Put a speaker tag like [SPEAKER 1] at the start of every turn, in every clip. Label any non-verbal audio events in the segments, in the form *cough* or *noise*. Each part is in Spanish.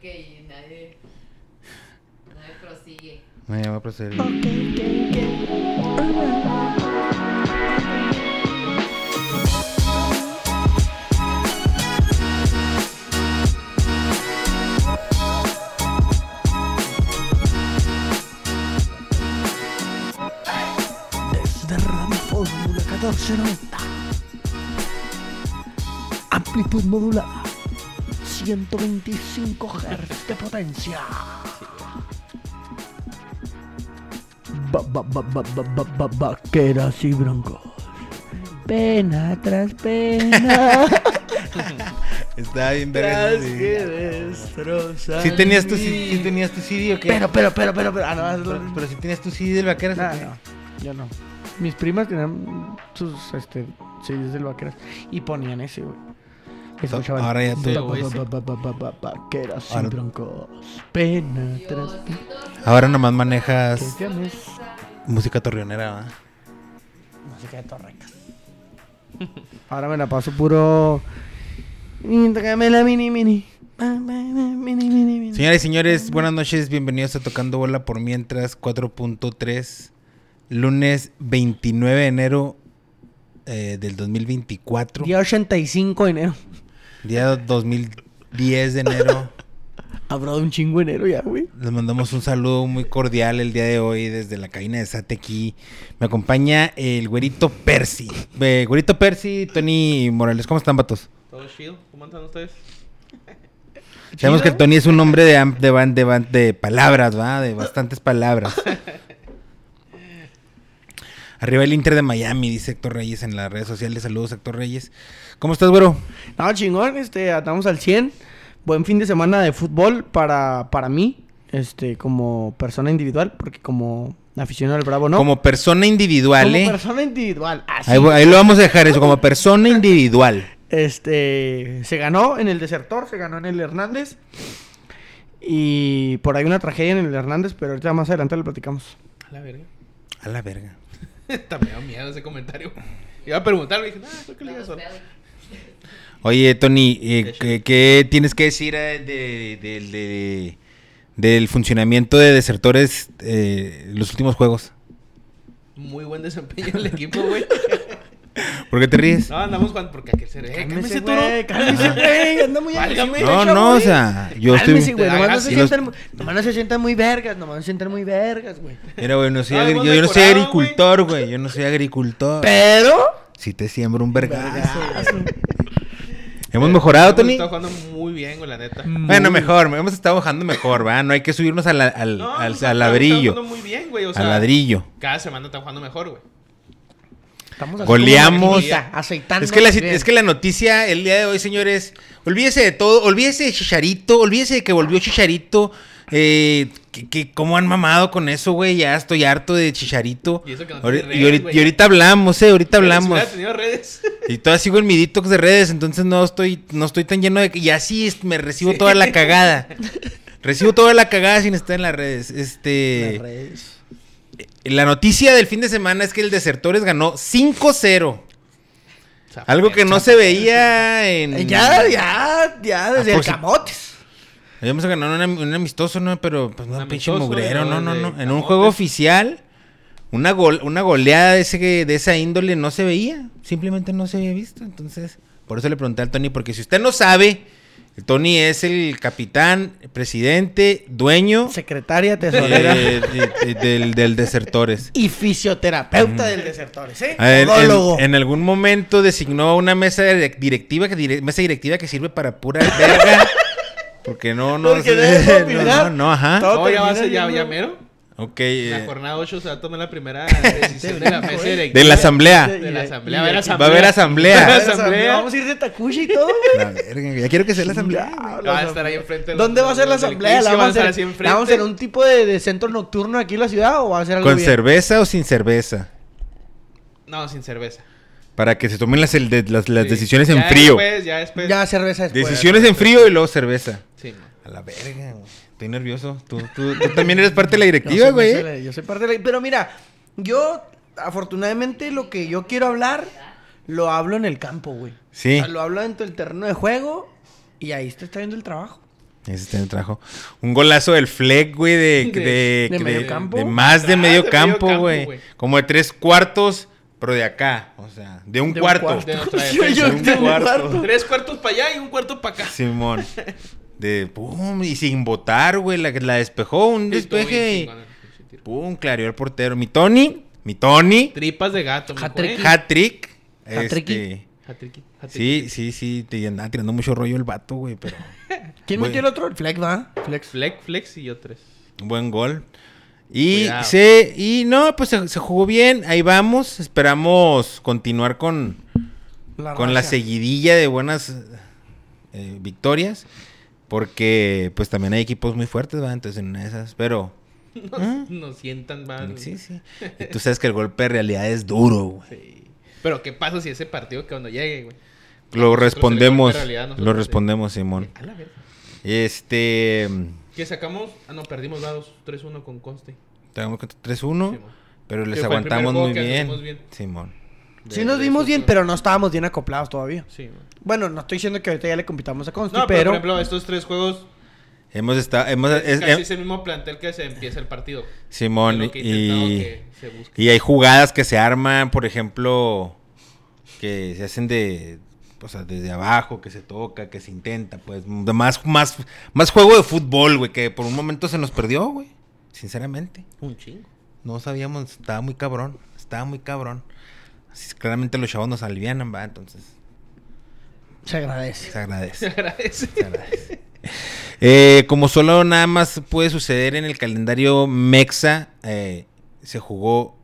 [SPEAKER 1] que nadie, nadie prosigue.
[SPEAKER 2] Me va a proceder.
[SPEAKER 3] de Radio Fórmula 1490. Amplitud modulada. 125 Hz de potencia. Ba- ba- ba- ba- ba- ba- ba- Vaqueras y broncos. Pena tras pena.
[SPEAKER 2] Está bien verga.
[SPEAKER 3] *laughs* tras
[SPEAKER 2] ese
[SPEAKER 3] que
[SPEAKER 2] CD.
[SPEAKER 3] destrozan
[SPEAKER 2] Sí tenías tu
[SPEAKER 3] mi-
[SPEAKER 2] sí, sí tenías tu CD o qué?
[SPEAKER 3] Pero, pero, pero, pero, pero. ah, no, es lo-
[SPEAKER 2] pero, pero si tenías tu CD del vaqueras
[SPEAKER 3] No,
[SPEAKER 2] ¿o qué?
[SPEAKER 3] no, yo no. Mis primas tenían sus este CDs del vaqueras y ponían ese, güey. Escuchaban.
[SPEAKER 2] Ahora ya tú-
[SPEAKER 3] Ba- ba- ba- ba- ba- ba- ba- Vaqueras sin
[SPEAKER 2] Ahora-
[SPEAKER 3] broncos. Pena tras.
[SPEAKER 2] Ahora nomás manejas
[SPEAKER 3] ¿Qué llames?
[SPEAKER 2] música torreonera, ¿va?
[SPEAKER 3] Música de torrecas. Ahora me la paso puro. Trágame la mini mini. Ma- ma- ma- Mini mini mini.
[SPEAKER 2] Señoras y señores, buenas noches, bienvenidos a Tocando Bola por Mientras 4.3, lunes 29 de enero eh, del 2024,
[SPEAKER 3] Día 85 de enero. *laughs*
[SPEAKER 2] día 2010 de enero.
[SPEAKER 3] Habrá de un chingo de enero ya, güey.
[SPEAKER 2] Les mandamos un saludo muy cordial el día de hoy desde la cabina de Satequi. Me acompaña el güerito Percy. Eh, güerito Percy, Tony Morales, ¿cómo están, vatos?
[SPEAKER 4] Todo chido, ¿cómo andan ustedes?
[SPEAKER 2] Sabemos que
[SPEAKER 3] Chido.
[SPEAKER 2] Tony es un hombre de, am- de, ban- de, ban- de palabras, ¿va? De bastantes palabras.
[SPEAKER 3] *laughs*
[SPEAKER 2] Arriba el Inter de Miami, dice Héctor Reyes en las redes sociales. Saludos, Héctor Reyes. ¿Cómo estás, güero?
[SPEAKER 3] No, chingón, este, atamos al 100. Buen fin de semana de fútbol para, para mí, este, como persona individual, porque como aficionado al Bravo no.
[SPEAKER 2] Como persona individual,
[SPEAKER 3] Como
[SPEAKER 2] ¿eh?
[SPEAKER 3] persona individual, así.
[SPEAKER 2] Ahí, vo- ahí lo vamos a dejar eso,
[SPEAKER 3] *laughs*
[SPEAKER 2] como persona individual.
[SPEAKER 3] Este, se ganó en el Desertor, se ganó en el Hernández. Y por ahí una tragedia en el Hernández, pero ahorita más adelante lo platicamos.
[SPEAKER 4] A la verga. *laughs*
[SPEAKER 2] A la verga.
[SPEAKER 4] También me da miedo ese comentario. *laughs* Iba a preguntarle, dije, no, creo que le digas solo.
[SPEAKER 2] Oye, Tony, eh, ¿qué, qué tienes que decir eh, de- de- de- del funcionamiento de desertores eh, en los últimos juegos?
[SPEAKER 4] Muy buen desempeño del equipo, güey.
[SPEAKER 2] ¿Por qué te ríes?
[SPEAKER 4] No, andamos jugando porque aquel ser. Eh, cálmese, tú,
[SPEAKER 3] güey, cálmese, güey, anda muy
[SPEAKER 4] Válgame.
[SPEAKER 3] agresivo,
[SPEAKER 2] No,
[SPEAKER 3] chavo,
[SPEAKER 2] no, o
[SPEAKER 3] güey.
[SPEAKER 2] sea, yo
[SPEAKER 3] Cálmese,
[SPEAKER 2] estoy...
[SPEAKER 3] güey, nomás no se
[SPEAKER 2] Y los-
[SPEAKER 3] sientan muy- nomás no se sientan muy vergas, nomás no se sientan muy vergas, güey.
[SPEAKER 2] Mira, güey, no soy
[SPEAKER 4] Ah,
[SPEAKER 2] agri-
[SPEAKER 4] hemos
[SPEAKER 2] yo, yo no soy
[SPEAKER 4] mejorado,
[SPEAKER 2] agricultor, güey. Yo no soy agricultor.
[SPEAKER 3] Pero
[SPEAKER 2] Si te siembro un vergazo.
[SPEAKER 3] Vergazo.
[SPEAKER 2] *laughs* Hemos mejorado, Tony. Mm,
[SPEAKER 4] Está jugando muy bien, güey, la neta.
[SPEAKER 2] Bueno, mejor, hemos estado bajando mejor, ¿va? No hay que subirnos al, al,
[SPEAKER 4] No,
[SPEAKER 2] al-
[SPEAKER 4] o
[SPEAKER 2] al
[SPEAKER 4] sea, está- Está
[SPEAKER 2] ladrillo.
[SPEAKER 4] jugando muy bien, güey. O sea,
[SPEAKER 2] Al ladrillo.
[SPEAKER 4] Cada semana está jugando mejor, güey.
[SPEAKER 3] Estamos así
[SPEAKER 2] Goleamos.
[SPEAKER 3] como maquinita, Aceitando.
[SPEAKER 2] Es que, la,
[SPEAKER 3] muy
[SPEAKER 2] si-
[SPEAKER 3] bien.
[SPEAKER 2] es que la noticia el día de hoy, señores, olvídese de todo, olvídese de Chicharito, olvídese de que volvió Chicharito. Eh, que, que cómo han mamado con eso, güey, ya estoy harto de Chicharito.
[SPEAKER 4] Y eso que no
[SPEAKER 2] Ahori-
[SPEAKER 4] tiene
[SPEAKER 2] y, ahorita,
[SPEAKER 4] redes, güey.
[SPEAKER 2] y ahorita hablamos, eh, ahorita
[SPEAKER 4] Si
[SPEAKER 2] hablamos.
[SPEAKER 4] hubiera tenido redes. *laughs*
[SPEAKER 2] Y todavía sigo en mi detox de redes, entonces no estoy, no estoy tan lleno de... Y así es- me recibo toda la
[SPEAKER 4] *laughs*
[SPEAKER 2] cagada. Recibo toda la cagada sin estar en las redes. Este,
[SPEAKER 3] Las redes.
[SPEAKER 2] La noticia del fin de semana es que el Desertores ganó 5-0. Algo que no se veía
[SPEAKER 4] Eh,
[SPEAKER 2] en...
[SPEAKER 3] Ya, ya, ya,
[SPEAKER 2] Ah,
[SPEAKER 3] desde el
[SPEAKER 2] por si-
[SPEAKER 3] camotes.
[SPEAKER 2] Habíamos ganado un, am- un amistoso, ¿no? Pero pues no,
[SPEAKER 4] Un
[SPEAKER 2] pinche
[SPEAKER 4] amistoso,
[SPEAKER 2] mugrero, no, no,
[SPEAKER 4] ¿no? De
[SPEAKER 2] no. En un
[SPEAKER 4] camotes.
[SPEAKER 2] juego oficial, una, gol- una goleada de, ese, de esa índole no se veía. Simplemente no se había visto. Entonces, por eso le pregunté al Tony, porque si usted no sabe, el Tony es el capitán, presidente, dueño
[SPEAKER 3] Secretaria,
[SPEAKER 2] eh,
[SPEAKER 3] tesorera
[SPEAKER 2] de- de- del, del Desertores.
[SPEAKER 3] y fisioterapeuta del Desertores, ¿eh?
[SPEAKER 2] A ver, en,
[SPEAKER 3] Podólogo.
[SPEAKER 2] en algún momento designó una mesa direc- directiva que dire- mesa directiva que sirve para pura verga. Porque no, no,
[SPEAKER 3] Porque
[SPEAKER 2] *laughs*
[SPEAKER 3] debe
[SPEAKER 2] no, no,
[SPEAKER 3] opinar.
[SPEAKER 2] no, ajá.
[SPEAKER 3] Todo
[SPEAKER 4] No, ya va a
[SPEAKER 3] termina
[SPEAKER 4] ser, ya,
[SPEAKER 3] yendo-
[SPEAKER 4] ya mero.
[SPEAKER 2] Ok.
[SPEAKER 4] La
[SPEAKER 2] eh,
[SPEAKER 4] jornada 8, o sea, tomé la
[SPEAKER 2] *laughs*
[SPEAKER 4] primera decisión de la mesa directiva.
[SPEAKER 2] de la asamblea.
[SPEAKER 4] De la asamblea.
[SPEAKER 3] Y-
[SPEAKER 4] Va a haber
[SPEAKER 3] y-
[SPEAKER 2] Va a
[SPEAKER 4] asamblea.
[SPEAKER 2] haber
[SPEAKER 4] *laughs*
[SPEAKER 3] A ver,
[SPEAKER 2] asamblea.
[SPEAKER 4] asamblea.
[SPEAKER 3] Vamos a ir de tacushi y todo, güey.
[SPEAKER 2] La verga, ya quiero que sea *laughs* la asamblea. güey.
[SPEAKER 3] Ya,
[SPEAKER 4] Va a
[SPEAKER 3] los-
[SPEAKER 4] estar ahí enfrente de los-
[SPEAKER 3] ¿Dónde va a ser la
[SPEAKER 4] los del
[SPEAKER 3] asamblea? ¿La
[SPEAKER 4] juicio,
[SPEAKER 3] vamos a
[SPEAKER 4] va a estar
[SPEAKER 3] hacer-
[SPEAKER 4] así enfrente.
[SPEAKER 3] ¿la vamos a hacer un tipo de, de centro nocturno aquí en la ciudad o va a ser algo
[SPEAKER 2] ¿Con
[SPEAKER 3] bien?
[SPEAKER 2] cerveza o sin cerveza?
[SPEAKER 4] No, sin cerveza.
[SPEAKER 2] Para que se tomen las, el de- las, las
[SPEAKER 4] Sí.
[SPEAKER 2] decisiones en
[SPEAKER 4] Ya
[SPEAKER 2] frío.
[SPEAKER 4] Después, ya después.
[SPEAKER 3] Ya, cerveza después.
[SPEAKER 2] Decisiones en frío y luego cerveza.
[SPEAKER 4] Sí, man.
[SPEAKER 2] A la verga, güey. Estoy nervioso. Tú, tú- tú también eres parte de la
[SPEAKER 3] Yo
[SPEAKER 2] directiva,
[SPEAKER 3] soy-
[SPEAKER 2] güey.
[SPEAKER 3] Yo soy, yo soy parte de la- Pero mira, yo afortunadamente lo que yo quiero hablar, lo hablo en el campo, güey.
[SPEAKER 2] Sí.
[SPEAKER 3] O sea, lo hablo dentro del terreno de juego y ahí te está viendo el trabajo.
[SPEAKER 2] Ese también trajo. Un golazo del Fleck, güey, de,
[SPEAKER 4] De-
[SPEAKER 2] de,
[SPEAKER 3] de
[SPEAKER 2] que
[SPEAKER 3] medio campo.
[SPEAKER 2] de más de
[SPEAKER 4] Ah,
[SPEAKER 2] medio
[SPEAKER 4] de medio
[SPEAKER 2] campo,
[SPEAKER 4] campo,
[SPEAKER 2] güey.
[SPEAKER 4] güey.
[SPEAKER 2] Como de tres cuartos, pero de acá. O sea, de un
[SPEAKER 3] De un
[SPEAKER 2] cuarto.
[SPEAKER 3] cuarto.
[SPEAKER 4] De nuestra
[SPEAKER 3] Yo- yo-
[SPEAKER 4] defensa.
[SPEAKER 2] de un
[SPEAKER 3] cuarto.
[SPEAKER 2] cuarto.
[SPEAKER 4] Tres cuartos para allá y un cuarto para acá. *laughs*
[SPEAKER 2] Simón. De pum, y sin votar, güey. La, la despejó, un
[SPEAKER 4] Sí, estuvo bien
[SPEAKER 2] despeje. y
[SPEAKER 4] chingón el pinche tiro.
[SPEAKER 2] Pum, clareó el portero. Mi Tony, mi Tony.
[SPEAKER 4] Tripas de gato, mijo,
[SPEAKER 3] Hat-trick.
[SPEAKER 4] ¿eh?
[SPEAKER 2] Hat-trick.
[SPEAKER 3] Hat-tricky.
[SPEAKER 2] Este,
[SPEAKER 4] Hat-tricky, hat-tricky.
[SPEAKER 2] sí, sí, sí. Te andaba tirando mucho rollo el vato, güey, pero.
[SPEAKER 3] ¿Quién
[SPEAKER 2] Güey.
[SPEAKER 3] metió el otro? El Flex, ¿va? Flex.
[SPEAKER 4] Flex, flex y yo tres. *laughs*
[SPEAKER 2] Un buen gol. Y
[SPEAKER 4] Cuidado.
[SPEAKER 2] se, y no, pues se, se jugó bien, ahí vamos, esperamos continuar con, con la
[SPEAKER 3] racha.
[SPEAKER 2] seguidilla de buenas eh, victorias, porque pues también hay equipos muy fuertes, ¿verdad? Entonces en una de esas, pero
[SPEAKER 4] Nos,
[SPEAKER 3] Ah.
[SPEAKER 4] nos sientan mal.
[SPEAKER 2] sí, sí. Y tú sabes que el golpe de realidad es duro,
[SPEAKER 4] *laughs*
[SPEAKER 2] güey.
[SPEAKER 4] Sí. Pero qué pasa si ese partido que cuando llegue, güey.
[SPEAKER 2] Lo
[SPEAKER 4] Nosotros el
[SPEAKER 2] respondemos,
[SPEAKER 4] golpe de realidad, nosotros
[SPEAKER 2] lo
[SPEAKER 4] sí. *laughs*
[SPEAKER 2] respondemos, Simón.
[SPEAKER 4] A la verga.
[SPEAKER 2] Este,
[SPEAKER 4] ¿Qué sacamos? Ah, no, perdimos dados 3-1 con Conste.
[SPEAKER 2] tenemos que 3-1,
[SPEAKER 4] Simón.
[SPEAKER 2] pero les
[SPEAKER 4] Que fue el primer
[SPEAKER 2] aguantamos
[SPEAKER 4] juego
[SPEAKER 2] muy
[SPEAKER 4] que
[SPEAKER 2] bien,
[SPEAKER 4] hicimos bien.
[SPEAKER 2] Simón.
[SPEAKER 3] Sí
[SPEAKER 4] De-
[SPEAKER 3] nos
[SPEAKER 4] de
[SPEAKER 3] vimos
[SPEAKER 4] esos
[SPEAKER 3] bien,
[SPEAKER 4] dos.
[SPEAKER 3] pero no estábamos bien acoplados todavía.
[SPEAKER 4] Sí, güey.
[SPEAKER 3] Bueno, no estoy diciendo que ahorita ya le compitamos a Consti,
[SPEAKER 4] No, pero,
[SPEAKER 3] pero...
[SPEAKER 4] por ejemplo, estos tres juegos
[SPEAKER 2] Hemos estado, hemos,
[SPEAKER 4] es,
[SPEAKER 2] es-
[SPEAKER 4] casi
[SPEAKER 2] eh,
[SPEAKER 4] es el mismo plantel que se empieza el partido. Es
[SPEAKER 2] Simón,
[SPEAKER 4] lo que he intentado
[SPEAKER 2] y,
[SPEAKER 4] que se busque.
[SPEAKER 2] y hay jugadas que se arman, por ejemplo, que se hacen de, o sea, desde abajo, que se toca, que se intenta, pues, de más, más, más juego de fútbol, güey, que por un momento se nos perdió, güey, sinceramente.
[SPEAKER 4] Un chingo. *laughs*
[SPEAKER 2] No sabíamos, estaba muy cabrón, estaba muy cabrón. Así es, claramente los chavos nos alivianan, va, entonces,
[SPEAKER 3] Se agradece.
[SPEAKER 2] se agradece.
[SPEAKER 4] Agradece.
[SPEAKER 2] *laughs* Eh, como solo nada más puede suceder en el calendario Mexa, eh, se jugó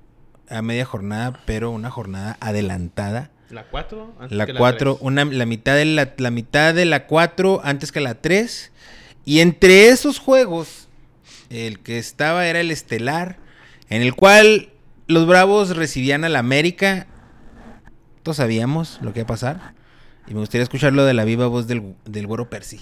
[SPEAKER 2] a media jornada, pero una jornada adelantada.
[SPEAKER 4] La 4.
[SPEAKER 2] La 4, una la mitad de la, la mitad de la 4 antes que la 3. Y entre esos juegos, el que estaba era el estelar, en el cual los Bravos recibían al América. Todos sabíamos lo que iba a pasar. Y me gustaría escucharlo de la viva voz del, del güero Percy.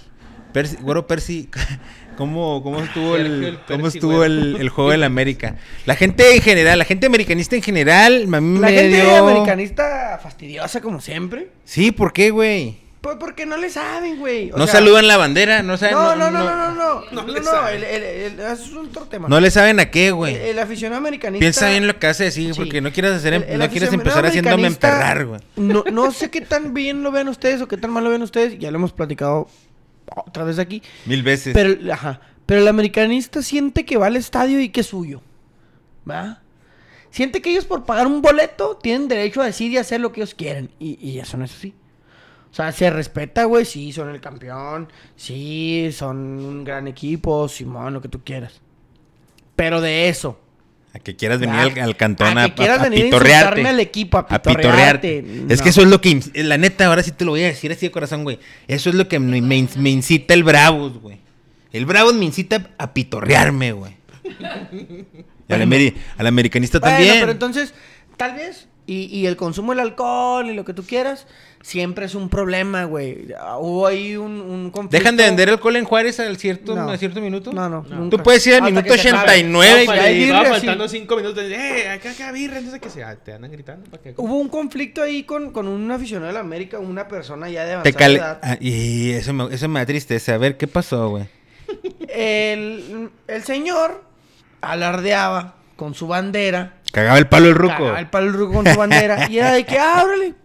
[SPEAKER 2] Percy- güero Percy, *laughs* ¿cómo, cómo estuvo, el,
[SPEAKER 4] Ah, Sergio el
[SPEAKER 2] cómo
[SPEAKER 4] Percy,
[SPEAKER 2] estuvo
[SPEAKER 4] güero.
[SPEAKER 2] el, el juego del
[SPEAKER 4] *laughs*
[SPEAKER 2] América? La gente en general, la gente americanista en general, a mí
[SPEAKER 3] La
[SPEAKER 2] me
[SPEAKER 3] gente
[SPEAKER 2] dio-
[SPEAKER 3] americanista fastidiosa como siempre.
[SPEAKER 2] Sí, ¿por qué, güey?
[SPEAKER 3] Pues porque no le saben, güey. O
[SPEAKER 2] No
[SPEAKER 3] sea,
[SPEAKER 2] saludan la bandera, no saben.
[SPEAKER 3] No, no, no, no, no, no. No,
[SPEAKER 4] No
[SPEAKER 3] no,
[SPEAKER 4] le saben.
[SPEAKER 3] el- el- el- eso es un otro tema.
[SPEAKER 2] No le saben a qué,
[SPEAKER 3] El,
[SPEAKER 2] güey.
[SPEAKER 3] el aficionado americanista...
[SPEAKER 2] Piensa bien lo que hace decir,
[SPEAKER 3] Sí.
[SPEAKER 2] porque no quieres hacer, em-
[SPEAKER 3] El- el
[SPEAKER 2] no quieres
[SPEAKER 3] aficionado
[SPEAKER 2] empezar haciéndome
[SPEAKER 3] americanista,
[SPEAKER 2] emperrar, güey.
[SPEAKER 3] No, no sé qué tan bien lo vean ustedes o qué tan mal lo vean ustedes. Ya lo hemos platicado otra vez aquí.
[SPEAKER 2] Mil veces.
[SPEAKER 3] Pero, el- ajá, pero el americanista siente que va al estadio y que es suyo. ¿Va? Siente que ellos por pagar un boleto tienen derecho a decir y hacer lo que ellos quieren. Y, y eso no es así. O sea, se respeta, güey. Sí, son el campeón. Sí, son un gran equipo. Simón, lo que tú quieras. Pero de eso.
[SPEAKER 2] a que quieras venir al, al cantón
[SPEAKER 3] Ah, a
[SPEAKER 2] a,
[SPEAKER 3] que quieras
[SPEAKER 2] a- a
[SPEAKER 3] venir a
[SPEAKER 2] pitorrearte.
[SPEAKER 3] insultarme al equipo, a
[SPEAKER 2] A pitorrearte.
[SPEAKER 3] pitorrearte.
[SPEAKER 2] Es
[SPEAKER 3] No.
[SPEAKER 2] que eso es lo que. ins- La neta, ahora sí te lo voy a decir así de corazón, güey. Eso es lo que me, me ins- me incita el Bravos, güey. El Bravos me incita a pitorrearme, güey. Y al, ameri- al americanista
[SPEAKER 3] Bueno,
[SPEAKER 2] también.
[SPEAKER 3] pero entonces, tal vez, y, y el consumo del alcohol y lo que tú quieras, siempre es un problema, güey. Ah, Hubo ahí un, un conflicto.
[SPEAKER 2] ¿Dejan de vender alcohol en Juárez al cierto,
[SPEAKER 3] No.
[SPEAKER 2] a cierto minuto?
[SPEAKER 3] No, no.
[SPEAKER 4] No.
[SPEAKER 3] nunca.
[SPEAKER 2] Tú puedes ir al
[SPEAKER 3] Hasta
[SPEAKER 2] minuto
[SPEAKER 3] que se acabe.
[SPEAKER 2] 89 y
[SPEAKER 3] No,
[SPEAKER 4] Va
[SPEAKER 3] pero
[SPEAKER 2] ya
[SPEAKER 3] ahí
[SPEAKER 2] ir
[SPEAKER 3] birria,
[SPEAKER 4] faltando
[SPEAKER 3] sí.
[SPEAKER 4] 5 minutos. ¡Eh! Acá, acá, birra. Entonces que se ah, te andan gritando. ¿para qué?
[SPEAKER 3] Hubo un conflicto ahí con, con un aficionado de la América, una persona ya de
[SPEAKER 2] Te
[SPEAKER 3] avanzada
[SPEAKER 2] cale-
[SPEAKER 3] edad.
[SPEAKER 2] Ah, y eso me, eso me da tristeza. A ver, ¿qué pasó, güey?
[SPEAKER 3] El, el señor alardeaba con su bandera.
[SPEAKER 2] Cagaba el palo el ruco.
[SPEAKER 3] Cagaba el palo el ruco con su bandera. y era de que, ah, órale,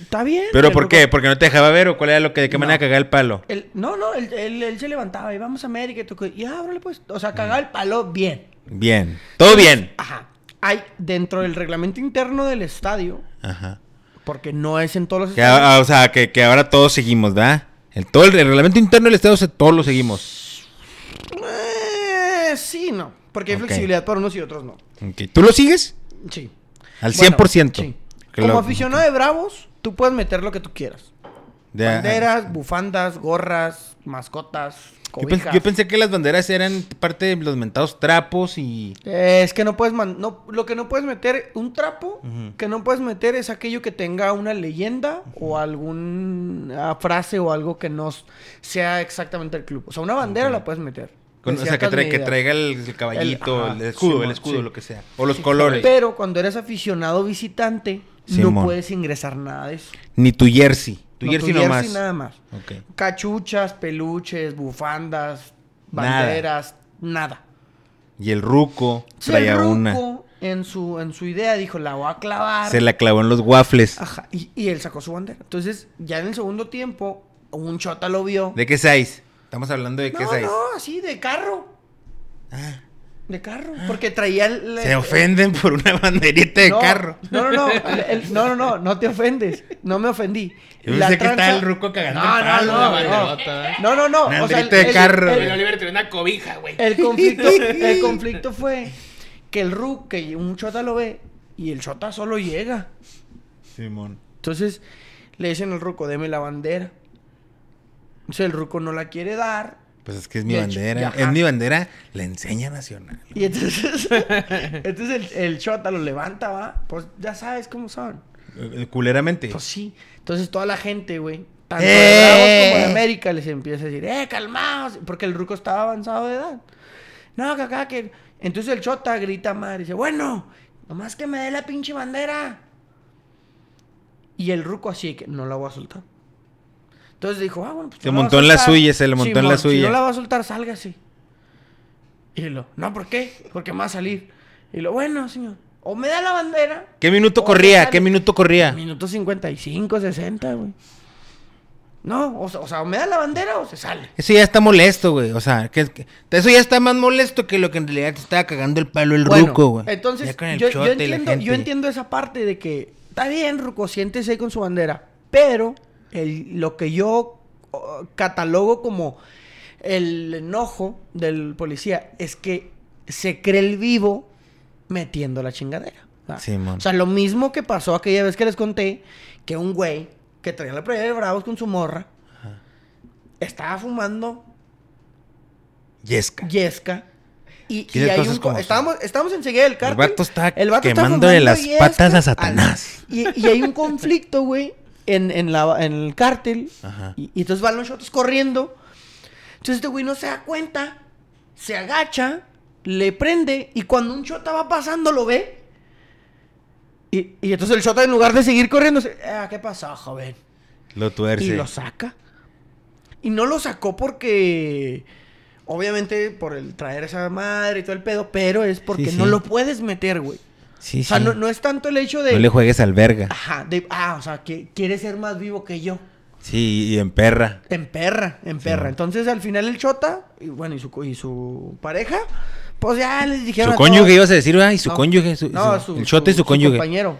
[SPEAKER 3] está bien.
[SPEAKER 2] ¿Pero
[SPEAKER 3] El
[SPEAKER 2] por
[SPEAKER 3] ruco-
[SPEAKER 2] qué? ¿Porque no te dejaba ver o cuál era lo que, de qué
[SPEAKER 3] No.
[SPEAKER 2] manera cagaba el palo?
[SPEAKER 3] El- no, no, él, él- él se levantaba y vamos a América y tocó. Y ábrale pues. O sea, cagaba el palo bien.
[SPEAKER 2] Bien. Todo bien.
[SPEAKER 3] Ajá. Hay dentro del reglamento interno del estadio,
[SPEAKER 2] Ajá.
[SPEAKER 3] porque no es en todos los
[SPEAKER 2] Que,
[SPEAKER 3] estadios.
[SPEAKER 2] a- a- o sea, que, que ahora todos seguimos, ¿verdad? El, todo el, el reglamento interno del Estado, se- todos lo seguimos.
[SPEAKER 3] Eh, sí, no. Porque hay
[SPEAKER 2] Ok.
[SPEAKER 3] flexibilidad para unos y otros no.
[SPEAKER 2] Ok. ¿Tú lo sigues?
[SPEAKER 3] Sí.
[SPEAKER 2] Al
[SPEAKER 3] Bueno,
[SPEAKER 2] 100%.
[SPEAKER 3] sí.
[SPEAKER 2] Que
[SPEAKER 3] Como
[SPEAKER 2] lo-
[SPEAKER 3] aficionado de Bravos, tú puedes meter lo que tú quieras.
[SPEAKER 2] de-
[SPEAKER 3] Banderas, bufandas, gorras, mascotas,
[SPEAKER 2] Yo, pens-
[SPEAKER 3] cobijas.
[SPEAKER 2] yo pensé que las banderas eran parte de los mentados trapos y...
[SPEAKER 3] Eh, Es que no puedes man- no, lo que no puedes meter un trapo que no puedes meter es aquello que tenga una leyenda o alguna frase o algo que no s- sea exactamente el club. O sea, una bandera la puedes meter.
[SPEAKER 2] con-
[SPEAKER 3] en
[SPEAKER 2] o sea, que,
[SPEAKER 3] ciertas
[SPEAKER 2] trae- que
[SPEAKER 3] medidas.
[SPEAKER 2] traiga el, el caballito,
[SPEAKER 3] ajá,
[SPEAKER 2] el, escudo,
[SPEAKER 3] Simón,
[SPEAKER 2] el escudo,
[SPEAKER 3] sí.
[SPEAKER 2] lo que sea. O los colores.
[SPEAKER 3] Pero cuando eres aficionado visitante
[SPEAKER 2] Simón.
[SPEAKER 3] no puedes ingresar nada de eso.
[SPEAKER 2] Ni tu jersey. Tu
[SPEAKER 3] No,
[SPEAKER 2] jersey
[SPEAKER 3] tu
[SPEAKER 2] nomás.
[SPEAKER 3] nada más.
[SPEAKER 2] Ok.
[SPEAKER 3] Cachuchas, peluches, bufandas,
[SPEAKER 2] Nada.
[SPEAKER 3] banderas, nada.
[SPEAKER 2] Y el ruco
[SPEAKER 3] Sí, el
[SPEAKER 2] traía una.
[SPEAKER 3] ruco, En su, en su idea dijo, la voy a clavar.
[SPEAKER 2] Se la clavó en los waffles.
[SPEAKER 3] Ajá, y, y él sacó su bandera. Entonces, ya en el segundo tiempo, un chota lo vio.
[SPEAKER 2] ¿De qué size? Estamos hablando de qué
[SPEAKER 3] no,
[SPEAKER 2] size.
[SPEAKER 3] no, así, de carro. De carro. Porque traía el...
[SPEAKER 2] Se ofenden por una banderita de
[SPEAKER 3] no,
[SPEAKER 2] carro.
[SPEAKER 3] No, no, no, el- el- no, no, no, no te ofendes. No me ofendí.
[SPEAKER 2] Yo
[SPEAKER 3] La
[SPEAKER 2] pensé que
[SPEAKER 3] tranza-
[SPEAKER 2] estaba el ruco cagando
[SPEAKER 3] No,
[SPEAKER 2] el
[SPEAKER 3] no,
[SPEAKER 2] palo.
[SPEAKER 3] no,
[SPEAKER 2] güey.
[SPEAKER 3] no. No, no, no.
[SPEAKER 2] Una
[SPEAKER 3] o sea, el-
[SPEAKER 2] banderita de
[SPEAKER 3] el-
[SPEAKER 2] carro,
[SPEAKER 3] el-
[SPEAKER 2] güey.
[SPEAKER 4] El Oliver tiene una cobija, güey.
[SPEAKER 3] El
[SPEAKER 2] *laughs*
[SPEAKER 3] conflicto, el conflicto fue que el Ru, que un chota lo ve y el chota solo llega.
[SPEAKER 2] Simón.
[SPEAKER 3] Entonces le dicen al ruco, deme la bandera. Entonces el ruco no la quiere dar.
[SPEAKER 2] Pues es que es mi
[SPEAKER 3] De hecho,
[SPEAKER 2] bandera.
[SPEAKER 3] ajá.
[SPEAKER 2] Es mi bandera, la enseña nacional.
[SPEAKER 3] Y entonces, *laughs* entonces el, el chota lo levanta, va. Pues ya sabes cómo son.
[SPEAKER 2] Eh, Culeramente.
[SPEAKER 3] Pues sí. Entonces toda la gente, güey, tanto de
[SPEAKER 2] ¡Eh!
[SPEAKER 3] Bravos como de América, les empieza a decir, eh, calmaos. Porque el ruco estaba avanzado de edad. No, que acá, que. Entonces el chota grita madre. Dice, bueno, nomás que me dé la pinche bandera. Y el ruco así que no la voy a soltar. Entonces dijo, ah, bueno, pues.
[SPEAKER 2] Se
[SPEAKER 3] no la
[SPEAKER 2] montó
[SPEAKER 3] voy a
[SPEAKER 2] en la
[SPEAKER 3] soltar.
[SPEAKER 2] suya, se le montó en la
[SPEAKER 3] Simón, Si
[SPEAKER 2] suya.
[SPEAKER 3] no la va a soltar, sálgase. Y lo, no, ¿por qué? Porque me va a salir. Y lo, bueno, señor. O me da la bandera.
[SPEAKER 2] ¿Qué minuto
[SPEAKER 3] o me
[SPEAKER 2] corría?
[SPEAKER 3] sale".
[SPEAKER 2] ¿Qué minuto corría?
[SPEAKER 3] Minuto 55, 60, güey. No, o sea, o sea, o me da la bandera o se sale.
[SPEAKER 2] Eso ya está molesto, güey. O sea, que, que- eso ya está más molesto que lo que en realidad te estaba cagando el palo el
[SPEAKER 3] Bueno,
[SPEAKER 2] ruco, güey.
[SPEAKER 3] Entonces,
[SPEAKER 2] Ya con el
[SPEAKER 3] yo, yo
[SPEAKER 2] chote y la
[SPEAKER 3] entiendo,
[SPEAKER 2] gente.
[SPEAKER 3] yo entiendo esa parte de que está bien, Ruco, siéntese ahí con su bandera. Pero el- lo que yo oh, catalogo como el enojo del policía es que se cree el vivo metiendo la chingadera. ¿va?
[SPEAKER 2] Simón.
[SPEAKER 3] o sea, lo mismo que pasó aquella vez que les conté que un güey que traía la playera de Bravos con su morra estaba fumando
[SPEAKER 2] Yesca.
[SPEAKER 3] yesca. Y,
[SPEAKER 2] Y las
[SPEAKER 3] y hay
[SPEAKER 2] cosas
[SPEAKER 3] un... co-
[SPEAKER 2] como son.
[SPEAKER 3] Estábamos, estábamos enseguida del cártel.
[SPEAKER 2] vato está quemándole
[SPEAKER 3] de
[SPEAKER 2] las patas a Satanás.
[SPEAKER 3] Y, y hay un conflicto, güey, en, en, la, en el cártel.
[SPEAKER 2] Ajá.
[SPEAKER 3] Y, y entonces van los shotos corriendo. Entonces este güey no se da cuenta, se agacha, le prende y cuando un chota va pasando lo ve. Y, y entonces el chota en lugar de seguir corriendo, se- ah, ¿qué pasó, joven?
[SPEAKER 2] Lo tuerce.
[SPEAKER 3] Y lo saca. Y no lo sacó porque. Obviamente por el traer esa madre y todo el pedo, pero es porque
[SPEAKER 2] Sí,
[SPEAKER 3] no
[SPEAKER 2] sí.
[SPEAKER 3] lo puedes meter, güey.
[SPEAKER 2] Sí,
[SPEAKER 3] O sea,
[SPEAKER 2] sí.
[SPEAKER 3] no,
[SPEAKER 2] No,
[SPEAKER 3] no es tanto el hecho de.
[SPEAKER 2] le juegues al verga.
[SPEAKER 3] Ajá, de. Ah, o sea, que quiere ser más vivo que yo.
[SPEAKER 2] Sí, y en perra.
[SPEAKER 3] En perra, en perra. Entonces al final el Chota, y bueno, y su, co- y su pareja, pues ya les dijeron.
[SPEAKER 2] Su
[SPEAKER 3] a
[SPEAKER 2] cónyuge,
[SPEAKER 3] todos-
[SPEAKER 2] ibas a decir, ¿verdad? Y su
[SPEAKER 3] No.
[SPEAKER 2] cónyuge. su-
[SPEAKER 3] No,
[SPEAKER 2] su-
[SPEAKER 3] su-
[SPEAKER 2] el chote y su cónyuge.
[SPEAKER 3] compañero.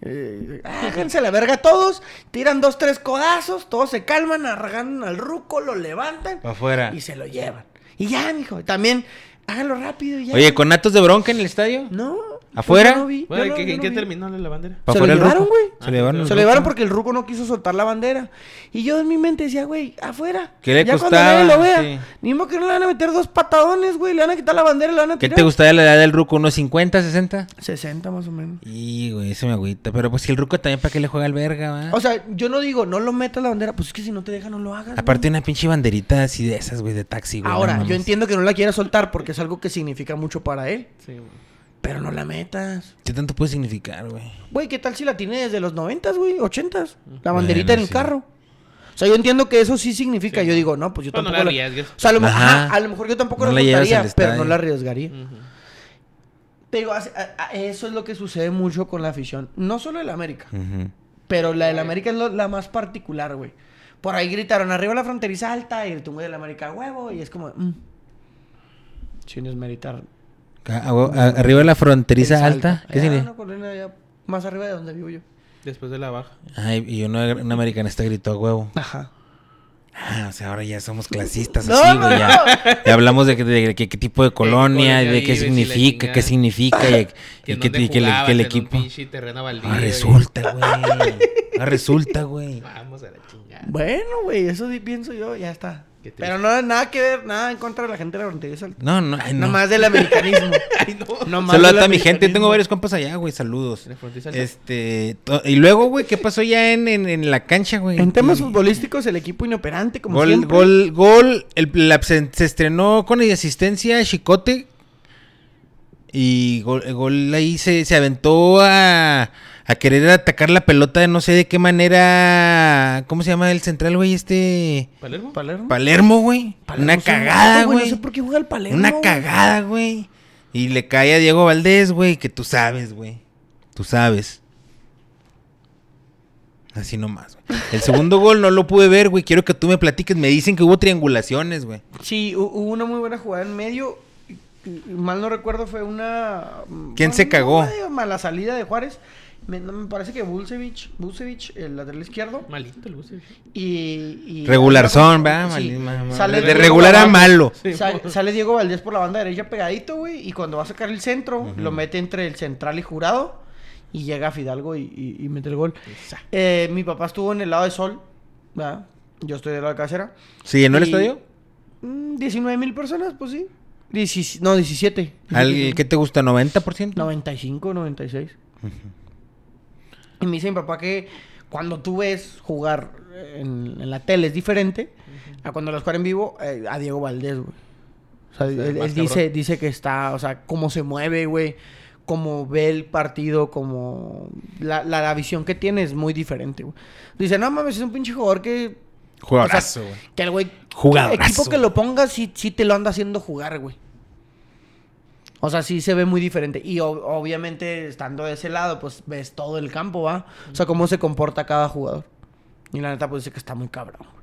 [SPEAKER 3] Eh, háganse la verga todos, tiran dos, tres codazos, todos se calman, argan al ruco, lo levantan
[SPEAKER 2] Pa' afuera.
[SPEAKER 3] y se lo llevan. Y ya, mijo, también háganlo rápido y ya.
[SPEAKER 2] Oye, ¿con atos de bronca en el estadio?
[SPEAKER 3] No. pues,
[SPEAKER 2] ¿Afuera?
[SPEAKER 3] yo no vi,
[SPEAKER 4] Bueno,
[SPEAKER 3] yo no-
[SPEAKER 4] ¿en qué,
[SPEAKER 3] yo
[SPEAKER 4] en
[SPEAKER 3] no
[SPEAKER 4] qué
[SPEAKER 3] vi.
[SPEAKER 4] terminó la bandera?
[SPEAKER 2] Pa'
[SPEAKER 3] Se lo
[SPEAKER 2] afuera el
[SPEAKER 3] llevaron,
[SPEAKER 2] ruco. Ah,
[SPEAKER 3] güey.
[SPEAKER 2] Se lo llevaron.
[SPEAKER 3] Se
[SPEAKER 2] el
[SPEAKER 3] lo llevaron
[SPEAKER 2] ruco.
[SPEAKER 3] porque el ruco no quiso soltar la bandera. Y yo en mi mente decía, güey, afuera.
[SPEAKER 2] ¿Qué le
[SPEAKER 3] ya
[SPEAKER 2] costaba?
[SPEAKER 3] cuando nadie lo vea.
[SPEAKER 2] Sí.
[SPEAKER 3] Ni modo que no le van a meter dos patadones, güey. Le van a quitar la bandera, le van a
[SPEAKER 2] ¿Qué
[SPEAKER 3] tirar.
[SPEAKER 2] te gustaría la edad del ruco? ¿Unos 50, 60?
[SPEAKER 3] 60 más o menos.
[SPEAKER 2] Y, güey, eso me agüita. Pero pues si el ruco también, ¿para qué le juega al verga, va?
[SPEAKER 3] O sea, yo no digo, no lo metas la bandera. Pues es que si no te deja, no lo hagas. güey.
[SPEAKER 2] Aparte una pinche banderita así de esas, güey, de taxi, güey.
[SPEAKER 3] Ahora,
[SPEAKER 2] no
[SPEAKER 3] yo
[SPEAKER 2] mames.
[SPEAKER 3] entiendo que no la quiera soltar porque es algo que significa mucho para él.
[SPEAKER 4] Sí, güey.
[SPEAKER 3] Pero no la metas.
[SPEAKER 2] ¿Qué tanto puede significar, güey?
[SPEAKER 3] Güey, ¿qué tal si la tiene desde los 90, güey? 80. La
[SPEAKER 2] Bueno,
[SPEAKER 3] banderita en el
[SPEAKER 2] sí.
[SPEAKER 3] carro. O sea, yo entiendo que eso sí significa. yo digo, no, pues yo
[SPEAKER 4] Pero no
[SPEAKER 3] tampoco.
[SPEAKER 4] la
[SPEAKER 3] la-
[SPEAKER 4] arriesgues.
[SPEAKER 3] O sea, a lo, mejor-
[SPEAKER 2] Ajá.
[SPEAKER 3] ajá, a lo mejor yo tampoco
[SPEAKER 2] No
[SPEAKER 3] la
[SPEAKER 2] la llevas
[SPEAKER 3] soltaría,
[SPEAKER 2] al
[SPEAKER 3] pero
[SPEAKER 2] estadio.
[SPEAKER 3] no la arriesgaría.
[SPEAKER 4] Ujú.
[SPEAKER 3] Te digo, hace- a- a- eso es lo que sucede mucho con la afición. No solo el América, pero la del América es lo- la más particular, güey. Por ahí gritaron arriba la fronteriza alta y el tumbe del América huevo. Y es como, mm. sin desmeritar.
[SPEAKER 2] Ca- a- a- arriba de la fronteriza
[SPEAKER 3] Teriza
[SPEAKER 2] alta. ¿Qué
[SPEAKER 3] Allá,
[SPEAKER 2] significa?
[SPEAKER 3] Ah, una colonia allá más arriba de donde vivo yo.
[SPEAKER 4] Después de la baja.
[SPEAKER 2] Ay, y uno, un americanista gritó a huevo.
[SPEAKER 3] Ajá.
[SPEAKER 2] Ah, o sea, ahora ya somos clasistas
[SPEAKER 3] No,
[SPEAKER 2] así,
[SPEAKER 3] no,
[SPEAKER 2] güey. Ya, ya hablamos de, que- de que- qué tipo de colonia,
[SPEAKER 4] colonia
[SPEAKER 2] de qué
[SPEAKER 4] vives y la
[SPEAKER 2] significa, qué
[SPEAKER 4] chingada.
[SPEAKER 2] significa.
[SPEAKER 3] *laughs*
[SPEAKER 2] Y, y que, y que le- que el equipo... Ah, resulta, güey. Ah, resulta, güey.
[SPEAKER 4] Vamos a la chingada.
[SPEAKER 3] *laughs* Bueno, güey, eso di- pienso yo, ya está.
[SPEAKER 4] Qué triste.
[SPEAKER 3] Pero no, nada que ver, nada en contra de la gente de la fronteriza alta.
[SPEAKER 2] No, no, ay, no.
[SPEAKER 3] Nomás del
[SPEAKER 2] *laughs*
[SPEAKER 3] americanismo.
[SPEAKER 4] Ay, no.
[SPEAKER 3] Nomás
[SPEAKER 2] Saludos
[SPEAKER 3] del
[SPEAKER 2] a toda mi gente.
[SPEAKER 3] americanismo.
[SPEAKER 2] Tengo varios compas allá, güey. Saludos.
[SPEAKER 4] En el fronteriza alta.
[SPEAKER 2] Este, to- y luego, güey, ¿qué pasó ya en, en- en la cancha, güey?
[SPEAKER 3] En temas
[SPEAKER 2] Y-
[SPEAKER 3] futbolísticos, el equipo inoperante, como
[SPEAKER 2] gol,
[SPEAKER 3] siempre.
[SPEAKER 2] gol, gol. El, la- se, se estrenó con asistencia Chicote. Y gol, el gol ahí se, se aventó a, a querer atacar la pelota de no sé de qué manera. ¿Cómo se llama el central, güey? Este.
[SPEAKER 4] ¿Palermo?
[SPEAKER 3] Palermo.
[SPEAKER 2] Palermo, güey.
[SPEAKER 3] Palermo
[SPEAKER 2] Una
[SPEAKER 3] es un
[SPEAKER 2] cagada,
[SPEAKER 3] gato,
[SPEAKER 2] güey.
[SPEAKER 3] No sé por qué juega el Palermo.
[SPEAKER 2] Una
[SPEAKER 3] güey.
[SPEAKER 2] cagada, güey. Y le cae a Diego Valdés, güey, que tú sabes, güey. Tú sabes. Así nomás, güey. El segundo gol no lo pude ver, güey. Quiero que tú me platiques. Me dicen que hubo triangulaciones, güey.
[SPEAKER 3] Sí, hu- hubo una muy buena jugada en medio. y- y- y Mal no recuerdo, fue una.
[SPEAKER 2] ¿Quién
[SPEAKER 3] bueno,
[SPEAKER 2] se
[SPEAKER 3] no,
[SPEAKER 2] cagó?
[SPEAKER 3] medio mala salida de Juárez. Me, no, me parece que Bulcevich, Bulcevich, el lateral izquierdo.
[SPEAKER 4] Malito el buce.
[SPEAKER 3] Y. y-
[SPEAKER 2] Regularzón, ¿verdad?
[SPEAKER 3] Sí.
[SPEAKER 2] Mal- mal- mal-
[SPEAKER 3] Sale
[SPEAKER 2] de
[SPEAKER 3] Diego
[SPEAKER 2] regular a
[SPEAKER 3] Valdés.
[SPEAKER 2] malo.
[SPEAKER 4] Sí,
[SPEAKER 3] Sa-
[SPEAKER 4] por-
[SPEAKER 3] sale Diego Valdés por la banda derecha pegadito, güey. Y cuando va a sacar el centro, lo mete entre el central y jurado. Y llega Fidalgo y, y- y mete el gol. Eh, mi papá estuvo en el lado de Sol. ¿verdad? Yo estoy del lado de Cáceres.
[SPEAKER 2] ¿Sí, en el
[SPEAKER 3] Y-
[SPEAKER 2] estadio?
[SPEAKER 3] Mm, 19 mil personas, pues sí. Dieci- no, 17.
[SPEAKER 2] ¿Al, ¿Qué te gusta? ¿90%?
[SPEAKER 3] 95, 96. Y me dice mi papá que cuando tú ves jugar en, en la tele es diferente a cuando las juegan en vivo eh, a Diego Valdés, güey. O sea, él,
[SPEAKER 4] más
[SPEAKER 3] él dice,
[SPEAKER 4] cabrón.
[SPEAKER 3] dice que está, o sea, cómo se mueve, güey, cómo ve el partido, como la, la, la visión que tiene es muy diferente, güey. Dice, no mames, es un pinche jugador que
[SPEAKER 2] Jugadorazo, güey.
[SPEAKER 3] que el güey.
[SPEAKER 2] Jugadorazo.
[SPEAKER 3] Equipo que lo ponga, sí, sí te lo anda haciendo jugar, güey. O sea, sí se ve muy diferente. Y ob- obviamente, estando de ese lado, pues ves todo el campo, ¿va? O sea, cómo se comporta cada jugador. Y la neta, pues dice que está muy cabrón, güey.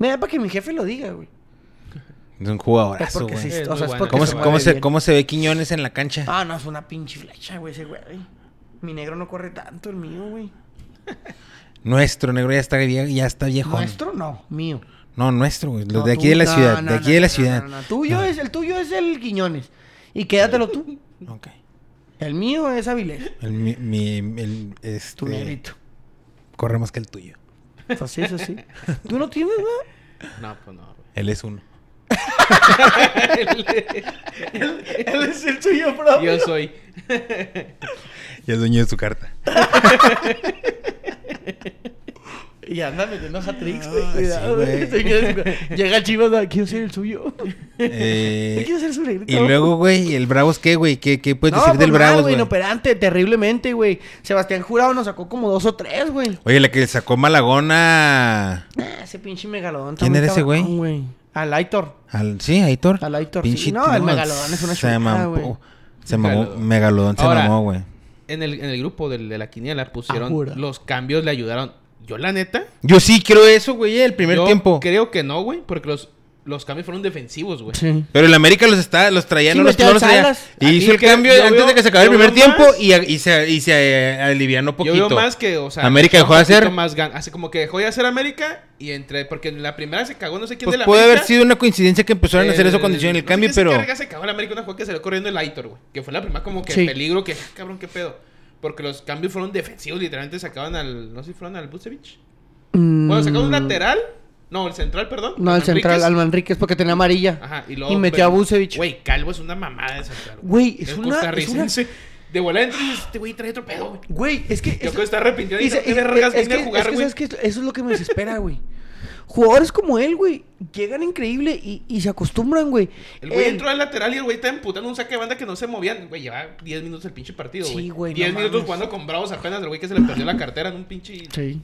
[SPEAKER 3] Nada, para que mi jefe lo diga, güey.
[SPEAKER 2] Es un
[SPEAKER 3] Es
[SPEAKER 2] jugadorazo,
[SPEAKER 3] porque
[SPEAKER 2] güey.
[SPEAKER 3] sí,
[SPEAKER 4] Es
[SPEAKER 3] o sea,
[SPEAKER 4] muy
[SPEAKER 3] es
[SPEAKER 4] bueno.
[SPEAKER 3] porque
[SPEAKER 2] ¿Cómo,
[SPEAKER 4] se
[SPEAKER 2] se,
[SPEAKER 3] mueve
[SPEAKER 2] cómo, se,
[SPEAKER 3] bien.
[SPEAKER 2] ¿Cómo se ve Quiñones en la cancha?
[SPEAKER 3] Ah, no, es una pinche flecha, güey, ese güey. Mi negro no corre tanto, el mío, güey.
[SPEAKER 2] Nuestro negro ya está, vie- ya está viejo.
[SPEAKER 3] ¿Nuestro? No, mío.
[SPEAKER 2] No, nuestro, güey. Los
[SPEAKER 3] No,
[SPEAKER 2] de aquí
[SPEAKER 3] tú-
[SPEAKER 2] de la
[SPEAKER 3] no,
[SPEAKER 2] ciudad.
[SPEAKER 3] no,
[SPEAKER 2] de aquí
[SPEAKER 3] no,
[SPEAKER 2] de la
[SPEAKER 3] no, no,
[SPEAKER 2] ciudad.
[SPEAKER 3] no, no. Tuyo es, el tuyo es el Quiñones. Y quédatelo tú.
[SPEAKER 2] Ok.
[SPEAKER 3] El mío es Avilés.
[SPEAKER 2] El, mi, mi- el, este,
[SPEAKER 3] Tu
[SPEAKER 2] *laughs*
[SPEAKER 3] negrito.
[SPEAKER 2] Corre más que el tuyo.
[SPEAKER 3] Es así, es así. Tú no tienes, ¿verdad?
[SPEAKER 4] No, pues no.
[SPEAKER 2] *laughs*
[SPEAKER 4] güey.
[SPEAKER 2] Él es uno.
[SPEAKER 3] Él es el tuyo, bro.
[SPEAKER 4] Yo soy.
[SPEAKER 2] Y es dueño de su carta.
[SPEAKER 3] *laughs* Y anda metiendo hat-tricks,
[SPEAKER 2] Ah,
[SPEAKER 3] güey. Cuidado,
[SPEAKER 2] sí, güey.
[SPEAKER 3] güey.
[SPEAKER 2] *laughs*
[SPEAKER 3] Llega Chivas, ah, quiero ser el suyo.
[SPEAKER 2] Eh,
[SPEAKER 3] Yo quiero ser su negrito.
[SPEAKER 2] y luego, güey, el Bravos, ¿qué, güey? ¿Qué, qué puedes
[SPEAKER 3] No,
[SPEAKER 2] decir
[SPEAKER 3] pues
[SPEAKER 2] del
[SPEAKER 3] mal,
[SPEAKER 2] Bravos,
[SPEAKER 3] güey.
[SPEAKER 2] güey?
[SPEAKER 3] Inoperante, terriblemente, güey. Sebastián Jurado nos sacó como dos o tres, güey.
[SPEAKER 2] Oye, la que sacó Malagona.
[SPEAKER 3] Ah, ese pinche megalodón.
[SPEAKER 2] ¿Quién era
[SPEAKER 3] era
[SPEAKER 2] ese güey?
[SPEAKER 3] Al Aitor.
[SPEAKER 2] Al, sí, a Aitor.
[SPEAKER 3] Al Aitor, sí. No, el Megalodón es una
[SPEAKER 2] se
[SPEAKER 3] chulada,
[SPEAKER 2] mamó-
[SPEAKER 3] güey.
[SPEAKER 2] Se mamó.
[SPEAKER 4] Megalodón.
[SPEAKER 2] Megalodón se
[SPEAKER 4] Ahora,
[SPEAKER 2] mamó, güey.
[SPEAKER 4] En el, en el grupo del- de, la quiniela pusieron
[SPEAKER 3] Ajura.
[SPEAKER 4] los cambios, le ayudaron. Yo, la neta.
[SPEAKER 2] Yo sí creo eso, güey, eh, el primer
[SPEAKER 4] yo
[SPEAKER 2] tiempo.
[SPEAKER 4] Creo que no, güey, porque los, los cambios fueron defensivos, güey.
[SPEAKER 3] Sí.
[SPEAKER 2] Pero el América los está, los traía,
[SPEAKER 3] Sí,
[SPEAKER 2] no los,
[SPEAKER 3] metió
[SPEAKER 2] no
[SPEAKER 3] al
[SPEAKER 2] los traía.
[SPEAKER 3] Salas.
[SPEAKER 2] Y
[SPEAKER 4] Aquí
[SPEAKER 2] hizo el
[SPEAKER 4] que-
[SPEAKER 2] cambio
[SPEAKER 4] yo
[SPEAKER 2] antes de
[SPEAKER 4] veo-
[SPEAKER 2] que se acabara el
[SPEAKER 4] yo
[SPEAKER 2] primer
[SPEAKER 4] veo
[SPEAKER 2] tiempo
[SPEAKER 4] más-
[SPEAKER 2] y, a- y se, y se eh, alivianó poquito.
[SPEAKER 4] Yo veo más que, o sea,
[SPEAKER 2] América dejó
[SPEAKER 4] un
[SPEAKER 2] de hacer.
[SPEAKER 4] poquito Más gan- Así como que dejó de hacer América y entre. Porque en la primera se cagó, no sé quién
[SPEAKER 2] Pues
[SPEAKER 4] de la
[SPEAKER 2] puede haber
[SPEAKER 4] América.
[SPEAKER 2] sido una coincidencia que empezaron a hacer eso cuando hicieron
[SPEAKER 4] condición
[SPEAKER 2] el cambio, pero.
[SPEAKER 4] se cagó el América una jugada que salió corriendo el Aitor, güey. Que fue la primera como que
[SPEAKER 3] Sí.
[SPEAKER 4] peligro que, ah, cabrón, qué pedo. Porque los cambios fueron defensivos, literalmente sacaban al, no sé si fueron al Busevich. Bueno, sacaron un lateral. No, el central, perdón.
[SPEAKER 3] Mm, No, el
[SPEAKER 4] Manríquez.
[SPEAKER 3] central, al Manríquez, porque tenía amarilla.
[SPEAKER 4] Ajá, y luego.
[SPEAKER 3] Y metió a Busevich.
[SPEAKER 4] Güey, Calvo es una mamada de central.
[SPEAKER 3] Güey, es una- es
[SPEAKER 4] costarricense. De volada entonces este güey trae otro pedo, güey.
[SPEAKER 3] Güey, es que.
[SPEAKER 4] Yo
[SPEAKER 3] es-
[SPEAKER 4] creo que está arrepintido y
[SPEAKER 3] y se-
[SPEAKER 4] dice,
[SPEAKER 3] y-
[SPEAKER 4] "Qué vergas
[SPEAKER 3] es
[SPEAKER 4] vine
[SPEAKER 3] que-
[SPEAKER 4] a jugar,
[SPEAKER 3] es que,
[SPEAKER 4] güey.
[SPEAKER 3] ¿sabes qué? Eso es lo que me desespera, güey. Jugadores como él, güey, llegan increíble y, y se acostumbran, güey.
[SPEAKER 4] El güey
[SPEAKER 3] Él-
[SPEAKER 4] entró al lateral y el güey está emputando un saque de banda que no se movían. Güey, lleva 10 minutos el pinche partido,
[SPEAKER 3] Sí,
[SPEAKER 4] güey.
[SPEAKER 3] güey, no
[SPEAKER 4] 10 minutos
[SPEAKER 3] mames.
[SPEAKER 4] jugando con Bravos apenas el güey que se le perdió la cartera en un pinche.
[SPEAKER 3] Sí,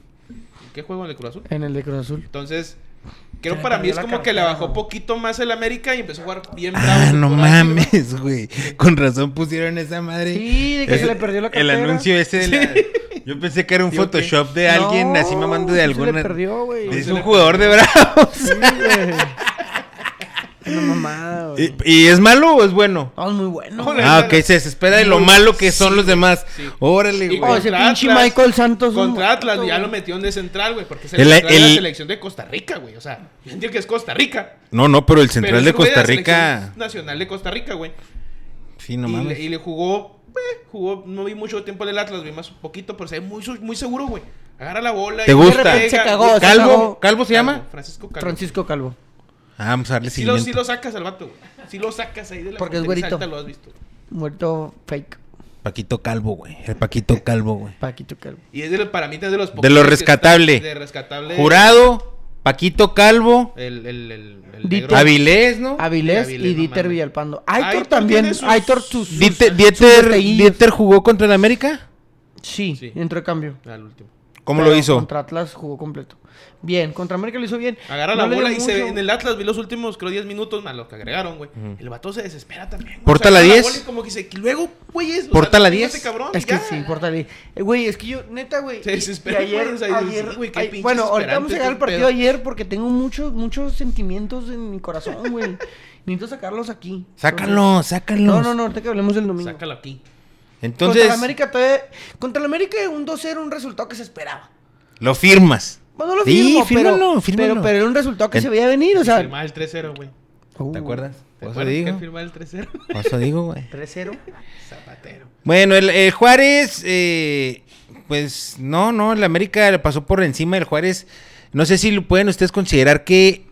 [SPEAKER 4] ¿Qué juego en el Cruz Azul?
[SPEAKER 3] en el de Cruz Azul.
[SPEAKER 4] Entonces,
[SPEAKER 3] Se
[SPEAKER 4] creo
[SPEAKER 3] le
[SPEAKER 4] para mí
[SPEAKER 3] perdió
[SPEAKER 4] es
[SPEAKER 3] la
[SPEAKER 4] como que le
[SPEAKER 3] cartera,
[SPEAKER 4] bajó
[SPEAKER 3] güey.
[SPEAKER 4] poquito más el América y empezó a jugar bien Bravos.
[SPEAKER 2] Ah, no
[SPEAKER 4] por ahí, güey.
[SPEAKER 2] mames, güey. Con razón pusieron esa madre.
[SPEAKER 3] Sí, de que se le perdió la cartera.
[SPEAKER 2] El anuncio ese de la. Yo pensé que era un
[SPEAKER 4] Digo, ¿qué?
[SPEAKER 2] Photoshop de alguien
[SPEAKER 3] No,
[SPEAKER 2] así mamando de
[SPEAKER 3] sí se le
[SPEAKER 2] alguna.
[SPEAKER 3] perdió, güey.
[SPEAKER 2] Es
[SPEAKER 4] Sí se
[SPEAKER 2] un
[SPEAKER 4] le
[SPEAKER 2] jugador de bravos.
[SPEAKER 3] Sí, güey. Una mamada, güey.
[SPEAKER 2] ¿Y, y es malo o es bueno?
[SPEAKER 3] Oh, es muy bueno.
[SPEAKER 4] Hola.
[SPEAKER 3] güey.
[SPEAKER 2] Ah, ok, se desespera de lo malo que son los demás.
[SPEAKER 4] sí.
[SPEAKER 2] Órale,
[SPEAKER 4] Y
[SPEAKER 2] güey.
[SPEAKER 3] Oh, ese
[SPEAKER 4] contra
[SPEAKER 3] pinche Michael Santos es un
[SPEAKER 4] Contra Atlas,
[SPEAKER 3] muerto,
[SPEAKER 4] ya
[SPEAKER 3] güey.
[SPEAKER 4] lo metieron de central, güey, porque es
[SPEAKER 2] El-
[SPEAKER 4] el, central de
[SPEAKER 2] el-
[SPEAKER 4] la selección de Costa Rica, güey. O sea, yo entiendo que es Costa Rica.
[SPEAKER 2] No, no, pero el
[SPEAKER 4] pero
[SPEAKER 2] central
[SPEAKER 4] es
[SPEAKER 2] de
[SPEAKER 4] un güey
[SPEAKER 2] Costa
[SPEAKER 4] la
[SPEAKER 2] Rica.
[SPEAKER 4] selección Nacional de Costa Rica, güey.
[SPEAKER 2] Sí, no
[SPEAKER 4] y,
[SPEAKER 2] mames.
[SPEAKER 4] le, y le jugó, eh, jugó, no vi mucho tiempo en el Atlas, vi más un poquito, pero se ve muy, su- muy seguro, güey. Agarra la bola.
[SPEAKER 2] ¿Te
[SPEAKER 4] y
[SPEAKER 2] gusta?
[SPEAKER 4] le pega,
[SPEAKER 2] Se
[SPEAKER 3] cagó,
[SPEAKER 4] güey.
[SPEAKER 3] se
[SPEAKER 2] ¿Calvo?
[SPEAKER 3] cagó.
[SPEAKER 2] ¿Calvo se llama?
[SPEAKER 4] Francisco Calvo.
[SPEAKER 3] Francisco Calvo.
[SPEAKER 2] Ah, vamos a darle
[SPEAKER 4] Sí lo,
[SPEAKER 2] siguiente.
[SPEAKER 4] sí lo sacas al vato, güey. Sí lo sacas ahí de la
[SPEAKER 3] Porque es güerito.
[SPEAKER 4] portería, salta, lo has visto.
[SPEAKER 3] Muerto fake.
[SPEAKER 2] Paquito Calvo, güey. El *laughs* Paquito Calvo, güey.
[SPEAKER 3] Paquito Calvo.
[SPEAKER 4] Y es de, los- para mí es de los
[SPEAKER 2] De lo
[SPEAKER 4] poquitos que
[SPEAKER 2] rescatable.
[SPEAKER 4] está- de rescatable.
[SPEAKER 2] Jurado, Paquito Calvo,
[SPEAKER 4] El, el, el, el
[SPEAKER 3] Dite-
[SPEAKER 4] negro.
[SPEAKER 2] Avilés, ¿no?
[SPEAKER 3] Avilés
[SPEAKER 4] Y
[SPEAKER 3] y,
[SPEAKER 4] Avilés, no
[SPEAKER 3] Dieter
[SPEAKER 4] mames.
[SPEAKER 3] Villalpando.
[SPEAKER 4] Aitor
[SPEAKER 3] Aitor también.
[SPEAKER 4] tiene sus-
[SPEAKER 3] Aitor sus...
[SPEAKER 4] sus-
[SPEAKER 2] Dieter,
[SPEAKER 4] sus
[SPEAKER 2] Dieter,
[SPEAKER 3] destellillos.
[SPEAKER 2] Dieter jugó contra el América.
[SPEAKER 3] Sí,
[SPEAKER 4] Sí.
[SPEAKER 3] entró de cambio.
[SPEAKER 4] Al último.
[SPEAKER 2] ¿Cómo
[SPEAKER 3] Pero
[SPEAKER 2] lo hizo?
[SPEAKER 3] Contra Atlas jugó completo. Bien, contra América lo hizo bien.
[SPEAKER 4] Agarra
[SPEAKER 3] No
[SPEAKER 4] la
[SPEAKER 3] le dio
[SPEAKER 4] bola y se
[SPEAKER 3] mucho.
[SPEAKER 4] en el Atlas vi los últimos, creo, 10 minutos más los que agregaron, güey. El vato se desespera también. güey.
[SPEAKER 2] Porta
[SPEAKER 4] O
[SPEAKER 2] la
[SPEAKER 4] sea, agarra
[SPEAKER 2] 10.
[SPEAKER 4] bola y como que dice, "Y luego, güey, es.
[SPEAKER 2] Porta la 10.
[SPEAKER 4] fíjate, cabrón,
[SPEAKER 3] Es que
[SPEAKER 4] ya".
[SPEAKER 3] sí, importa bien. Eh, Güey, es que yo, neta, güey.
[SPEAKER 4] Se
[SPEAKER 3] y- y
[SPEAKER 4] desespera, güey, o sea, dices,
[SPEAKER 3] ayer,
[SPEAKER 4] "Güey, qué este
[SPEAKER 3] ay-
[SPEAKER 4] pinches
[SPEAKER 3] bueno, ahorita vamos a llegar al
[SPEAKER 4] esperantes,
[SPEAKER 3] partido
[SPEAKER 4] qué
[SPEAKER 3] ayer porque tengo muchos, muchos sentimientos en mi corazón,
[SPEAKER 4] *laughs*
[SPEAKER 3] güey. Necesito sacarlos aquí.
[SPEAKER 2] Sácalo,
[SPEAKER 3] Entonces-
[SPEAKER 2] sácalo.
[SPEAKER 3] No, no, no, ahorita que hablemos del domingo.
[SPEAKER 4] Sácalo aquí.
[SPEAKER 2] Entonces,
[SPEAKER 3] Contra la América todavía. Contra la América un 2-0, un resultado que se esperaba.
[SPEAKER 2] lo firmas.
[SPEAKER 3] Bueno, no lo
[SPEAKER 2] Sí,
[SPEAKER 3] firmo, pero-
[SPEAKER 2] fírmalo,
[SPEAKER 3] pero,
[SPEAKER 2] fírmalo.
[SPEAKER 3] pero, era un resultado que
[SPEAKER 2] En-
[SPEAKER 3] se veía venir, o sea.
[SPEAKER 4] Firmaba el 3-0, güey.
[SPEAKER 3] Uh,
[SPEAKER 2] ¿Te acuerdas?
[SPEAKER 4] ¿Te
[SPEAKER 2] Por eso
[SPEAKER 4] acuerdas que
[SPEAKER 2] digo.
[SPEAKER 4] firmaba el 3-0?
[SPEAKER 2] Por eso digo, güey.
[SPEAKER 4] Uh,
[SPEAKER 3] 3-0.
[SPEAKER 4] *laughs* Zapatero.
[SPEAKER 2] Bueno, el, el Juárez, eh, pues no, no, el América le pasó por encima del Juárez. No sé si lo pueden ustedes considerar que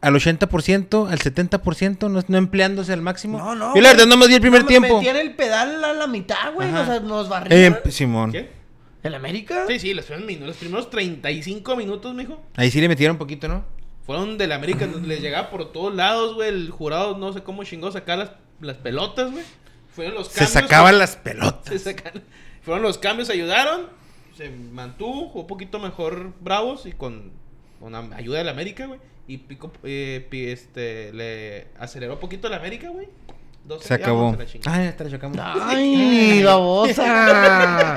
[SPEAKER 2] al 80%, al 70%, no, no empleándose al máximo.
[SPEAKER 3] No, no,
[SPEAKER 2] Yo la verdad
[SPEAKER 3] güey.
[SPEAKER 2] no más vi el primer
[SPEAKER 3] No, me
[SPEAKER 2] tiempo.
[SPEAKER 3] metían el pedal a la mitad, güey.
[SPEAKER 2] Ajá.
[SPEAKER 3] O sea, nos barrieron.
[SPEAKER 2] Eh, Simón.
[SPEAKER 4] ¿Qué?
[SPEAKER 3] ¿El América?
[SPEAKER 4] Sí, sí, los primeros, minu- los primeros 35 minutos, mijo.
[SPEAKER 2] Ahí sí le metieron un poquito, ¿no?
[SPEAKER 4] Fueron
[SPEAKER 2] *laughs*
[SPEAKER 4] del América, les llegaba por todos lados, güey. El jurado no sé cómo chingó sacar las, las pelotas, güey. Fueron los
[SPEAKER 2] Se
[SPEAKER 4] cambios.
[SPEAKER 2] sacaban las pelotas.
[SPEAKER 4] *laughs* Se sacan- Fueron los cambios, ayudaron. Se mantuvo, jugó un poquito mejor Bravos y con, con am- ayuda del América, güey. Y picó, eh, pi- este, le aceleró poquito el América, güey. 12,
[SPEAKER 2] Se
[SPEAKER 4] ya,
[SPEAKER 2] acabó. Ah,
[SPEAKER 4] vamos a la chingada.
[SPEAKER 2] Ay, hasta la chocamos.
[SPEAKER 3] ¡Ay, *laughs* babosa!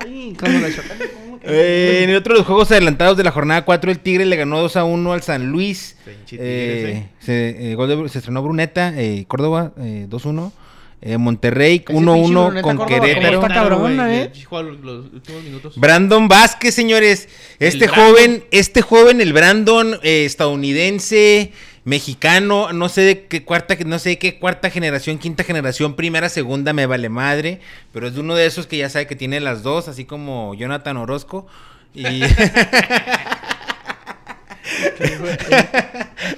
[SPEAKER 3] ¡Ay, cómo la chocan! cómo que-
[SPEAKER 2] Eh, en el otro de los juegos adelantados de la jornada 4, el Tigre le ganó 2 a 1 al San Luis.
[SPEAKER 4] Pinche Tigres,
[SPEAKER 2] Eh,
[SPEAKER 4] eh.
[SPEAKER 2] se, eh, gol de Bru- se estrenó Bruneta, eh, Córdoba eh, 2 1. Eh, Monterrey
[SPEAKER 3] Ese pinche
[SPEAKER 2] 1-1
[SPEAKER 3] Bruneta
[SPEAKER 2] con
[SPEAKER 3] Córdoba,
[SPEAKER 2] Querétaro.
[SPEAKER 3] ¿cómo está? cabrón,
[SPEAKER 4] güey,
[SPEAKER 3] eh.
[SPEAKER 4] le- jugó los, los últimos minutos.
[SPEAKER 2] Brandon Vázquez, señores. Este
[SPEAKER 4] El
[SPEAKER 2] joven,
[SPEAKER 4] Brandon.
[SPEAKER 2] este joven, el Brandon eh, estadounidense, mexicano, no sé de qué cuarta, no sé de qué cuarta generación, quinta generación, primera, segunda, me vale madre, pero es de uno de esos que ya sabe que tiene las dos, así como Jonathan Orozco. Y,
[SPEAKER 3] *laughs*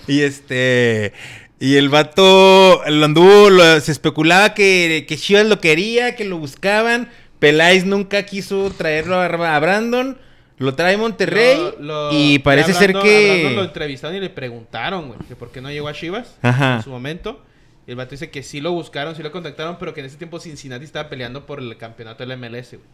[SPEAKER 2] y este. Y el vato lo anduvo, lo- se especulaba que, que Chivas lo quería, que lo buscaban. Peláez nunca quiso traerlo a, a Brandon. Lo trae Monterrey.
[SPEAKER 4] Lo- lo-
[SPEAKER 2] y parece
[SPEAKER 4] a
[SPEAKER 2] ser
[SPEAKER 4] Brandon- a Brandon lo
[SPEAKER 2] que.
[SPEAKER 4] entrevistaron y le preguntaron, güey, que por qué no llegó a Chivas
[SPEAKER 2] Ajá.
[SPEAKER 3] Ah.
[SPEAKER 4] en su momento. Y el vato dice que sí lo buscaron, sí lo contactaron, pero que en ese tiempo Cincinnati estaba peleando por el campeonato de la MLS, güey.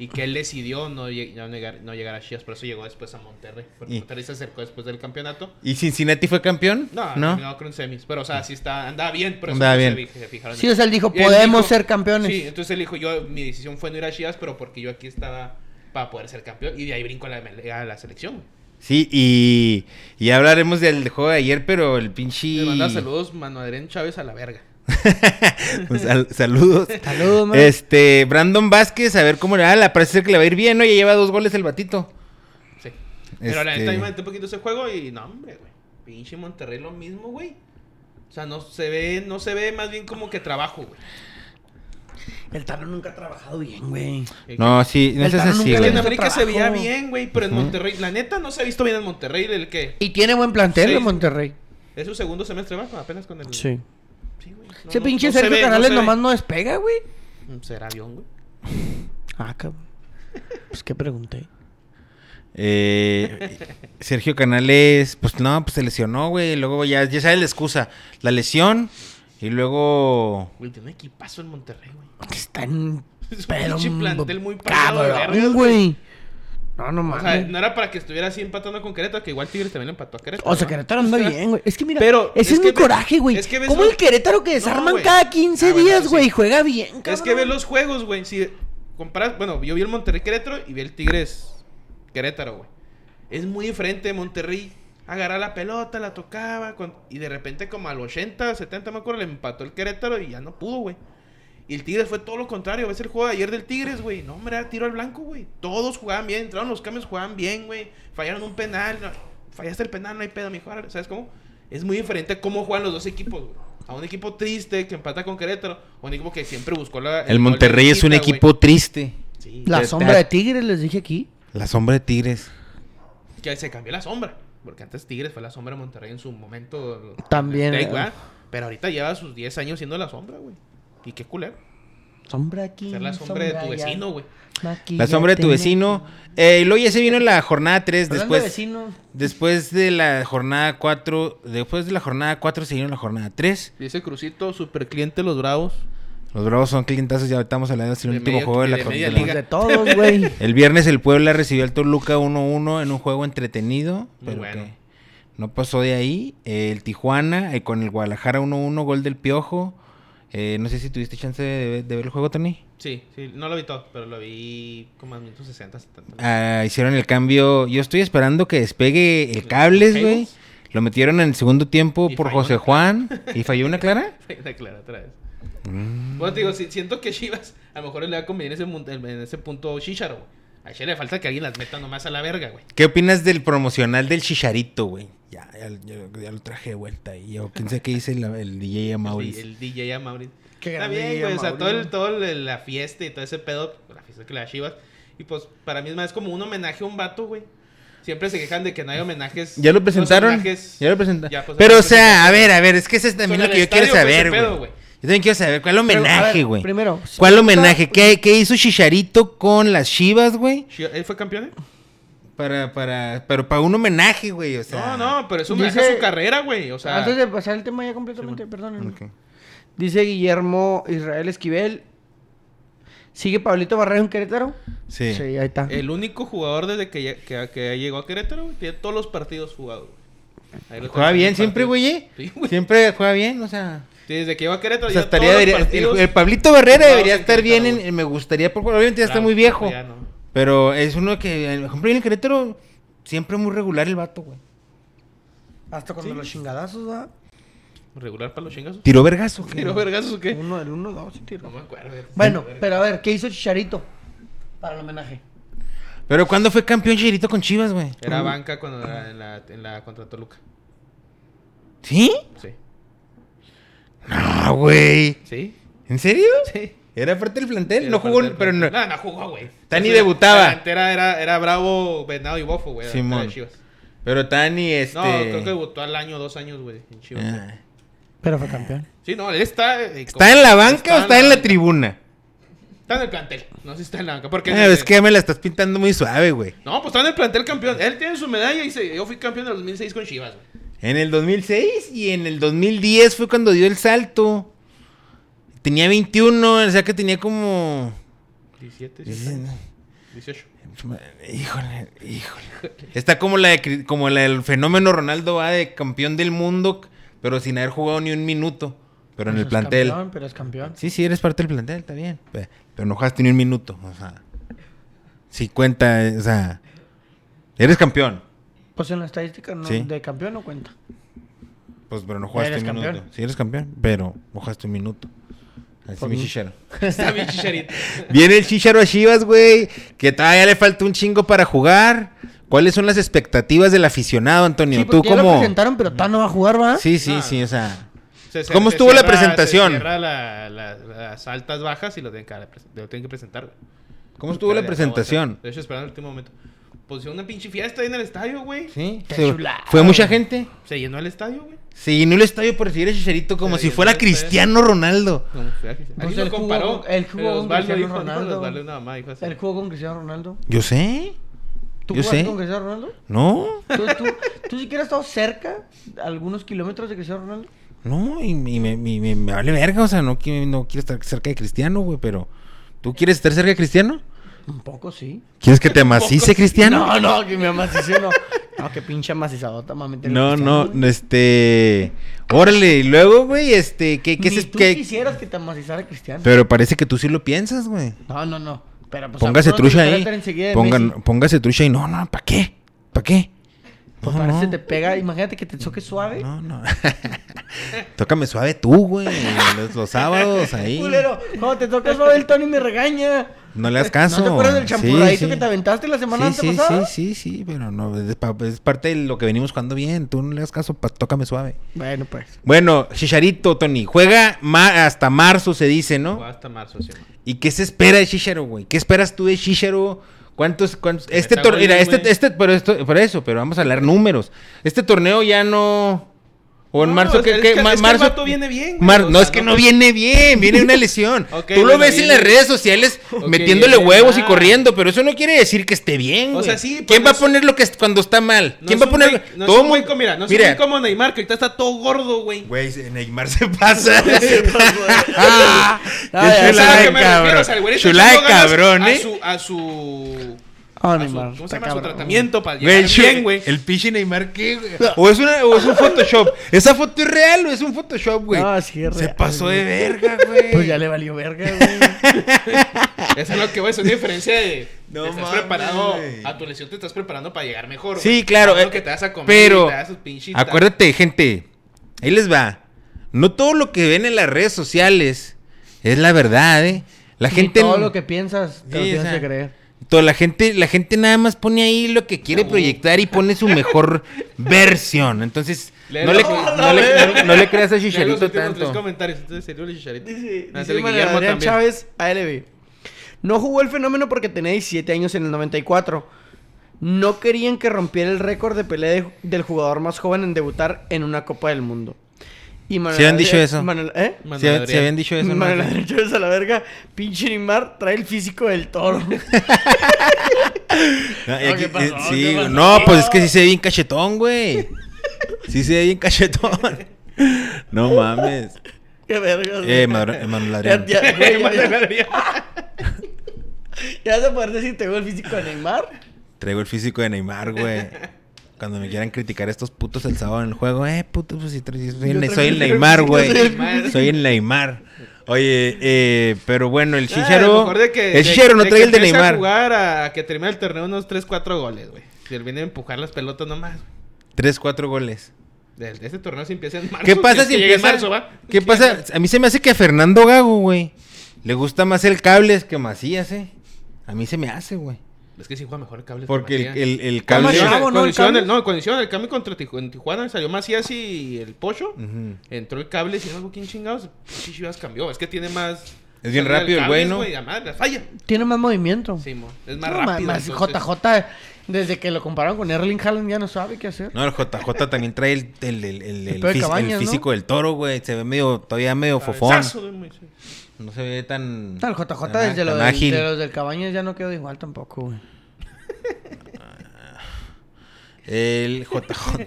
[SPEAKER 4] Y que él decidió no, lleg- no llegar, no llegar a Chivas, por eso llegó después a Monterrey. Porque
[SPEAKER 2] Y-
[SPEAKER 4] Monterrey se acercó después del campeonato.
[SPEAKER 2] ¿Y Cincinnati fue campeón?
[SPEAKER 4] No, no, no con semis. Pero, o sea, sí está, andaba bien, pero
[SPEAKER 2] Andaba bien.
[SPEAKER 4] Se, fijaron en
[SPEAKER 3] Sí, o sea, él dijo,
[SPEAKER 4] y él
[SPEAKER 3] podemos
[SPEAKER 4] dijo-
[SPEAKER 3] ser campeones.
[SPEAKER 4] Sí, entonces él dijo, yo, mi decisión fue no ir a Chivas, pero porque yo aquí estaba para poder ser campeón. Y de ahí brinco a la, ML a la selección. güey.
[SPEAKER 2] Sí, y, y hablaremos del juego de ayer, pero el pinche.
[SPEAKER 4] Le
[SPEAKER 2] *laughs*
[SPEAKER 4] manda saludos Mano Adrián Chávez a la verga.
[SPEAKER 2] Sal-
[SPEAKER 4] *laughs*
[SPEAKER 2] saludos.
[SPEAKER 3] Saludos, man.
[SPEAKER 2] Este, Brandon Vázquez, a ver cómo le va. la- Parece ser que le va a ir bien, ¿no? Ya lleva dos goles el batito.
[SPEAKER 4] Sí. Pero la
[SPEAKER 2] Este-
[SPEAKER 4] neta, yo me metí un poquito ese juego y no, hombre, güey. Pinche Monterrey lo mismo, güey. O sea, no se ve, no se ve más bien como que trabajo, güey.
[SPEAKER 3] El Tano nunca ha trabajado bien, güey.
[SPEAKER 2] No, sí, no
[SPEAKER 3] El
[SPEAKER 2] seas
[SPEAKER 3] Tano
[SPEAKER 2] así,
[SPEAKER 3] nunca
[SPEAKER 4] Que
[SPEAKER 2] güey.
[SPEAKER 4] en
[SPEAKER 3] hizo
[SPEAKER 4] América se
[SPEAKER 3] trabajo.
[SPEAKER 4] veía bien, güey, pero en Monterrey, la neta no se ha visto bien en Monterrey, el que
[SPEAKER 3] Y tiene buen plantel
[SPEAKER 4] Sí.
[SPEAKER 3] de Monterrey.
[SPEAKER 4] es su segundo semestre, va con- apenas con el... Sí, güey. No,
[SPEAKER 3] Ese
[SPEAKER 4] no-
[SPEAKER 3] pinche
[SPEAKER 4] no se
[SPEAKER 3] Sergio
[SPEAKER 4] ve, no
[SPEAKER 3] Canales
[SPEAKER 4] se ve. Mm,
[SPEAKER 3] nomás no despega, güey.
[SPEAKER 4] Será avión, güey.
[SPEAKER 3] Ah, cabrón. Pues qué pregunté.
[SPEAKER 2] Eh, Sergio Canales, pues no, pues se lesionó, güey. Luego ya, ya sabes la excusa. La lesión y luego...
[SPEAKER 4] Güey, tiene un equipazo en Monterrey, güey.
[SPEAKER 3] Está en...
[SPEAKER 4] Es un
[SPEAKER 3] Pero...
[SPEAKER 4] pinche plantel muy pasado de vergas,
[SPEAKER 3] Cabrón, güey. No, no
[SPEAKER 4] O sea,
[SPEAKER 3] mames.
[SPEAKER 4] no era para que estuviera así empatando con Querétaro, que igual Tigres también le empató a Querétaro.
[SPEAKER 3] O sea,
[SPEAKER 4] ¿no?
[SPEAKER 3] Querétaro anda
[SPEAKER 4] Ustedes-
[SPEAKER 3] bien, güey. Es que mira,
[SPEAKER 4] Pero
[SPEAKER 3] ese
[SPEAKER 4] es
[SPEAKER 3] es,
[SPEAKER 4] que
[SPEAKER 3] mi
[SPEAKER 4] ve-
[SPEAKER 3] coraje, güey.
[SPEAKER 4] es que ves
[SPEAKER 3] ¿Cómo
[SPEAKER 4] lo-
[SPEAKER 3] el Querétaro que desarman
[SPEAKER 4] güey.
[SPEAKER 3] cada 15
[SPEAKER 4] Ah, bueno,
[SPEAKER 3] días,
[SPEAKER 4] sí.
[SPEAKER 3] güey? Juega bien, cabrón.
[SPEAKER 4] Es que ve los juegos, güey. Si comparas, bueno, yo vi el Monterrey Querétaro y vi el Tigres Querétaro, güey. Es muy diferente Monterrey. Agarraba la pelota, la tocaba con- y de repente como al 80, 70 me acuerdo le empató el Querétaro y ya no pudo, güey. Y el Tigres fue todo lo contrario. Ves el juego de ayer del Tigres, güey. No, hombre, era tiro al blanco, güey. Todos jugaban bien, entraron los cambios, jugaban bien, güey. Fallaron un penal. no- fallaste el penal, no hay pedo, mijo. árale, ¿Sabes cómo? Es muy diferente a cómo juegan los dos equipos, güey. A un equipo triste que empata con Querétaro. A un equipo que siempre buscó la.
[SPEAKER 2] El
[SPEAKER 4] gol de
[SPEAKER 2] Monterrey es un
[SPEAKER 4] visita, güey.
[SPEAKER 2] equipo triste.
[SPEAKER 4] Sí,
[SPEAKER 3] La
[SPEAKER 2] Te-
[SPEAKER 3] sombra
[SPEAKER 2] te-
[SPEAKER 3] de Tigres, les dije aquí.
[SPEAKER 2] La sombra de Tigres.
[SPEAKER 4] que se cambió la sombra. Porque antes Tigres fue la sombra de Monterrey en su momento.
[SPEAKER 3] También,
[SPEAKER 4] Tec,
[SPEAKER 3] eh.
[SPEAKER 4] ¿verdad? Pero ahorita lleva sus 10 años siendo la sombra, güey. Y qué culero.
[SPEAKER 3] Sombra aquí.
[SPEAKER 4] Ser la sombra de tu
[SPEAKER 3] allá.
[SPEAKER 4] vecino, güey.
[SPEAKER 2] La sombra de tu
[SPEAKER 3] Maquillate,
[SPEAKER 2] vecino. Eh, y luego ya se vino la jornada 3
[SPEAKER 3] Hablando
[SPEAKER 2] después.
[SPEAKER 3] de vecinos,
[SPEAKER 2] Después de la jornada 4, después de la jornada 4 se vino la jornada 3.
[SPEAKER 4] Dice Crucito, super cliente Los Bravos.
[SPEAKER 2] Los Bravos son clientazos, ya ahorita vamos a hablar del
[SPEAKER 4] De
[SPEAKER 2] último
[SPEAKER 4] medio-
[SPEAKER 2] juego de
[SPEAKER 4] de
[SPEAKER 2] la
[SPEAKER 4] media
[SPEAKER 2] jornada.
[SPEAKER 4] liga.
[SPEAKER 3] pues, de todos,
[SPEAKER 2] *laughs*
[SPEAKER 3] güey.
[SPEAKER 2] El viernes el Puebla recibió al Toluca 1-1 en un juego entretenido,
[SPEAKER 4] Muy
[SPEAKER 2] pero
[SPEAKER 4] bueno.
[SPEAKER 2] que no pasó de ahí. Eh, el Tijuana eh, con el Guadalajara 1-1, gol del Piojo. Eh, no sé si tuviste chance de, de ver el juego, Tony.
[SPEAKER 4] Sí, sí, no lo vi todo, pero lo vi como a 160, 70.
[SPEAKER 2] Ah, hicieron el cambio. Yo estoy esperando que despegue el cables, güey.
[SPEAKER 4] Cables. *laughs*
[SPEAKER 2] Lo metieron en el segundo tiempo
[SPEAKER 4] Y
[SPEAKER 2] por
[SPEAKER 4] falló
[SPEAKER 2] José
[SPEAKER 4] una
[SPEAKER 2] Juan.
[SPEAKER 4] *laughs*
[SPEAKER 2] ¿Y falló una clara?
[SPEAKER 4] Declara otra vez.
[SPEAKER 2] Mm.
[SPEAKER 4] Bueno, te digo, si- siento que Chivas a lo mejor le va a convenir ese, mun- en ese punto Shisharo, güey. A Chivas le falta que alguien las meta nomás a la verga, güey.
[SPEAKER 2] ¿Qué opinas del promocional del Chicharito, güey? Ya, ya, ya- ya lo traje de vuelta. Y yo, quién sabe qué dice el, el DJ
[SPEAKER 4] El,
[SPEAKER 2] Amauris.
[SPEAKER 4] di- el DJ a Mauricio.
[SPEAKER 3] Qué
[SPEAKER 4] Está
[SPEAKER 3] grande
[SPEAKER 4] bien,
[SPEAKER 3] DJ
[SPEAKER 4] güey. O sea,
[SPEAKER 3] Amaury,
[SPEAKER 4] todo, el,
[SPEAKER 3] ¿no?
[SPEAKER 4] todo el- la fiesta y todo ese pedo, la fiesta que le da Chivas. Y pues para mí es más como un homenaje a un vato, güey. Siempre se quejan de que no hay homenajes.
[SPEAKER 2] ¿Ya lo
[SPEAKER 4] Los
[SPEAKER 2] presentaron?
[SPEAKER 4] homenajes-
[SPEAKER 2] Ya lo presentaron.
[SPEAKER 4] Ya, pues,
[SPEAKER 2] Pero,
[SPEAKER 4] ya
[SPEAKER 2] o sea,
[SPEAKER 4] presentaron.
[SPEAKER 2] a ver, a ver, es que ese es también
[SPEAKER 4] Con
[SPEAKER 2] lo
[SPEAKER 4] el
[SPEAKER 2] que yo quiero
[SPEAKER 4] estadio fue
[SPEAKER 2] saber,
[SPEAKER 4] ese
[SPEAKER 2] güey.
[SPEAKER 4] pedo,
[SPEAKER 2] Yo también quiero saber, ¿cuál
[SPEAKER 3] Pero, a
[SPEAKER 2] homenaje,
[SPEAKER 3] ver,
[SPEAKER 2] güey?
[SPEAKER 3] Primero. si
[SPEAKER 2] ¿Cuál
[SPEAKER 3] está-
[SPEAKER 2] homenaje?
[SPEAKER 4] pues,
[SPEAKER 2] ¿Qué, qué hizo Chicharito con las chivas, güey?
[SPEAKER 4] Chivas- ¿Él fue campeón? eh?
[SPEAKER 2] Para, para, pero para un homenaje, güey, o sea. Ah,
[SPEAKER 4] No, no, pero es un homenaje a
[SPEAKER 3] Dice-
[SPEAKER 4] su carrera, güey. O sea,
[SPEAKER 3] Antes de pasar el tema ya completamente, perdónenme.
[SPEAKER 2] Ok.
[SPEAKER 3] Dice Guillermo Israel Esquivel. ¿Sigue Pablito Barrera en Querétaro?
[SPEAKER 2] Sí.
[SPEAKER 3] ahí está.
[SPEAKER 4] el único jugador desde que, ya- que, que llegó a Querétaro, güey, tiene todos los partidos jugados, güey. Ahí lo
[SPEAKER 2] Juega
[SPEAKER 4] tengo,
[SPEAKER 2] bien
[SPEAKER 4] los
[SPEAKER 2] siempre,
[SPEAKER 4] partidos.
[SPEAKER 2] güey. ¿eh?
[SPEAKER 4] Sí, güey.
[SPEAKER 2] Siempre juega bien, o sea.
[SPEAKER 4] Desde que llegó a Querétaro,
[SPEAKER 2] O sea,
[SPEAKER 4] ya
[SPEAKER 2] estaría
[SPEAKER 4] todos los
[SPEAKER 2] debería- el,
[SPEAKER 4] partidos-
[SPEAKER 2] el Pablito Barrera
[SPEAKER 4] jugados
[SPEAKER 2] debería
[SPEAKER 4] en
[SPEAKER 2] estar bien
[SPEAKER 4] Querétaro,
[SPEAKER 2] en, en- me gustaría porque obviamente ya está muy viejo.
[SPEAKER 4] Ya no.
[SPEAKER 2] Pero es uno que, por ejemplo, en el Querétaro siempre muy regular el vato, güey.
[SPEAKER 3] Hasta cuando los chingadazos, ¿verdad?
[SPEAKER 4] Regular para los chingazos.
[SPEAKER 2] Tiró vergazo, güey.
[SPEAKER 4] ¿Tiró vergazos o qué?
[SPEAKER 3] Uno, el uno, dos, sí, tiro.
[SPEAKER 4] No me acuerdo.
[SPEAKER 3] Bueno, pero a ver, ¿qué hizo Chicharito para el homenaje?
[SPEAKER 2] Pero ¿cuándo fue campeón Chicharito con Chivas, güey?
[SPEAKER 4] Era banca cuando era en la, en la contra Toluca.
[SPEAKER 2] ¿Sí?
[SPEAKER 4] Sí.
[SPEAKER 2] No, Ah, güey.
[SPEAKER 4] ¿Sí?
[SPEAKER 2] ¿En serio?
[SPEAKER 4] Sí.
[SPEAKER 2] Era parte del plantel,
[SPEAKER 4] Era
[SPEAKER 2] no jugó,
[SPEAKER 4] parte del-
[SPEAKER 2] pero no.
[SPEAKER 4] No, no jugó, güey.
[SPEAKER 2] Tan ni
[SPEAKER 4] Entonces,
[SPEAKER 2] debutaba.
[SPEAKER 4] La delantera era, era Bravo, Venado y Bofo, güey. la delantera de
[SPEAKER 2] Simón.
[SPEAKER 4] Chivas.
[SPEAKER 2] Pero Tani, este.
[SPEAKER 4] No, creo que debutó al año, dos años, güey, en Chivas. güey.
[SPEAKER 2] Ah.
[SPEAKER 3] Pero fue campeón.
[SPEAKER 4] Sí, no, él está... eh,
[SPEAKER 2] ¿Está
[SPEAKER 4] como-
[SPEAKER 2] en la banca o está en la
[SPEAKER 4] banca.
[SPEAKER 2] tribuna?
[SPEAKER 4] Está en el plantel. No sé si está en la banca. Porque
[SPEAKER 2] Ah, es que ya me la estás pintando muy suave, güey.
[SPEAKER 4] No, pues está en el plantel campeón. Él tiene su medalla y dice, yo fui campeón en el 2006 con Chivas, güey.
[SPEAKER 2] En el 2006 y en el 2010 fue cuando dio el salto. Tenía 21, o sea que tenía como...
[SPEAKER 4] 17, 18.
[SPEAKER 2] 18.
[SPEAKER 4] 18.
[SPEAKER 2] Híjole, híjole. Está como la, de Cri- como la del fenómeno Ronaldo va de campeón del mundo, pero sin haber jugado ni un minuto. Pero en el plantel.
[SPEAKER 3] pero es Pues campeón.
[SPEAKER 2] Sí, sí, eres parte del plantel, está bien. Pe- Pero no jugaste ni un minuto, o sea. Sí cuenta, eh, o sea... Eres campeón.
[SPEAKER 3] Pues en la estadística no,
[SPEAKER 2] Sí.
[SPEAKER 3] de campeón no cuenta.
[SPEAKER 2] Pues, pero no jugaste
[SPEAKER 3] Eres
[SPEAKER 2] un
[SPEAKER 3] campeón.
[SPEAKER 2] minuto. Sí, eres campeón, pero no jugaste un minuto. Así
[SPEAKER 3] Por
[SPEAKER 2] mi
[SPEAKER 3] mí.
[SPEAKER 2] chicharo.
[SPEAKER 4] Está bien chicharito.
[SPEAKER 2] Viene el Chicharo a Chivas, güey. Que todavía le falta un chingo para jugar. ¿Cuáles son las expectativas del aficionado, Antonio?
[SPEAKER 3] Sí,
[SPEAKER 2] Tú
[SPEAKER 3] porque ya lo
[SPEAKER 2] como.
[SPEAKER 3] presentaron, pero Tano va a jugar, ¿va?
[SPEAKER 2] Sí, sí,
[SPEAKER 4] Ah.
[SPEAKER 2] sí, o sea.
[SPEAKER 4] Se- se-
[SPEAKER 2] ¿Cómo
[SPEAKER 4] se
[SPEAKER 2] estuvo la
[SPEAKER 4] cierra-
[SPEAKER 2] presentación?
[SPEAKER 4] Se cierra la- la- las altas bajas y lo tienen que, lo tienen que presentar. güey.
[SPEAKER 2] ¿Cómo estuvo la
[SPEAKER 4] Pero ya
[SPEAKER 2] presentación?
[SPEAKER 4] acabó, De hecho, esperando el último momento. Pues fue una pinche fiesta ahí en el estadio, güey.
[SPEAKER 2] Sí.
[SPEAKER 3] Qué
[SPEAKER 2] se-
[SPEAKER 3] chulada,
[SPEAKER 2] ¿Fue mucha
[SPEAKER 3] güey.
[SPEAKER 2] gente?
[SPEAKER 4] Se llenó el estadio, güey.
[SPEAKER 2] Se llenó el estadio por recibir a Chicharito como
[SPEAKER 4] Se
[SPEAKER 2] si
[SPEAKER 4] llenó
[SPEAKER 2] fuera
[SPEAKER 4] el estadio.
[SPEAKER 2] Cristiano Ronaldo.
[SPEAKER 4] Como fue aquí. Alguien
[SPEAKER 3] Pues él
[SPEAKER 4] lo
[SPEAKER 3] jugó
[SPEAKER 4] comparó.
[SPEAKER 3] con- él jugó
[SPEAKER 4] pero
[SPEAKER 3] con
[SPEAKER 4] Osvaldo
[SPEAKER 3] Cristiano
[SPEAKER 4] dijo, no,
[SPEAKER 3] Ronaldo.
[SPEAKER 4] Osvaldo nada más dijo así.
[SPEAKER 3] El jugó con Cristiano Ronaldo.
[SPEAKER 2] Yo sé.
[SPEAKER 3] ¿Tú
[SPEAKER 2] Yo
[SPEAKER 3] jugaste
[SPEAKER 2] sé.
[SPEAKER 3] con Cristiano Ronaldo?
[SPEAKER 2] No,
[SPEAKER 3] ¿Tú, tú, tú siquiera has estado cerca, algunos kilómetros de Cristiano Ronaldo?
[SPEAKER 2] no, y, y me, me- me- me vale verga. O sea, no, qui- no quiero estar cerca de Cristiano, güey, pero. ¿Tú quieres estar cerca de Cristiano?
[SPEAKER 3] Un poco, sí.
[SPEAKER 2] ¿Quieres
[SPEAKER 4] *laughs*
[SPEAKER 2] que te macice, Cristiano?
[SPEAKER 3] No, no, que mi amacice no. No, que pinche amacizadota, mami. te lo
[SPEAKER 2] No,
[SPEAKER 3] Cristiano,
[SPEAKER 2] no,
[SPEAKER 3] güey.
[SPEAKER 2] este. Órale, y luego, güey, este, ¿qué, qué
[SPEAKER 3] Ni
[SPEAKER 2] se-
[SPEAKER 3] tú
[SPEAKER 2] qué-
[SPEAKER 3] quisieras que te amacizara Cristiano.
[SPEAKER 2] Pero parece que tú sí lo piensas, güey.
[SPEAKER 3] No, no, no. Pero pues,
[SPEAKER 2] Póngase
[SPEAKER 3] ¿a poco no te
[SPEAKER 2] trucha
[SPEAKER 3] gustaría
[SPEAKER 2] ahí.
[SPEAKER 3] estar enseguida de
[SPEAKER 2] Pongan-
[SPEAKER 3] Messi?
[SPEAKER 2] póngase trucha ahí. No, no, ¿para qué? ¿Para qué?
[SPEAKER 3] Pues
[SPEAKER 2] No,
[SPEAKER 3] parece
[SPEAKER 2] no.
[SPEAKER 3] te pega. Imagínate que te choque suave.
[SPEAKER 2] No, no. *laughs* Tócame suave tú, güey. Los, los sábados ahí.
[SPEAKER 3] *laughs* Culero, cuando te toca suave el Tony me regaña.
[SPEAKER 2] No le das caso.
[SPEAKER 3] ¿No te acuerdas del
[SPEAKER 2] Sí,
[SPEAKER 3] champurradito
[SPEAKER 2] sí.
[SPEAKER 3] que te aventaste la semana
[SPEAKER 2] Sí, sí,
[SPEAKER 3] antepasada?
[SPEAKER 2] sí, sí, sí, pero no, es, pa- es parte de lo que venimos jugando bien. Tú no le das caso, pa- tócame suave.
[SPEAKER 3] Bueno, pues.
[SPEAKER 2] Bueno, Chicharito, Tony, juega ma- hasta marzo, se dice, ¿no?
[SPEAKER 4] Jugó hasta marzo, sí, güey.
[SPEAKER 2] ¿Y qué se espera de Shisharo, güey? ¿Qué esperas tú de Shisharo? ¿Cuántos, cuántos?
[SPEAKER 4] Que
[SPEAKER 2] Este
[SPEAKER 4] meta
[SPEAKER 2] torneo,
[SPEAKER 4] goles,
[SPEAKER 2] este,
[SPEAKER 4] güey.
[SPEAKER 2] este, pero esto, por eso, pero vamos a hablar números. Este torneo ya no, O en
[SPEAKER 4] No,
[SPEAKER 2] marzo,
[SPEAKER 4] es
[SPEAKER 2] que,
[SPEAKER 4] que-
[SPEAKER 2] que
[SPEAKER 4] es que-
[SPEAKER 2] ma-
[SPEAKER 4] es que el
[SPEAKER 2] marzo-
[SPEAKER 4] vato viene bien, güey,
[SPEAKER 2] Mar-
[SPEAKER 4] o
[SPEAKER 2] no,
[SPEAKER 4] sea,
[SPEAKER 2] es que no,
[SPEAKER 4] no-
[SPEAKER 2] viene bien, viene una lesión.
[SPEAKER 4] *laughs* Ok,
[SPEAKER 2] Tú lo
[SPEAKER 4] bueno,
[SPEAKER 2] ves en
[SPEAKER 4] viene-
[SPEAKER 2] las redes
[SPEAKER 4] *laughs*
[SPEAKER 2] sociales metiéndole
[SPEAKER 4] viene
[SPEAKER 2] huevos y
[SPEAKER 4] mal.
[SPEAKER 2] corriendo, pero eso no quiere decir que esté bien,
[SPEAKER 4] O
[SPEAKER 2] güey.
[SPEAKER 4] sea, sí, pues,
[SPEAKER 2] ¿Quién
[SPEAKER 4] no
[SPEAKER 2] va a
[SPEAKER 4] es-
[SPEAKER 2] poner lo que es- cuando está mal?
[SPEAKER 4] No
[SPEAKER 2] ¿Quién
[SPEAKER 4] es
[SPEAKER 2] va a
[SPEAKER 4] un
[SPEAKER 2] poner?
[SPEAKER 4] güey- No
[SPEAKER 2] Todo
[SPEAKER 4] es un güey
[SPEAKER 2] mu-
[SPEAKER 4] como- mira, no es un
[SPEAKER 2] Mira.
[SPEAKER 4] güey como Neymar, que ahorita está todo gordo, güey.
[SPEAKER 2] Güey, se- Neymar se pasa.
[SPEAKER 3] Ah, no,
[SPEAKER 2] Es
[SPEAKER 3] ya
[SPEAKER 4] O sea,
[SPEAKER 2] Chulada
[SPEAKER 4] a
[SPEAKER 2] de
[SPEAKER 3] sabes.
[SPEAKER 4] lo que me refiero,
[SPEAKER 2] cabrón.
[SPEAKER 4] o sea, el güey está
[SPEAKER 2] Chulada de
[SPEAKER 4] echando ganas
[SPEAKER 2] cabrón, ¿eh?
[SPEAKER 4] A su. A su
[SPEAKER 3] Ah,
[SPEAKER 4] a su-
[SPEAKER 3] Neymar,
[SPEAKER 4] ¿Cómo
[SPEAKER 3] está
[SPEAKER 4] se llama? A su
[SPEAKER 3] cabrón.
[SPEAKER 4] tratamiento para
[SPEAKER 2] Güey,
[SPEAKER 4] llegar bien, güey.
[SPEAKER 2] El pinche Neymar, ¿qué, güey? O es, una, o es un Photoshop. Esa foto es real o es un Photoshop, güey.
[SPEAKER 3] No, Ah, sí, es
[SPEAKER 2] Se
[SPEAKER 3] real,
[SPEAKER 2] pasó de verga,
[SPEAKER 3] Pues ya
[SPEAKER 2] güey.
[SPEAKER 3] le valió *laughs* verga, güey.
[SPEAKER 4] Esa es lo que voy a hacer diferencia de.
[SPEAKER 2] No
[SPEAKER 4] te estás
[SPEAKER 2] mames,
[SPEAKER 4] preparado.
[SPEAKER 2] güey.
[SPEAKER 4] A tu lesión te estás preparando para llegar mejor.
[SPEAKER 2] Sí,
[SPEAKER 4] güey.
[SPEAKER 2] claro.
[SPEAKER 4] Haz lo
[SPEAKER 2] eh,
[SPEAKER 4] que te vas a comer.
[SPEAKER 2] pero,
[SPEAKER 4] y te das tus pinches-
[SPEAKER 2] acuérdate, gente. Ahí les va. No todo lo que ven en las redes sociales es la verdad, ¿eh? La gente.
[SPEAKER 3] Y todo lo que piensas, te lo
[SPEAKER 2] Sí, o
[SPEAKER 3] tienes
[SPEAKER 2] sea,
[SPEAKER 3] que creer.
[SPEAKER 2] Toda la gente, la gente nada más pone ahí lo que quiere proyectar y pone su mejor versión. Entonces,
[SPEAKER 4] Lee
[SPEAKER 2] no
[SPEAKER 4] los-
[SPEAKER 2] le,
[SPEAKER 4] ¡Oh,
[SPEAKER 2] no
[SPEAKER 4] la
[SPEAKER 2] le-
[SPEAKER 4] verga!
[SPEAKER 2] no- no le creas a
[SPEAKER 4] Lee los
[SPEAKER 2] Chicharito
[SPEAKER 4] últimos tres
[SPEAKER 2] tanto.
[SPEAKER 4] comentarios. Entonces salió el Chicharito.
[SPEAKER 3] Dice,
[SPEAKER 4] Ah,
[SPEAKER 3] dice
[SPEAKER 4] sale
[SPEAKER 3] Manuel
[SPEAKER 4] Guillermo
[SPEAKER 3] Adrián
[SPEAKER 4] también. *laughs*
[SPEAKER 3] Chávez ALB. No jugó el fenómeno porque tenía 17 años en el 94. No querían que rompiera el récord de pelea de- del jugador más joven en debutar en una Copa del Mundo. Y Manuel
[SPEAKER 2] Sí han
[SPEAKER 3] Adrián-
[SPEAKER 2] dicho eso.
[SPEAKER 3] Manuel, ¿eh?
[SPEAKER 4] Manuel
[SPEAKER 2] ¿Se,
[SPEAKER 4] Adrián.
[SPEAKER 2] habían dicho eso? ¿no?
[SPEAKER 3] Manuel Adrián Chávez a la verga. Pinche Neymar trae el físico
[SPEAKER 2] *laughs*
[SPEAKER 3] del toro.
[SPEAKER 2] No, y
[SPEAKER 1] No,
[SPEAKER 2] aquí-
[SPEAKER 1] ¿qué pasó?
[SPEAKER 2] eh, sí,
[SPEAKER 1] ¿Qué
[SPEAKER 2] güey.
[SPEAKER 1] pasó?
[SPEAKER 2] no, pues es que sí se ve bien cachetón, güey. Sí se ve bien cachetón. *laughs* No mames.
[SPEAKER 3] Qué verga.
[SPEAKER 2] Eh, Madro- eh, Manuel Adrián.
[SPEAKER 3] Ya, ya, güey, ya-
[SPEAKER 2] *laughs*
[SPEAKER 4] Manuel Adrián.
[SPEAKER 3] ya vas a poder decir, tengo el físico de Neymar.
[SPEAKER 2] Traigo el físico de Neymar, güey. Cuando me quieran criticar estos putos el sábado en el juego, eh, puto, pues si tra- si soy,
[SPEAKER 3] Yo
[SPEAKER 2] el,
[SPEAKER 3] traigo
[SPEAKER 2] soy el
[SPEAKER 3] el
[SPEAKER 2] Neymar,
[SPEAKER 3] físico
[SPEAKER 2] güey.
[SPEAKER 3] de
[SPEAKER 4] Neymar.
[SPEAKER 2] Soy el Neymar. Oye, eh, pero bueno, el
[SPEAKER 4] Ah,
[SPEAKER 2] Chicharo.
[SPEAKER 4] mejor de que-
[SPEAKER 2] el Chicharo no
[SPEAKER 4] que
[SPEAKER 2] trae el de
[SPEAKER 4] empiece A
[SPEAKER 2] Neymar.
[SPEAKER 4] jugar a que termine el torneo unos 3-4 goles, güey. Si él viene a empujar las pelotas nomás.
[SPEAKER 2] Tres, cuatro goles.
[SPEAKER 4] De, de este torneo se empieza en marzo.
[SPEAKER 2] ¿Qué pasa
[SPEAKER 4] que
[SPEAKER 2] si
[SPEAKER 4] llegue en
[SPEAKER 2] empieza?
[SPEAKER 4] marzo, va?
[SPEAKER 2] ¿Qué pasa? A mí se me hace que a Fernando Gago, güey, le gusta más el Cables que Macías, eh. A mí se me hace, güey.
[SPEAKER 4] Es que sí juega mejor el cable.
[SPEAKER 2] Porque el,
[SPEAKER 4] Este
[SPEAKER 2] el,
[SPEAKER 4] Macías.
[SPEAKER 2] el
[SPEAKER 4] Cuando
[SPEAKER 3] Más
[SPEAKER 2] Cables.
[SPEAKER 4] hicieron el-
[SPEAKER 3] chavo, ¿no?
[SPEAKER 4] cuando
[SPEAKER 3] El
[SPEAKER 4] hicieron
[SPEAKER 3] cable.
[SPEAKER 4] el- No, cuando hicieron el cambio contra Tiju- en Tijuana, salió Macías y el Pocho.
[SPEAKER 2] Ujú.
[SPEAKER 4] Entró el cable, si no algo, ¿quién chingados? Sí, Chivas cambió. Es que tiene más.
[SPEAKER 2] Es bien rápido el güey,
[SPEAKER 4] Cables,
[SPEAKER 2] ¿no?
[SPEAKER 4] a madre, la falla.
[SPEAKER 3] Tiene más movimiento.
[SPEAKER 4] Sí, mo, es más
[SPEAKER 3] No, ma-
[SPEAKER 4] rápido.
[SPEAKER 3] más
[SPEAKER 4] entonces.
[SPEAKER 3] JJ, desde que lo compararon con Erling Haaland, ya no sabe qué hacer.
[SPEAKER 2] No, el JJ también trae el, el, el, el- el
[SPEAKER 3] pedo de
[SPEAKER 2] fis- el
[SPEAKER 3] Cabañas, ¿no?
[SPEAKER 2] físico del toro, güey. Se ve medio, todavía medio fofón.
[SPEAKER 4] Cabezazo Ah, de Moisés.
[SPEAKER 2] No se ve tan.
[SPEAKER 3] No, el JJ
[SPEAKER 2] tan-
[SPEAKER 3] desde lo
[SPEAKER 2] tan
[SPEAKER 3] del-
[SPEAKER 2] ágil.
[SPEAKER 3] de los del Cabañas ya no quedó igual tampoco, güey.
[SPEAKER 2] El JJ.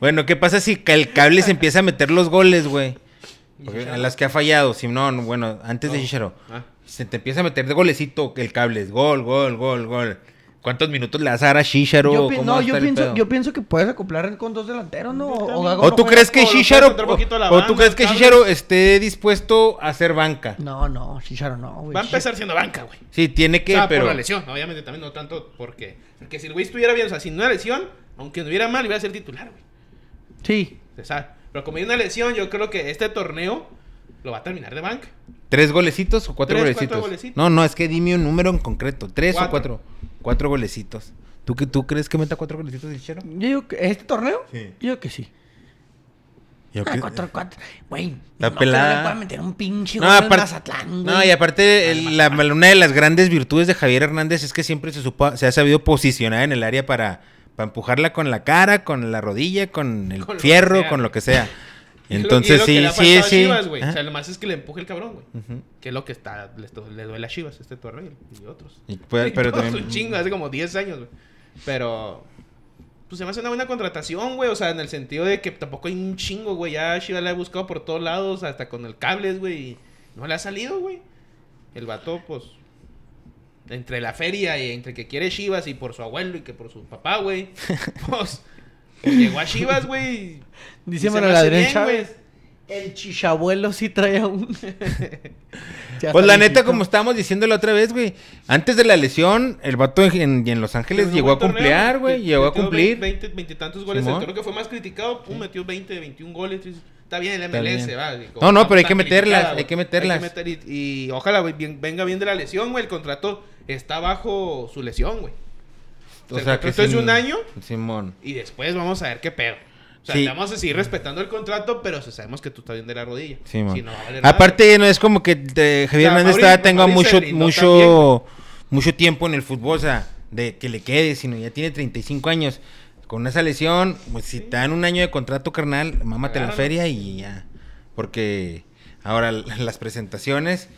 [SPEAKER 2] bueno, ¿qué pasa si ca- el cable se empieza a meter los goles, güey? Porque A las que ha fallado. Si no, no, bueno, antes de
[SPEAKER 4] No.
[SPEAKER 2] Chicharo.
[SPEAKER 4] Ah.
[SPEAKER 2] Se te empieza a meter de golecito el cable. es Gol, gol, gol, gol. ¿Cuántos minutos le vas a dar a Chicharo?
[SPEAKER 3] Yo pi-
[SPEAKER 2] ¿Cómo va
[SPEAKER 3] no,
[SPEAKER 2] a
[SPEAKER 3] yo
[SPEAKER 2] estar el
[SPEAKER 3] pienso,
[SPEAKER 2] pedo?
[SPEAKER 3] yo pienso que puedes acoplar con dos delanteros, ¿no? O, Gago
[SPEAKER 2] ¿O
[SPEAKER 3] no
[SPEAKER 2] tú
[SPEAKER 3] juega-
[SPEAKER 2] crees que
[SPEAKER 4] o lo puedes
[SPEAKER 2] Shisharo,
[SPEAKER 4] meter un poquito a la
[SPEAKER 2] o tú
[SPEAKER 4] banda,
[SPEAKER 2] crees que
[SPEAKER 4] cabrón.
[SPEAKER 2] Shisharo esté dispuesto a hacer banca?
[SPEAKER 3] No, no, Chicharo no, güey.
[SPEAKER 4] Va a empezar siendo banca, güey.
[SPEAKER 2] Sí, tiene que,
[SPEAKER 4] O sea,
[SPEAKER 2] pero
[SPEAKER 4] por la lesión, obviamente también no tanto porque. Porque si el güey estuviera bien, o sea, si no era lesión, aunque estuviera mal, iba a ser titular, güey.
[SPEAKER 3] Sí.
[SPEAKER 4] Se sabe. Pero como hay una lesión, yo creo que este torneo lo va a terminar de banca.
[SPEAKER 2] tres golecitos o cuatro
[SPEAKER 4] Tres,
[SPEAKER 2] golecitos.
[SPEAKER 4] cuatro golecitos.
[SPEAKER 2] No, no, es que dime un número en concreto, tres o
[SPEAKER 4] Cuatro.
[SPEAKER 2] cuatro, cuatro golecitos. ¿Tú que tú crees que meta cuatro golecitos el Shisharo?
[SPEAKER 3] Yo digo que este torneo,
[SPEAKER 2] Sí.
[SPEAKER 3] yo digo que sí.
[SPEAKER 2] Yo
[SPEAKER 3] Ah,
[SPEAKER 2] creo-
[SPEAKER 3] 4-4. Güey,
[SPEAKER 2] La
[SPEAKER 3] no,
[SPEAKER 2] pelada.
[SPEAKER 3] que no le pueda meter un pinche
[SPEAKER 2] No,
[SPEAKER 3] gol al
[SPEAKER 2] aparte-
[SPEAKER 3] Mazatlán, güey.
[SPEAKER 2] no, y aparte, el- la, una de las grandes virtudes de Javier Hernández es que siempre se, supo, se ha sabido posicionar en el área para, para empujarla con la cara, con la rodilla, con el
[SPEAKER 4] Con lo que
[SPEAKER 2] fierro,
[SPEAKER 4] sea.
[SPEAKER 2] con lo que sea.
[SPEAKER 4] *laughs* Y es lo-
[SPEAKER 2] Entonces,
[SPEAKER 4] y es lo que
[SPEAKER 2] sí,
[SPEAKER 4] le ha
[SPEAKER 2] sí,
[SPEAKER 4] faltado a
[SPEAKER 2] sí.
[SPEAKER 4] Chivas, güey.
[SPEAKER 2] Ajá.
[SPEAKER 4] O sea, lo más es que le empuje el cabrón, güey.
[SPEAKER 2] Ujú.
[SPEAKER 4] Que es lo que está, le, esto- le duele a Chivas este torneo y otros.
[SPEAKER 2] Y puede-
[SPEAKER 4] *laughs* Y
[SPEAKER 2] Pues, pero
[SPEAKER 4] todos
[SPEAKER 2] también-
[SPEAKER 4] un chingo, hace como 10 años, güey. Pero. Pues se me hace una buena contratación, güey. O sea, en el sentido de que tampoco hay un chingo, güey. Ya Chivas la he buscado por todos lados, hasta con el cables, güey. y No le ha salido, güey. El vato, pues. Entre la feria y entre que quiere Chivas y por su abuelo y que por su papá,
[SPEAKER 2] *laughs*
[SPEAKER 4] güey. Pues. pues llegó a Chivas, güey.
[SPEAKER 3] Dice
[SPEAKER 4] y se me
[SPEAKER 3] Manuel
[SPEAKER 4] hace
[SPEAKER 3] Adrián
[SPEAKER 4] bien,
[SPEAKER 3] Chávez.
[SPEAKER 4] güey.
[SPEAKER 3] El chichabuelo sí trae a un. *laughs* Ya
[SPEAKER 2] Pues
[SPEAKER 3] está
[SPEAKER 2] la neta,
[SPEAKER 3] viejito.
[SPEAKER 2] como estábamos diciendo la otra vez, güey. Antes de la lesión, el vato en, en- en Los Ángeles
[SPEAKER 4] Pero
[SPEAKER 2] llegó
[SPEAKER 4] fue
[SPEAKER 2] a
[SPEAKER 4] un
[SPEAKER 2] cumplear,
[SPEAKER 4] torneo,
[SPEAKER 2] güey.
[SPEAKER 4] que
[SPEAKER 2] Llegó a
[SPEAKER 4] metió
[SPEAKER 2] cumplir.
[SPEAKER 4] 20, 20 tantos goles.
[SPEAKER 2] Simón.
[SPEAKER 4] El torneo que fue más criticado, pum, metió 20, 21 goles. Entonces, Está bien el
[SPEAKER 2] Está
[SPEAKER 4] MLS,
[SPEAKER 2] bien.
[SPEAKER 4] va. y
[SPEAKER 2] No, no,
[SPEAKER 4] tan-
[SPEAKER 2] pero hay que
[SPEAKER 4] tan
[SPEAKER 2] meterlas,
[SPEAKER 4] criticada, güey.
[SPEAKER 2] hay que meterlas.
[SPEAKER 4] meter y, y ojalá güey, bien- venga bien de la lesión, güey. El contrato está bajo su lesión, güey.
[SPEAKER 2] O
[SPEAKER 4] Se
[SPEAKER 2] sea, que
[SPEAKER 4] contrató hace
[SPEAKER 2] sin-
[SPEAKER 4] un año.
[SPEAKER 2] Simón.
[SPEAKER 4] Y después vamos a ver qué pedo. O sea,
[SPEAKER 2] Sí.
[SPEAKER 4] te vamos a seguir respetando el contrato, pero si sabemos que tú estás bien de la rodilla.
[SPEAKER 2] Simón.
[SPEAKER 4] Si no va a valer madre.
[SPEAKER 2] Aparte, no es como que eh, Javier
[SPEAKER 4] O sea,
[SPEAKER 2] Hernández
[SPEAKER 4] Mauri-
[SPEAKER 2] estaba- tenga
[SPEAKER 4] Mauri se
[SPEAKER 2] mucho,
[SPEAKER 4] blindó
[SPEAKER 2] mucho, mucho tiempo en el fútbol, o sea, de que le quede, sino ya tiene 35 años. Con- Con esa lesión, pues si te dan un año de contrato, carnal, mámate la
[SPEAKER 4] Agárralo.
[SPEAKER 2] feria y ya. Porque ahora l- *laughs* las presentaciones,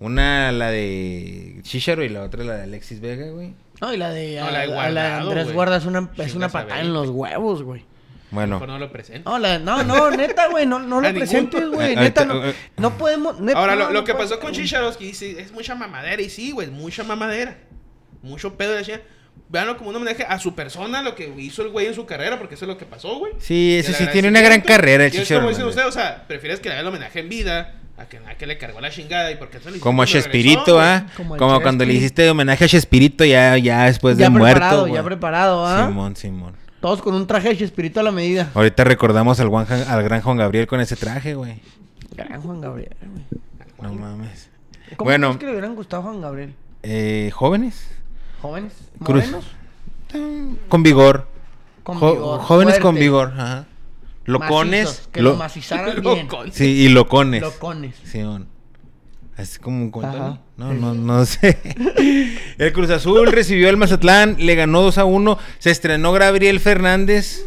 [SPEAKER 2] una la de Chicharo y la otra la de Alexis Vega, güey.
[SPEAKER 3] No, y la de,
[SPEAKER 4] No,
[SPEAKER 3] a- a
[SPEAKER 4] la de
[SPEAKER 3] la de
[SPEAKER 4] Guardado,
[SPEAKER 3] Andrés
[SPEAKER 4] güey.
[SPEAKER 3] Guarda es una, es
[SPEAKER 4] Chingas
[SPEAKER 3] una
[SPEAKER 4] a
[SPEAKER 3] patada
[SPEAKER 4] ver,
[SPEAKER 3] en los huevos, güey.
[SPEAKER 2] Bueno,
[SPEAKER 4] Mejor no lo presento.
[SPEAKER 3] No, la- no, no, neta, güey, no, no
[SPEAKER 4] *laughs* A
[SPEAKER 3] lo
[SPEAKER 4] ningún-
[SPEAKER 3] presentes, güey.
[SPEAKER 2] Ahorita-
[SPEAKER 3] Neta, no,
[SPEAKER 2] eh,
[SPEAKER 3] no podemos. neta,
[SPEAKER 4] Ahora, lo,
[SPEAKER 3] no,
[SPEAKER 4] lo
[SPEAKER 3] no
[SPEAKER 4] que
[SPEAKER 2] pues,
[SPEAKER 3] puede-
[SPEAKER 4] pasó con Chicharos, que dice, es mucha mamadera. Y sí, güey, es mucha mamadera. Mucho pedo de la chingada. Veanlo como un homenaje a su persona, lo que hizo el güey en su carrera, porque eso es lo que pasó, güey.
[SPEAKER 2] sí,
[SPEAKER 4] Y
[SPEAKER 2] ese
[SPEAKER 4] el
[SPEAKER 2] sí tiene una gran
[SPEAKER 4] agradecimiento.
[SPEAKER 2] carrera, el
[SPEAKER 4] Y es
[SPEAKER 2] Chicharo.
[SPEAKER 4] Como dicen ustedes, o sea, prefieres que le haga el homenaje en vida a que, a que le cargó la chingada y porque eso le hiciste
[SPEAKER 2] Como a
[SPEAKER 4] cuando
[SPEAKER 2] Chespirito,
[SPEAKER 4] regresó,
[SPEAKER 2] ¿ah?
[SPEAKER 3] güey.
[SPEAKER 2] Como,
[SPEAKER 3] Como el
[SPEAKER 2] cuando le
[SPEAKER 3] Chespirito.
[SPEAKER 2] hiciste homenaje a Chespirito ya, ya después Pues de
[SPEAKER 3] ya preparado,
[SPEAKER 2] muerto.
[SPEAKER 3] ya
[SPEAKER 2] güey.
[SPEAKER 3] preparado, ¿ah?
[SPEAKER 2] Simón, Simón.
[SPEAKER 3] Todos con un traje de Chespirito a la medida.
[SPEAKER 2] Ahorita recordamos al, Juan- al gran Juan Gabriel con ese traje, güey.
[SPEAKER 3] Gran Juan Gabriel, güey.
[SPEAKER 2] No mames.
[SPEAKER 3] ¿Cómo
[SPEAKER 2] Bueno.
[SPEAKER 3] crees que le hubieran gustado a Juan Gabriel?
[SPEAKER 2] Eh, ¿Jóvenes?
[SPEAKER 3] ¿Jóvenes?
[SPEAKER 2] Cruz.
[SPEAKER 3] ¿Morenos?
[SPEAKER 2] Mm, Con vigor.
[SPEAKER 3] Con
[SPEAKER 2] Jo-
[SPEAKER 3] vigor,
[SPEAKER 2] jóvenes con
[SPEAKER 3] fuertes,
[SPEAKER 2] vigor. Ajá. Locones.
[SPEAKER 3] macizos, Que
[SPEAKER 2] lo-
[SPEAKER 3] lo macizaran
[SPEAKER 4] Loco.
[SPEAKER 3] bien.
[SPEAKER 2] sí, y locones.
[SPEAKER 3] Locones.
[SPEAKER 2] Sí, on. Así como con
[SPEAKER 3] Ajá.
[SPEAKER 2] No, no, no sé. *laughs* El Cruz Azul recibió al Mazatlán, le ganó 2 a 1. Se estrenó Gabriel Fernández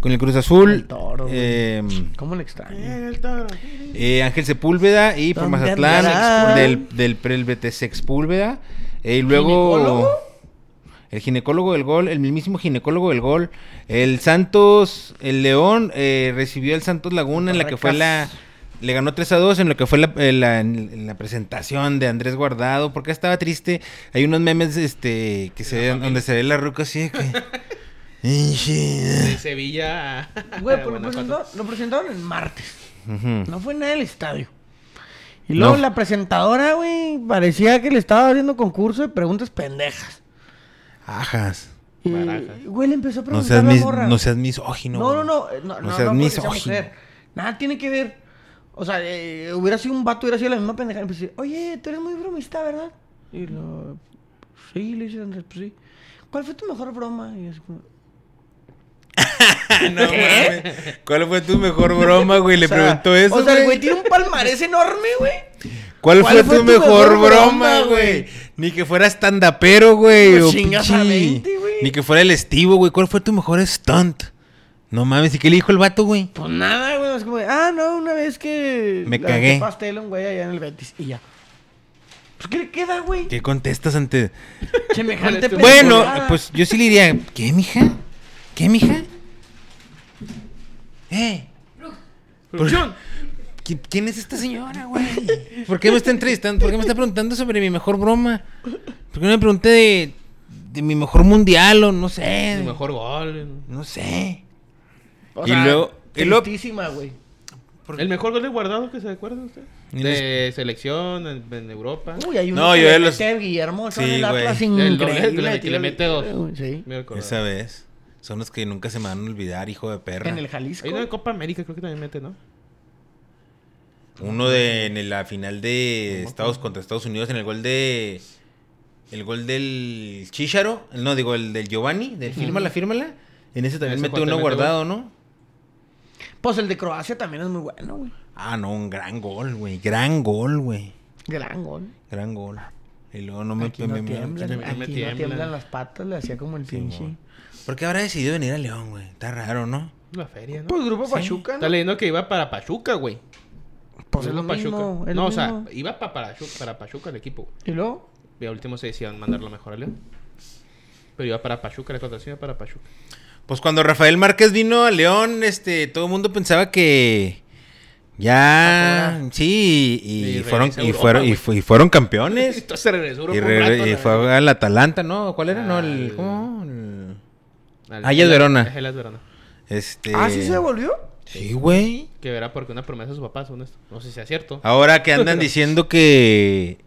[SPEAKER 2] con el Cruz Azul.
[SPEAKER 3] El toro, güey.
[SPEAKER 2] Em,
[SPEAKER 3] ¿Cómo le extraño?
[SPEAKER 4] Eh, el toro.
[SPEAKER 2] Eh, Ángel Sepúlveda y por
[SPEAKER 3] ¿Dónde
[SPEAKER 2] Mazatlán
[SPEAKER 3] andará?
[SPEAKER 2] del, del PRELBT Sepúlveda. Eh, y luego.
[SPEAKER 3] ¿Ginecólogo?
[SPEAKER 2] El ginecólogo del gol, el mismísimo ginecólogo del gol. El Santos, el León, eh, recibió el Santos Laguna en la que fue la.
[SPEAKER 3] Barracas.
[SPEAKER 2] Le ganó 3 a 2 en lo que fue la, eh, la- en la presentación de Andrés Guardado. Porque estaba triste. Hay unos memes este que se
[SPEAKER 4] la
[SPEAKER 2] ven,
[SPEAKER 4] familia.
[SPEAKER 2] donde se ve la ruca así de que. Inche.
[SPEAKER 4] De Sevilla. a-
[SPEAKER 3] *laughs* Güey, pues lo,
[SPEAKER 4] Guanajuato.
[SPEAKER 3] presentó-
[SPEAKER 4] *laughs*
[SPEAKER 3] lo presentaron el martes.
[SPEAKER 2] Ujú.
[SPEAKER 3] No fue nada del estadio. Y luego
[SPEAKER 2] No.
[SPEAKER 3] la presentadora, güey, parecía que le estaba abriendo concurso de preguntas pendejas.
[SPEAKER 2] Ajas.
[SPEAKER 3] Y,
[SPEAKER 4] Barajas.
[SPEAKER 3] güey, le empezó a
[SPEAKER 2] No
[SPEAKER 3] preguntar
[SPEAKER 2] seas,
[SPEAKER 3] a la
[SPEAKER 2] mis, oh,
[SPEAKER 3] morra.
[SPEAKER 2] no seas misógino.
[SPEAKER 3] No, no,
[SPEAKER 2] güey.
[SPEAKER 3] no. eh, No,
[SPEAKER 2] O
[SPEAKER 3] no, no,
[SPEAKER 2] sea, es
[SPEAKER 3] porque sea
[SPEAKER 2] misógino.
[SPEAKER 3] mujer. Nada tiene que ver. O sea, eh, hubiera sido un vato, hubiera sido la misma pendeja. Pues, sí, Oye, tú eres muy bromista, ¿verdad? Y lo... Sí, le dice Andrés, pues sí. ¿Cuál fue tu mejor broma? Y así como...
[SPEAKER 4] Ah,
[SPEAKER 3] ¿Eh?
[SPEAKER 2] No mames. ¿Cuál fue tu mejor broma, güey? Le
[SPEAKER 3] O sea,
[SPEAKER 2] preguntó eso.
[SPEAKER 3] O sea, el
[SPEAKER 2] güey.
[SPEAKER 3] güey tiene un palmarés enorme, güey.
[SPEAKER 2] ¿Cuál,
[SPEAKER 3] ¿cuál
[SPEAKER 2] fue, tu mejor, broma,
[SPEAKER 3] güey?
[SPEAKER 2] güey? Ni que fuera stand-upero, güey.
[SPEAKER 3] Pues
[SPEAKER 2] o
[SPEAKER 3] chingas a
[SPEAKER 2] pinche-
[SPEAKER 3] 20, güey.
[SPEAKER 2] Ni que fuera el estivo, güey. ¿Cuál fue tu mejor stunt? No mames, ¿y qué le dijo el vato, güey?
[SPEAKER 3] Pues nada, güey. Es como, ah, no, una vez que.
[SPEAKER 2] Me
[SPEAKER 3] le
[SPEAKER 2] cagué.
[SPEAKER 3] aventé pastel a un güey allá en el Betis y ya. Pues, ¿qué le queda, güey?
[SPEAKER 2] ¿Qué contestas ante...?
[SPEAKER 3] Semejante
[SPEAKER 4] Bueno,
[SPEAKER 2] Bueno,
[SPEAKER 3] pendejada.
[SPEAKER 2] pues yo sí le diría... ¿Qué, mija? ¿Qué, mija? ¿Eh? ¿Por-
[SPEAKER 4] Producción.
[SPEAKER 2] ¿qui- ¿Quién es esta señora, güey? ¿Por qué me está entrevistando? ¿Por qué me está preguntando sobre mi mejor broma? ¿Por qué no me pregunté de, de mi mejor mundial o no sé?
[SPEAKER 4] Tu mejor gol.
[SPEAKER 2] No sé.
[SPEAKER 3] O
[SPEAKER 2] y luego- y luego-
[SPEAKER 3] tristísima, güey.
[SPEAKER 4] El mejor gol de guardado que se acuerda usted.
[SPEAKER 2] Y
[SPEAKER 4] De selección en, en Europa.
[SPEAKER 3] Uy, hay uno
[SPEAKER 2] No,
[SPEAKER 3] que
[SPEAKER 2] yo
[SPEAKER 3] le
[SPEAKER 2] de los-
[SPEAKER 3] mete al Guillermo Ochoa en
[SPEAKER 2] Sí,
[SPEAKER 3] el
[SPEAKER 2] güey.
[SPEAKER 3] Atlas
[SPEAKER 2] Del
[SPEAKER 4] doble,
[SPEAKER 3] increíble,
[SPEAKER 4] le- que
[SPEAKER 3] tío,
[SPEAKER 4] le mete dos.
[SPEAKER 3] Sí.
[SPEAKER 4] Me acuerdo.
[SPEAKER 2] Esa vez. Son los que nunca se me van a olvidar, hijo de perra.
[SPEAKER 3] En el Jalisco.
[SPEAKER 4] Hay una de Copa América, creo que también mete, ¿no?
[SPEAKER 2] Uno de en la final de Estados contra Estados Unidos en el gol de. El gol del Chicharo. No, digo, el del Giovanni, del Fírmala, Fírmala. En ese también
[SPEAKER 4] Ese
[SPEAKER 2] mete
[SPEAKER 4] cuate
[SPEAKER 2] uno
[SPEAKER 4] mete
[SPEAKER 2] guardado, ¿no?
[SPEAKER 3] Pues el de Croacia también es muy bueno, güey.
[SPEAKER 2] Ah, no, un gran gol, güey. Gran gol, güey.
[SPEAKER 3] Gran gol.
[SPEAKER 2] Gran gol. Y luego no me.
[SPEAKER 3] Aquí no
[SPEAKER 2] me- me-
[SPEAKER 3] tiemblan,
[SPEAKER 4] me-
[SPEAKER 3] aquí
[SPEAKER 4] me
[SPEAKER 3] no
[SPEAKER 4] tiemblan.
[SPEAKER 3] tiemblan las patas, le hacía como el
[SPEAKER 2] Sí,
[SPEAKER 3] pinche.
[SPEAKER 2] mo. ¿Por qué habrá decidido venir a León, güey? Está raro, ¿no?
[SPEAKER 4] La feria, ¿no?
[SPEAKER 3] Pues Grupo Pachuca,
[SPEAKER 4] Está
[SPEAKER 3] ¿no?
[SPEAKER 4] leyendo que iba para Pachuca, güey.
[SPEAKER 3] Pues es lo
[SPEAKER 4] Grupo
[SPEAKER 3] mismo.
[SPEAKER 4] Pachuca.
[SPEAKER 3] es
[SPEAKER 4] No,
[SPEAKER 3] lo
[SPEAKER 4] o sea,
[SPEAKER 3] mismo.
[SPEAKER 4] iba pa- para, Pachu- para Pachuca el equipo. güey.
[SPEAKER 3] Y luego,
[SPEAKER 4] Y a último se decían mandarlo mejor a León. Pero iba para Pachuca, la contratación iba para Pachuca.
[SPEAKER 2] Pues cuando Rafael Márquez vino a León, este, todo el mundo pensaba que
[SPEAKER 3] A
[SPEAKER 2] ya,
[SPEAKER 3] cobrar.
[SPEAKER 2] sí, y,
[SPEAKER 4] Y
[SPEAKER 2] y
[SPEAKER 4] regresa
[SPEAKER 2] fueron
[SPEAKER 4] a
[SPEAKER 2] y
[SPEAKER 4] Europa,
[SPEAKER 2] fueron y,
[SPEAKER 4] güey.
[SPEAKER 2] fu- y fueron
[SPEAKER 4] *laughs*
[SPEAKER 2] campeones
[SPEAKER 4] Entonces se regresó
[SPEAKER 2] y,
[SPEAKER 4] Europa un
[SPEAKER 2] re-
[SPEAKER 4] rato,
[SPEAKER 2] y
[SPEAKER 4] la
[SPEAKER 2] fue
[SPEAKER 4] verdad.
[SPEAKER 2] al Atalanta, ¿no? ¿Cuál era? No, el
[SPEAKER 4] Al-
[SPEAKER 2] ¿cómo? El-
[SPEAKER 4] Al-
[SPEAKER 2] Ah, ya es Verona.
[SPEAKER 4] Ajá, es Verona.
[SPEAKER 2] este
[SPEAKER 3] ¿ah, sí se devolvió?
[SPEAKER 2] Sí, güey.
[SPEAKER 4] Que verá porque una promesa de su papá, según esto. No sé si sea cierto.
[SPEAKER 2] Ahora que andan diciendo que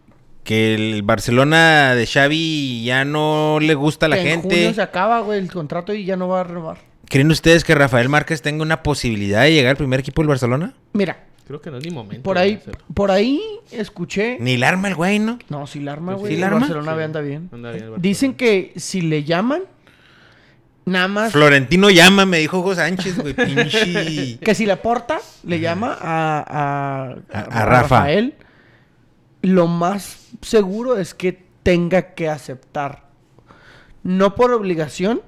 [SPEAKER 2] que el Barcelona de Xavi ya no le gusta a la
[SPEAKER 3] Que en
[SPEAKER 2] gente.
[SPEAKER 3] junio se acaba, güey, el contrato y ya no va a renovar.
[SPEAKER 2] ¿Creen ustedes que Rafael Márquez tenga una posibilidad de llegar al primer equipo del Barcelona?
[SPEAKER 3] Mira,
[SPEAKER 4] Creo que no es ni momento.
[SPEAKER 3] por
[SPEAKER 4] de
[SPEAKER 3] ahí,
[SPEAKER 4] hacerlo.
[SPEAKER 3] por ahí escuché.
[SPEAKER 2] Ni el arma el güey, ¿no?
[SPEAKER 3] No, si la arma,
[SPEAKER 4] Sí,
[SPEAKER 3] güey.
[SPEAKER 2] sí la
[SPEAKER 3] el
[SPEAKER 2] arma.
[SPEAKER 3] Barcelona
[SPEAKER 4] Sí,
[SPEAKER 3] ve, anda bien.
[SPEAKER 4] anda bien el Barcelona.
[SPEAKER 3] Dicen que si le llaman, nada más.
[SPEAKER 2] Florentino llama, me dijo Hugo Sánchez, güey, pinche.
[SPEAKER 3] Que si la porta, le llama a, a,
[SPEAKER 2] A- a Rafa.
[SPEAKER 3] Rafael. Lo más seguro es que tenga que aceptar. No por obligación,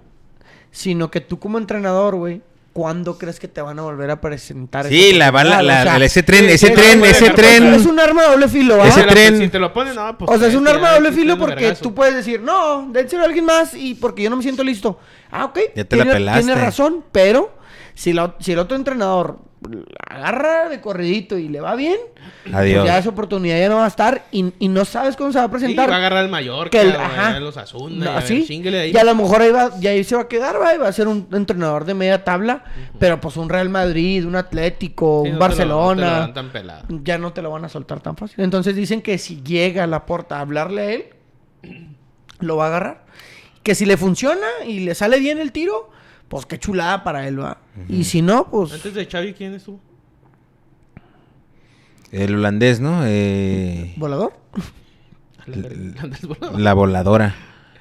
[SPEAKER 3] sino que tú como entrenador, güey, ¿cuándo crees que te van a volver a presentar?
[SPEAKER 2] Sí,
[SPEAKER 3] esa
[SPEAKER 2] la bala,
[SPEAKER 3] oportunidad?
[SPEAKER 2] la,
[SPEAKER 3] O sea,
[SPEAKER 2] la- ese tren,
[SPEAKER 4] sí,
[SPEAKER 2] ese
[SPEAKER 4] sí,
[SPEAKER 2] tren,
[SPEAKER 4] no puede
[SPEAKER 2] ese
[SPEAKER 4] dejar pasar.
[SPEAKER 2] tren.
[SPEAKER 4] tren-
[SPEAKER 3] Es un arma de doble filo, ¿va?
[SPEAKER 2] Ese
[SPEAKER 4] Pero,
[SPEAKER 2] tren-
[SPEAKER 4] pues, Si te lo ponen, no, pues.
[SPEAKER 3] O sea, es un
[SPEAKER 4] ya,
[SPEAKER 3] arma de doble
[SPEAKER 4] sí,
[SPEAKER 3] filo
[SPEAKER 4] es un
[SPEAKER 3] porque
[SPEAKER 4] vergazo.
[SPEAKER 3] tú puedes decir, no, dénselo a alguien más y porque yo no me siento listo. Ah, ok.
[SPEAKER 2] Ya te la
[SPEAKER 3] tiene-
[SPEAKER 2] pelaste.
[SPEAKER 3] Tiene razón, pero si, la- si el otro entrenador agarra de corridito y le va bien, pues
[SPEAKER 2] Adiós.
[SPEAKER 3] ya esa oportunidad ya no va a estar y, y no sabes cómo se va a
[SPEAKER 4] Sí,
[SPEAKER 3] presentar.
[SPEAKER 4] va a agarrar el Mallorca,
[SPEAKER 3] Que el-
[SPEAKER 4] va a
[SPEAKER 3] ajá.
[SPEAKER 4] agarrar los Asuna,
[SPEAKER 3] No,
[SPEAKER 4] y a ver,
[SPEAKER 3] sí.
[SPEAKER 4] chinguele ahí.
[SPEAKER 3] Y a lo mejor ahí, va, y ahí se va a quedar, va, y va a ser un entrenador de media tabla, pero pues un Real Madrid, un Atlético,
[SPEAKER 4] Sí,
[SPEAKER 3] un
[SPEAKER 4] no te lo- no te
[SPEAKER 3] Barcelona
[SPEAKER 4] lo dan tan pelado.
[SPEAKER 3] ya no te lo van a soltar tan fácil. Entonces dicen que si llega a la puerta a hablarle a él, *clears throat* lo va a agarrar. Que si le funciona y le sale bien el tiro, pues qué chulada para él va. Y si no, pues
[SPEAKER 4] Antes de Xavi, ¿quién estuvo?
[SPEAKER 2] El holandés, ¿no? Eh,
[SPEAKER 3] volador.
[SPEAKER 4] Antes, bueno,
[SPEAKER 2] la voladora.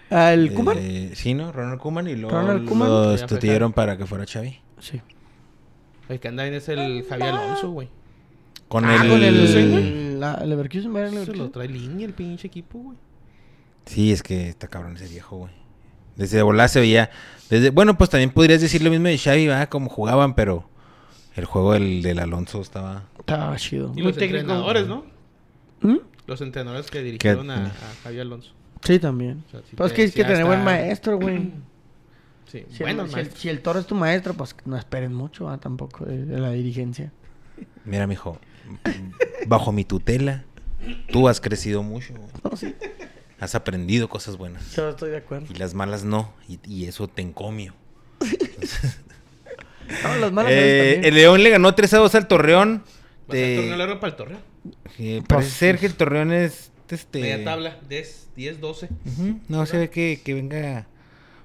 [SPEAKER 3] ¿Al Kuman?
[SPEAKER 2] Eh, sí, ¿no? Ronald Koeman y luego
[SPEAKER 3] Ronald Koeman.
[SPEAKER 4] Ya
[SPEAKER 2] los
[SPEAKER 4] fue
[SPEAKER 2] tutieron para que fuera Xavi.
[SPEAKER 3] Sí.
[SPEAKER 4] El que anda bien es el Javier Alonso, güey.
[SPEAKER 2] Con
[SPEAKER 3] Ah,
[SPEAKER 2] el...
[SPEAKER 3] con
[SPEAKER 4] Leverkusen,
[SPEAKER 3] el, la- el Leverkusen, ¿verdad? El
[SPEAKER 4] Se lo
[SPEAKER 3] Leverkusen.
[SPEAKER 4] trae línea el pinche equipo, güey.
[SPEAKER 2] Sí, es que está cabrón ese viejo, güey. Desde volar se veía... Desde... Bueno, pues también podrías decir lo mismo de Xavi, ¿verdad? Como jugaban, pero... El juego del, del Alonso estaba...
[SPEAKER 3] Estaba chido.
[SPEAKER 4] Y
[SPEAKER 3] Muy
[SPEAKER 4] los
[SPEAKER 3] técnico.
[SPEAKER 4] entrenadores, ¿no?
[SPEAKER 3] ¿Mm?
[SPEAKER 4] Los entrenadores que dirigieron a, a Javier Alonso.
[SPEAKER 3] Sí, también.
[SPEAKER 4] O sea, sí
[SPEAKER 3] Pero es
[SPEAKER 4] te-
[SPEAKER 3] que es
[SPEAKER 4] sí
[SPEAKER 3] que
[SPEAKER 4] ya
[SPEAKER 3] tener buen
[SPEAKER 4] está-
[SPEAKER 3] maestro,
[SPEAKER 4] *clears throat*
[SPEAKER 3] güey.
[SPEAKER 4] Sí,
[SPEAKER 3] Si,
[SPEAKER 4] bueno,
[SPEAKER 3] el, si, el, si el toro es tu maestro, pues no esperen mucho ah, tampoco de- de la dirigencia. *laughs*
[SPEAKER 2] Mira, mijo, *laughs* bajo mi tutela, tú has crecido mucho. güey. Has aprendido cosas buenas
[SPEAKER 3] Yo estoy de acuerdo.
[SPEAKER 2] y las malas no, y, y eso te encomio.
[SPEAKER 3] No, las malas
[SPEAKER 2] Eh,
[SPEAKER 3] veces también.
[SPEAKER 2] el León le ganó 3 a 2 al Torreón.
[SPEAKER 4] el
[SPEAKER 2] Eh,
[SPEAKER 4] torneo largo para el torneo.
[SPEAKER 2] eh, parece
[SPEAKER 3] Pues,
[SPEAKER 2] ser que el Torreón es. Este,
[SPEAKER 4] Media tabla, 10, 10, 12.
[SPEAKER 2] Ujú, No, se ve que, que venga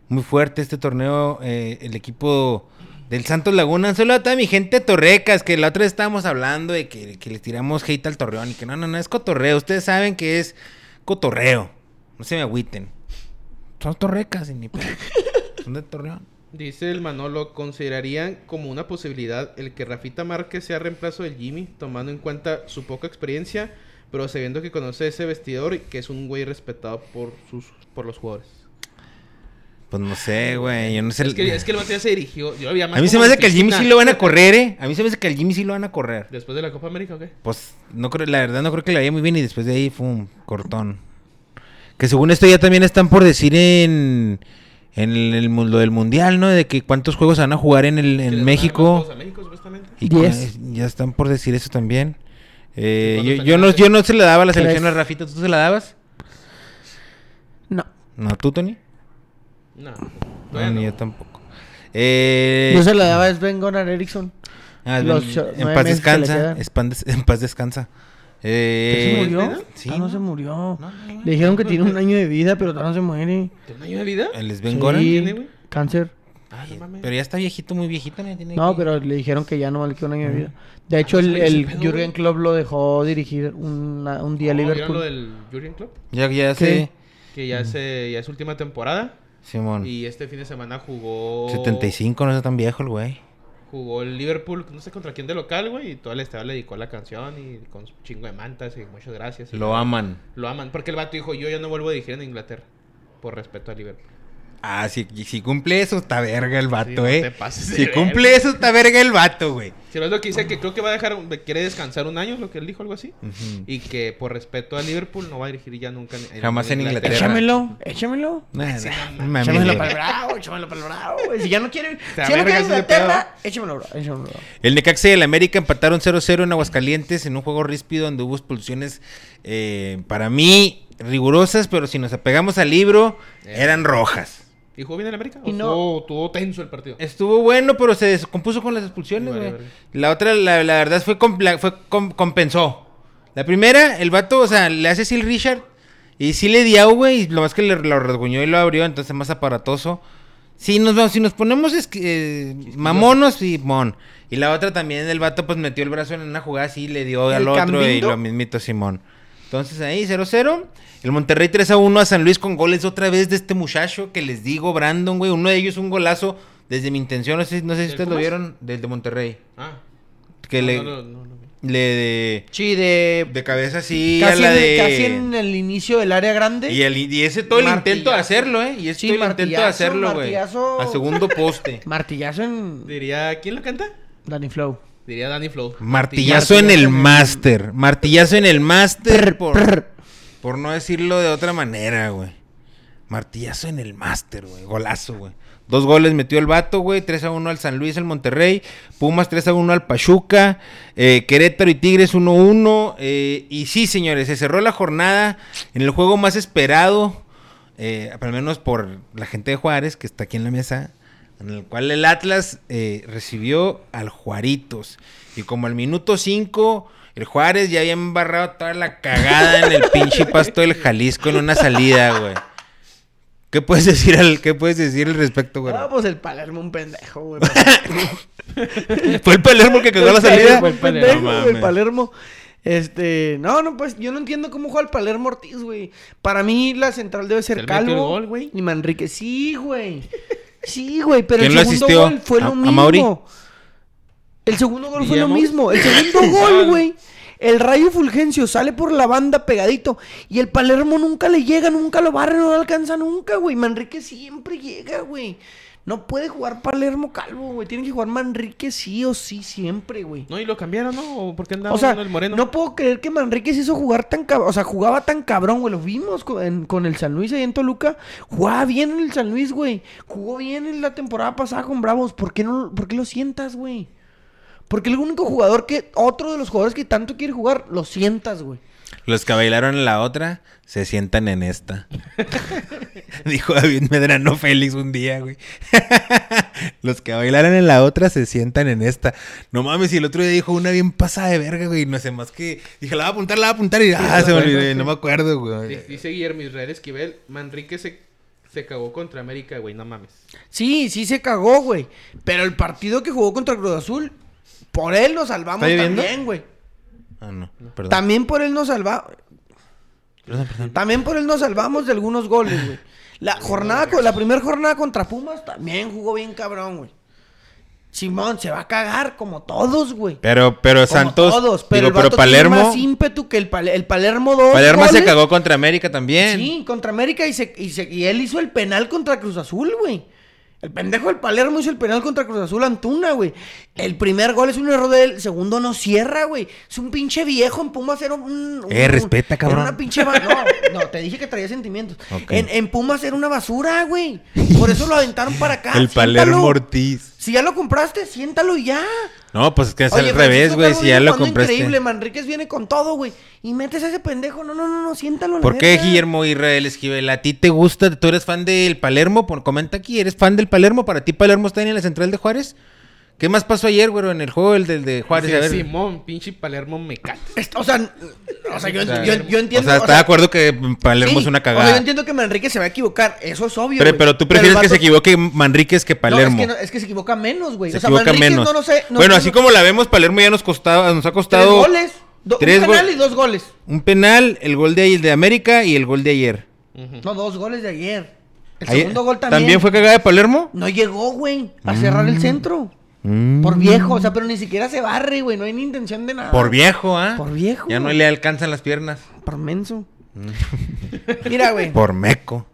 [SPEAKER 2] muy fuerte este torneo. eh, el equipo del Santos Laguna. Solo a toda mi gente de Torrecas, que la otra vez estábamos hablando de que, que le tiramos hate al Torreón. Y que no, no, no, es cotorreo. Ustedes saben que es cotorreo. No se me agüiten. Son Torrecas y ni pedo. *laughs* Son de Torreón.
[SPEAKER 4] Dice el Manolo, ¿considerarían como una posibilidad el que Rafita Márquez sea reemplazo del Jimmy, tomando en cuenta su poca experiencia, pero sabiendo que conoce ese vestidor y que es un güey respetado por sus por los jugadores?
[SPEAKER 2] Pues no sé, güey. Yo no sé.
[SPEAKER 4] Es que, es que el vato ya se dirigió. Yo lo veía más
[SPEAKER 2] a mí se
[SPEAKER 4] como
[SPEAKER 2] me hace que al Jimmy sí
[SPEAKER 4] oficina.
[SPEAKER 2] lo van a correr, ¿eh? A mí se me hace que al Jimmy sí lo van a correr.
[SPEAKER 4] Después de la Copa América, ¿o qué?
[SPEAKER 2] Pues no creo, la verdad no creo que le vaya muy bien y después de ahí fue un cortón. Que según esto ya también están por decir en, en el, el mu- lo del mundial, ¿no? De que cuántos juegos se van a jugar en el
[SPEAKER 4] Que
[SPEAKER 2] en
[SPEAKER 4] les van a
[SPEAKER 2] México.
[SPEAKER 4] dar más juegos a México, supuestamente.
[SPEAKER 2] Y que
[SPEAKER 3] Diez.
[SPEAKER 2] ya están por decir eso también. Eh,
[SPEAKER 4] ¿Y
[SPEAKER 2] yo,
[SPEAKER 4] cuántos
[SPEAKER 2] yo no,
[SPEAKER 4] tenías?
[SPEAKER 2] yo no se la daba a la selección a
[SPEAKER 3] Tres.
[SPEAKER 2] Rafita, ¿tú se la dabas?
[SPEAKER 3] No.
[SPEAKER 2] No, tú, Tony.
[SPEAKER 4] No,
[SPEAKER 2] No,
[SPEAKER 4] todavía
[SPEAKER 2] ni
[SPEAKER 4] no.
[SPEAKER 2] yo tampoco. Eh,
[SPEAKER 3] Yo se la daba a Sven Gonar Eriksson.
[SPEAKER 2] ah,
[SPEAKER 3] los
[SPEAKER 2] en-
[SPEAKER 3] cho-
[SPEAKER 2] en
[SPEAKER 3] nueve
[SPEAKER 2] paz
[SPEAKER 3] meses que le
[SPEAKER 2] descansa.
[SPEAKER 3] quedan.
[SPEAKER 2] es pan des- en paz descansa. Eh,
[SPEAKER 3] ¿Se murió?
[SPEAKER 2] Sí,
[SPEAKER 3] Ah, no, se murió.
[SPEAKER 2] No, no, no.
[SPEAKER 3] Le dijeron que tiene un año de vida, pero todavía no se muere.
[SPEAKER 4] ¿Tiene un año de vida?
[SPEAKER 2] ¿El Sven
[SPEAKER 3] Sí,
[SPEAKER 2] Goran?
[SPEAKER 4] tiene, güey?
[SPEAKER 3] Cáncer.
[SPEAKER 4] Ah, no mames.
[SPEAKER 2] Pero ya está viejito, muy viejito, ¿no? Tiene
[SPEAKER 3] No,
[SPEAKER 2] que-
[SPEAKER 3] pero le dijeron que ya no le queda un año de vida.
[SPEAKER 2] Ah,
[SPEAKER 3] De hecho,
[SPEAKER 4] no
[SPEAKER 3] el,
[SPEAKER 4] sabía
[SPEAKER 3] el
[SPEAKER 4] ese pedo,
[SPEAKER 3] Jürgen
[SPEAKER 4] güey.
[SPEAKER 3] Klopp lo dejó dirigir una- un día a
[SPEAKER 4] Oh, ¿vieron
[SPEAKER 3] Liverpool.
[SPEAKER 4] lo del Jurgen Klopp?
[SPEAKER 2] Ya, ya
[SPEAKER 3] ¿Qué?
[SPEAKER 2] sé.
[SPEAKER 4] Que
[SPEAKER 2] Mm.
[SPEAKER 4] ya, se, ya es su última temporada.
[SPEAKER 2] Simón.
[SPEAKER 4] Y este fin de semana jugó...
[SPEAKER 2] 75, no está tan viejo el güey.
[SPEAKER 4] Jugó el Liverpool, no sé contra quién de local, güey. Y todo el estado le dedicó la canción y con su chingo de mantas y muchas gracias. y
[SPEAKER 2] Lo aman.
[SPEAKER 4] Lo aman. Porque el vato dijo, yo ya no vuelvo a dirigir en Inglaterra. Por respeto a Liverpool.
[SPEAKER 2] Ah, si, si cumple eso, está verga el vato,
[SPEAKER 4] Sí, no
[SPEAKER 2] eh.
[SPEAKER 4] te pases de
[SPEAKER 2] si
[SPEAKER 4] verga.
[SPEAKER 2] cumple eso, está verga el vato, güey.
[SPEAKER 4] Si no es lo que dice, que creo que va a dejar... Quiere descansar un año, lo que él dijo, algo así.
[SPEAKER 2] Ujú.
[SPEAKER 4] Y que por respeto a Liverpool no va a dirigir ya nunca
[SPEAKER 2] Jamás en Inglaterra.
[SPEAKER 3] Échamelo, échamelo.
[SPEAKER 2] Nah,
[SPEAKER 4] *laughs* Sí,
[SPEAKER 2] nah,
[SPEAKER 4] no,
[SPEAKER 2] mames,
[SPEAKER 3] Échamelo
[SPEAKER 2] güey.
[SPEAKER 3] para el bravo, échamelo para el bravo. güey. Si ya no
[SPEAKER 2] *laughs*
[SPEAKER 3] quiere,
[SPEAKER 4] Te
[SPEAKER 3] si ya no quiere
[SPEAKER 4] avergas ese
[SPEAKER 3] Inglaterra, échamelo, bravo, échamelo. bravo.
[SPEAKER 2] El Necaxa y el América empataron 0-0 en Aguascalientes en un juego ríspido donde hubo expulsiones eh, para mí rigurosas, pero si nos apegamos al libro,
[SPEAKER 4] Eh.
[SPEAKER 2] eran rojas.
[SPEAKER 4] ¿Y jugó bien el América?
[SPEAKER 3] Y
[SPEAKER 4] ¿O
[SPEAKER 3] no-
[SPEAKER 4] estuvo- estuvo tenso el partido?
[SPEAKER 2] Estuvo bueno, pero se descompuso con las expulsiones,
[SPEAKER 4] Sí, vale,
[SPEAKER 2] güey.
[SPEAKER 4] vale.
[SPEAKER 2] La otra, la, la verdad, fue, com- la- fue com- compensó. La primera, el vato, o sea, le hace así el Richard. Y sí le dio, güey. Y lo más que le, lo rasguñó y lo abrió, entonces más aparatoso. Sí, nos vamos, si nos ponemos es que, eh, mamonos y mon. Y la otra también, el vato, pues metió el brazo en una jugada así, le dio
[SPEAKER 3] ¿El
[SPEAKER 2] al otro y
[SPEAKER 3] Cambindo?
[SPEAKER 2] lo mismito Simón. Entonces ahí, 0-0. El Monterrey 3-1 a San Luis con goles otra vez de este muchacho que les digo, Brandon, güey. Uno de ellos un golazo desde mi intención, no sé, no sé si
[SPEAKER 4] ¿Del
[SPEAKER 2] ustedes lo
[SPEAKER 4] Pumas?
[SPEAKER 2] vieron, del de Monterrey.
[SPEAKER 4] Ah.
[SPEAKER 2] Que
[SPEAKER 4] No,
[SPEAKER 2] le,
[SPEAKER 4] no, no, no, no.
[SPEAKER 2] Le de,
[SPEAKER 3] Sí, de...
[SPEAKER 2] de cabeza así a
[SPEAKER 3] casi,
[SPEAKER 2] la
[SPEAKER 3] en,
[SPEAKER 2] de.
[SPEAKER 3] casi en el inicio del área grande.
[SPEAKER 2] Y, el, y ese todo el intento de
[SPEAKER 3] Martillazo.
[SPEAKER 2] hacerlo, ¿eh? Y ese
[SPEAKER 3] Sí,
[SPEAKER 2] todo el intento de
[SPEAKER 3] martillazo,
[SPEAKER 2] hacerlo, güey.
[SPEAKER 3] martillazo.
[SPEAKER 2] A segundo
[SPEAKER 3] *laughs*
[SPEAKER 2] poste.
[SPEAKER 3] Martillazo en
[SPEAKER 4] Diría, ¿quién lo canta?
[SPEAKER 3] Danny Flow.
[SPEAKER 4] Diría Danny Flow.
[SPEAKER 2] Martillazo en el máster. Martillazo en el máster. Por, por no decirlo de otra manera, güey. Martillazo en el máster, güey. Golazo, güey. Dos goles metió el vato, güey. 3 a 1 al San Luis, al Monterrey. Pumas 3 a 1 al Pachuca. Eh, Querétaro y Tigres 1 a 1. Eh, y sí, señores, se cerró la jornada en el juego más esperado. eh, al menos por la gente de Juárez, que está aquí en la mesa. En el cual el Atlas eh, recibió al Juaritos. Y como al minuto 5, el Juárez ya había embarrado toda la cagada en el pinche pasto del Jalisco en una salida, güey. ¿Qué puedes decir al, qué puedes decir al respecto, güey?
[SPEAKER 3] Ah, pues el Palermo un
[SPEAKER 2] *laughs*
[SPEAKER 3] pendejo, güey. Pues,
[SPEAKER 2] Fue el Palermo que
[SPEAKER 3] *laughs*
[SPEAKER 2] cagó la salida.
[SPEAKER 3] Fue el pendejo,
[SPEAKER 2] No
[SPEAKER 3] güey,
[SPEAKER 2] mames.
[SPEAKER 3] el Palermo. Este, no, no, pues yo no entiendo cómo juega el Palermo Ortiz, güey. Para mí la central debe ser
[SPEAKER 4] Él metió
[SPEAKER 3] Calvo
[SPEAKER 4] el gol, güey.
[SPEAKER 3] y Manrique. Sí, güey. Sí, güey, pero
[SPEAKER 2] ¿Quién
[SPEAKER 3] el
[SPEAKER 2] lo
[SPEAKER 3] segundo
[SPEAKER 2] asistió?
[SPEAKER 3] gol fue
[SPEAKER 2] ¿A-
[SPEAKER 3] lo
[SPEAKER 2] a
[SPEAKER 3] mismo.
[SPEAKER 2] Mauri?
[SPEAKER 3] El segundo gol fue lo
[SPEAKER 4] ¿Guillermo?
[SPEAKER 3] mismo. El
[SPEAKER 4] *laughs*
[SPEAKER 3] segundo gol, güey. El Rayo Fulgencio sale por la banda pegadito y el Palermo nunca le llega, nunca lo barre, no lo alcanza nunca, güey. Manrique siempre llega, güey. No puede jugar Palermo calvo, güey. Tiene que jugar Manrique sí o sí siempre, güey.
[SPEAKER 4] No, y lo cambiaron, ¿no? ¿O ¿Por qué andaba
[SPEAKER 3] O sea,
[SPEAKER 4] jugando el Moreno?
[SPEAKER 3] no puedo creer que Manrique se hizo jugar tan cabrón. O sea, jugaba tan cabrón, güey. Lo vimos co- en- con, el San Luis ahí en Toluca. Jugaba bien en el San Luis, güey. Jugó bien en la temporada pasada con Bravos. ¿Por qué, no, por qué lo sientas, güey? Porque el único jugador que. Otro de los jugadores que tanto quiere jugar, lo sientas, güey.
[SPEAKER 2] Los que bailaron en la otra se sientan en esta. *laughs* Dijo David Medrano Félix un día, güey. *laughs* Los que bailaron en la otra se sientan en esta. No mames, y el otro día dijo una bien pasada de verga, güey. No sé más que. Dije, la va a apuntar, la va a apuntar. Y ah, se me olvidó, y no me acuerdo, güey.
[SPEAKER 4] Di- Dice Guillermo Israel Esquivel, Manrique se, se cagó contra América, güey, no mames.
[SPEAKER 3] Sí, sí se cagó, güey. Pero el partido que jugó contra Cruz Azul, por él nos salvamos
[SPEAKER 2] ¿Está lloviendo?
[SPEAKER 3] también, güey.
[SPEAKER 2] Ah, no, perdón.
[SPEAKER 3] También por él nos salvamos.
[SPEAKER 2] Perdón, perdón.
[SPEAKER 3] También por él nos salvamos de algunos goles, güey. La jornada, co- la primera jornada contra Pumas también jugó bien cabrón, güey. Simón se va a cagar como todos, güey.
[SPEAKER 2] Pero, pero
[SPEAKER 3] Como
[SPEAKER 2] Santos.
[SPEAKER 3] todos,
[SPEAKER 2] digo,
[SPEAKER 3] pero el
[SPEAKER 2] pero
[SPEAKER 3] vato tiene
[SPEAKER 2] Palermo.
[SPEAKER 3] más ímpetu que el, Pal- el Palermo 2.
[SPEAKER 2] Palermo se cagó contra América también.
[SPEAKER 3] Sí, contra América y, se- y se- y él hizo el penal contra Cruz Azul, güey. El pendejo del Palermo hizo el penal contra Cruz Azul Antuna, güey. El primer gol es un error de él, el segundo no cierra, güey. Es un pinche viejo en Pumas era un... un-
[SPEAKER 2] Eh,
[SPEAKER 3] un-
[SPEAKER 2] respeta,
[SPEAKER 3] era
[SPEAKER 2] cabrón.
[SPEAKER 3] una pinche... ba- No, no, te dije que traía sentimientos.
[SPEAKER 2] Ok.
[SPEAKER 3] En, en Pumas era una basura,
[SPEAKER 2] *laughs*
[SPEAKER 3] güey. Por eso lo aventaron para acá.
[SPEAKER 2] El
[SPEAKER 3] siéntalo.
[SPEAKER 2] Palermo Ortiz.
[SPEAKER 3] Si ya lo compraste, siéntalo y ya.
[SPEAKER 2] No, pues es que es
[SPEAKER 3] Oye,
[SPEAKER 2] al revés,
[SPEAKER 3] Francisco
[SPEAKER 2] güey.
[SPEAKER 3] Calvo
[SPEAKER 2] Si ya
[SPEAKER 3] viene
[SPEAKER 2] lo
[SPEAKER 3] jugando
[SPEAKER 2] compraste.
[SPEAKER 3] Increíble, Manríquez viene con todo, güey. Y metes a ese pendejo. No, no, no, no, siéntalo. a la
[SPEAKER 2] ¿Por qué
[SPEAKER 3] verga.
[SPEAKER 2] Guillermo Israel Esquivel? ¿A ti te gusta? ¿Tú eres fan del Palermo? Por- comenta aquí, ¿eres fan del Palermo? ¿Para ti Palermo está en la central de Juárez? ¿Qué más pasó ayer, güey, en el juego del, del de Juárez?
[SPEAKER 4] Dice,
[SPEAKER 2] a ver.
[SPEAKER 4] Simón, pinche Palermo me cata.
[SPEAKER 3] Est- O sea, n- o sea, yo,
[SPEAKER 2] O sea,
[SPEAKER 3] yo- yo entiendo.
[SPEAKER 2] O sea, está de acuerdo que Palermo
[SPEAKER 3] sí,
[SPEAKER 2] es una
[SPEAKER 3] o sea,
[SPEAKER 2] cagada.
[SPEAKER 3] yo entiendo que Manrique se va a equivocar. Eso es obvio.
[SPEAKER 2] pero,
[SPEAKER 3] güey.
[SPEAKER 2] pero tú prefieres
[SPEAKER 3] el
[SPEAKER 2] que se
[SPEAKER 3] vato-
[SPEAKER 2] equivoque Manríquez que Palermo.
[SPEAKER 3] No, es, que no- es que se equivoca menos, güey.
[SPEAKER 2] Se
[SPEAKER 3] O sea,
[SPEAKER 2] equivoca
[SPEAKER 3] Manríquez
[SPEAKER 2] menos.
[SPEAKER 3] No, lo sé, no-
[SPEAKER 2] bueno,
[SPEAKER 3] no-
[SPEAKER 2] así como la vemos, Palermo ya nos, costaba, nos ha
[SPEAKER 3] Tres
[SPEAKER 2] costado
[SPEAKER 3] goles. do-
[SPEAKER 2] tres
[SPEAKER 3] un
[SPEAKER 2] go-
[SPEAKER 3] penal y dos goles.
[SPEAKER 2] un penal, el gol de, ayer- de América y el gol de ayer.
[SPEAKER 3] No, dos goles de ayer. El
[SPEAKER 2] Ayer-
[SPEAKER 3] segundo gol también.
[SPEAKER 2] ¿También fue Mm. cagada de Palermo? Mm,
[SPEAKER 3] No llegó, güey, a cerrar el centro. Por viejo. O sea, pero ni siquiera se barre, güey. No hay ni intención de nada.
[SPEAKER 2] Por viejo, ¿ah?
[SPEAKER 3] Por viejo.
[SPEAKER 2] Ya no le alcanzan las piernas.
[SPEAKER 3] Por menso. Mira, güey.
[SPEAKER 2] Mm. *laughs* Por meco.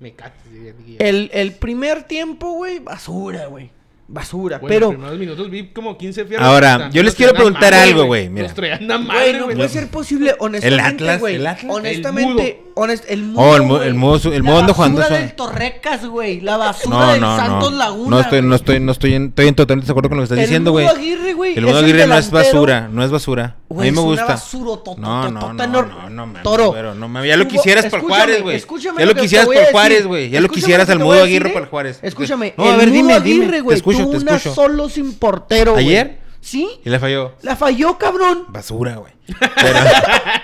[SPEAKER 4] Me cata. diría Guillermo.
[SPEAKER 3] El, el primer tiempo, güey, basura, güey. Basura.
[SPEAKER 4] Bueno,
[SPEAKER 3] pero.
[SPEAKER 4] los primeros minutos vi como 15 fierros.
[SPEAKER 2] Ahora,
[SPEAKER 4] También
[SPEAKER 2] yo les
[SPEAKER 4] nos
[SPEAKER 2] quiero
[SPEAKER 4] traían a
[SPEAKER 2] preguntar
[SPEAKER 4] madre,
[SPEAKER 2] algo, güey, mira.
[SPEAKER 4] Nos traían a
[SPEAKER 3] Güey,
[SPEAKER 4] madre,
[SPEAKER 3] no
[SPEAKER 4] güey.
[SPEAKER 3] puede ser posible, honestamente,
[SPEAKER 2] Atlas,
[SPEAKER 3] güey.
[SPEAKER 2] el Atlas.
[SPEAKER 3] Honestamente,
[SPEAKER 4] El
[SPEAKER 3] honest- el mudo.
[SPEAKER 2] Oh, el mu-
[SPEAKER 3] güey.
[SPEAKER 2] el mudo su- el
[SPEAKER 3] La
[SPEAKER 2] mudo anda jugando
[SPEAKER 3] basura
[SPEAKER 2] suave.
[SPEAKER 3] del Torrecas, güey. La basura
[SPEAKER 2] No,
[SPEAKER 3] del
[SPEAKER 2] no,
[SPEAKER 3] Santos
[SPEAKER 2] no.
[SPEAKER 3] Laguna.
[SPEAKER 2] No estoy, no
[SPEAKER 3] güey.
[SPEAKER 2] estoy, no estoy en, estoy en total desacuerdo con lo que estás
[SPEAKER 3] El
[SPEAKER 2] diciendo,
[SPEAKER 3] Mudo
[SPEAKER 2] güey.
[SPEAKER 3] Aguirre, güey,
[SPEAKER 2] El Mudo
[SPEAKER 3] es el
[SPEAKER 2] Aguirre no es
[SPEAKER 3] delantero.
[SPEAKER 2] basura, no es basura.
[SPEAKER 3] Güey,
[SPEAKER 2] a mí me
[SPEAKER 3] es una
[SPEAKER 2] gusta.
[SPEAKER 3] basurototota,
[SPEAKER 2] no, no, no,
[SPEAKER 3] enorme.
[SPEAKER 2] no, no, mames,
[SPEAKER 3] Toro.
[SPEAKER 2] güero, no mames. Ya lo
[SPEAKER 3] Hubo-
[SPEAKER 2] quisieras por
[SPEAKER 3] escúchame,
[SPEAKER 2] Juárez, güey.
[SPEAKER 3] escúchame
[SPEAKER 2] Ya lo
[SPEAKER 3] que te
[SPEAKER 2] quisieras
[SPEAKER 3] voy
[SPEAKER 2] por
[SPEAKER 3] a
[SPEAKER 2] Juárez,
[SPEAKER 3] decir.
[SPEAKER 2] güey. Ya lo
[SPEAKER 3] Escúchame
[SPEAKER 2] quisieras
[SPEAKER 3] que
[SPEAKER 2] al
[SPEAKER 3] te voy
[SPEAKER 2] Mudo
[SPEAKER 3] a decir,
[SPEAKER 2] Aguirre
[SPEAKER 3] eh.
[SPEAKER 2] para el Juárez.
[SPEAKER 3] Escúchame,
[SPEAKER 2] No, a
[SPEAKER 3] el
[SPEAKER 2] ver,
[SPEAKER 3] Mudo
[SPEAKER 2] dime,
[SPEAKER 3] Aguirre,
[SPEAKER 2] dime. Te
[SPEAKER 3] güey,
[SPEAKER 2] escucho,
[SPEAKER 3] tuvo
[SPEAKER 2] te
[SPEAKER 3] una
[SPEAKER 2] escucho.
[SPEAKER 3] solo sin portero, güey.
[SPEAKER 2] ¿Ayer?
[SPEAKER 3] Sí.
[SPEAKER 2] Y le falló.
[SPEAKER 3] La falló, cabrón.
[SPEAKER 2] Basura, güey. Pero,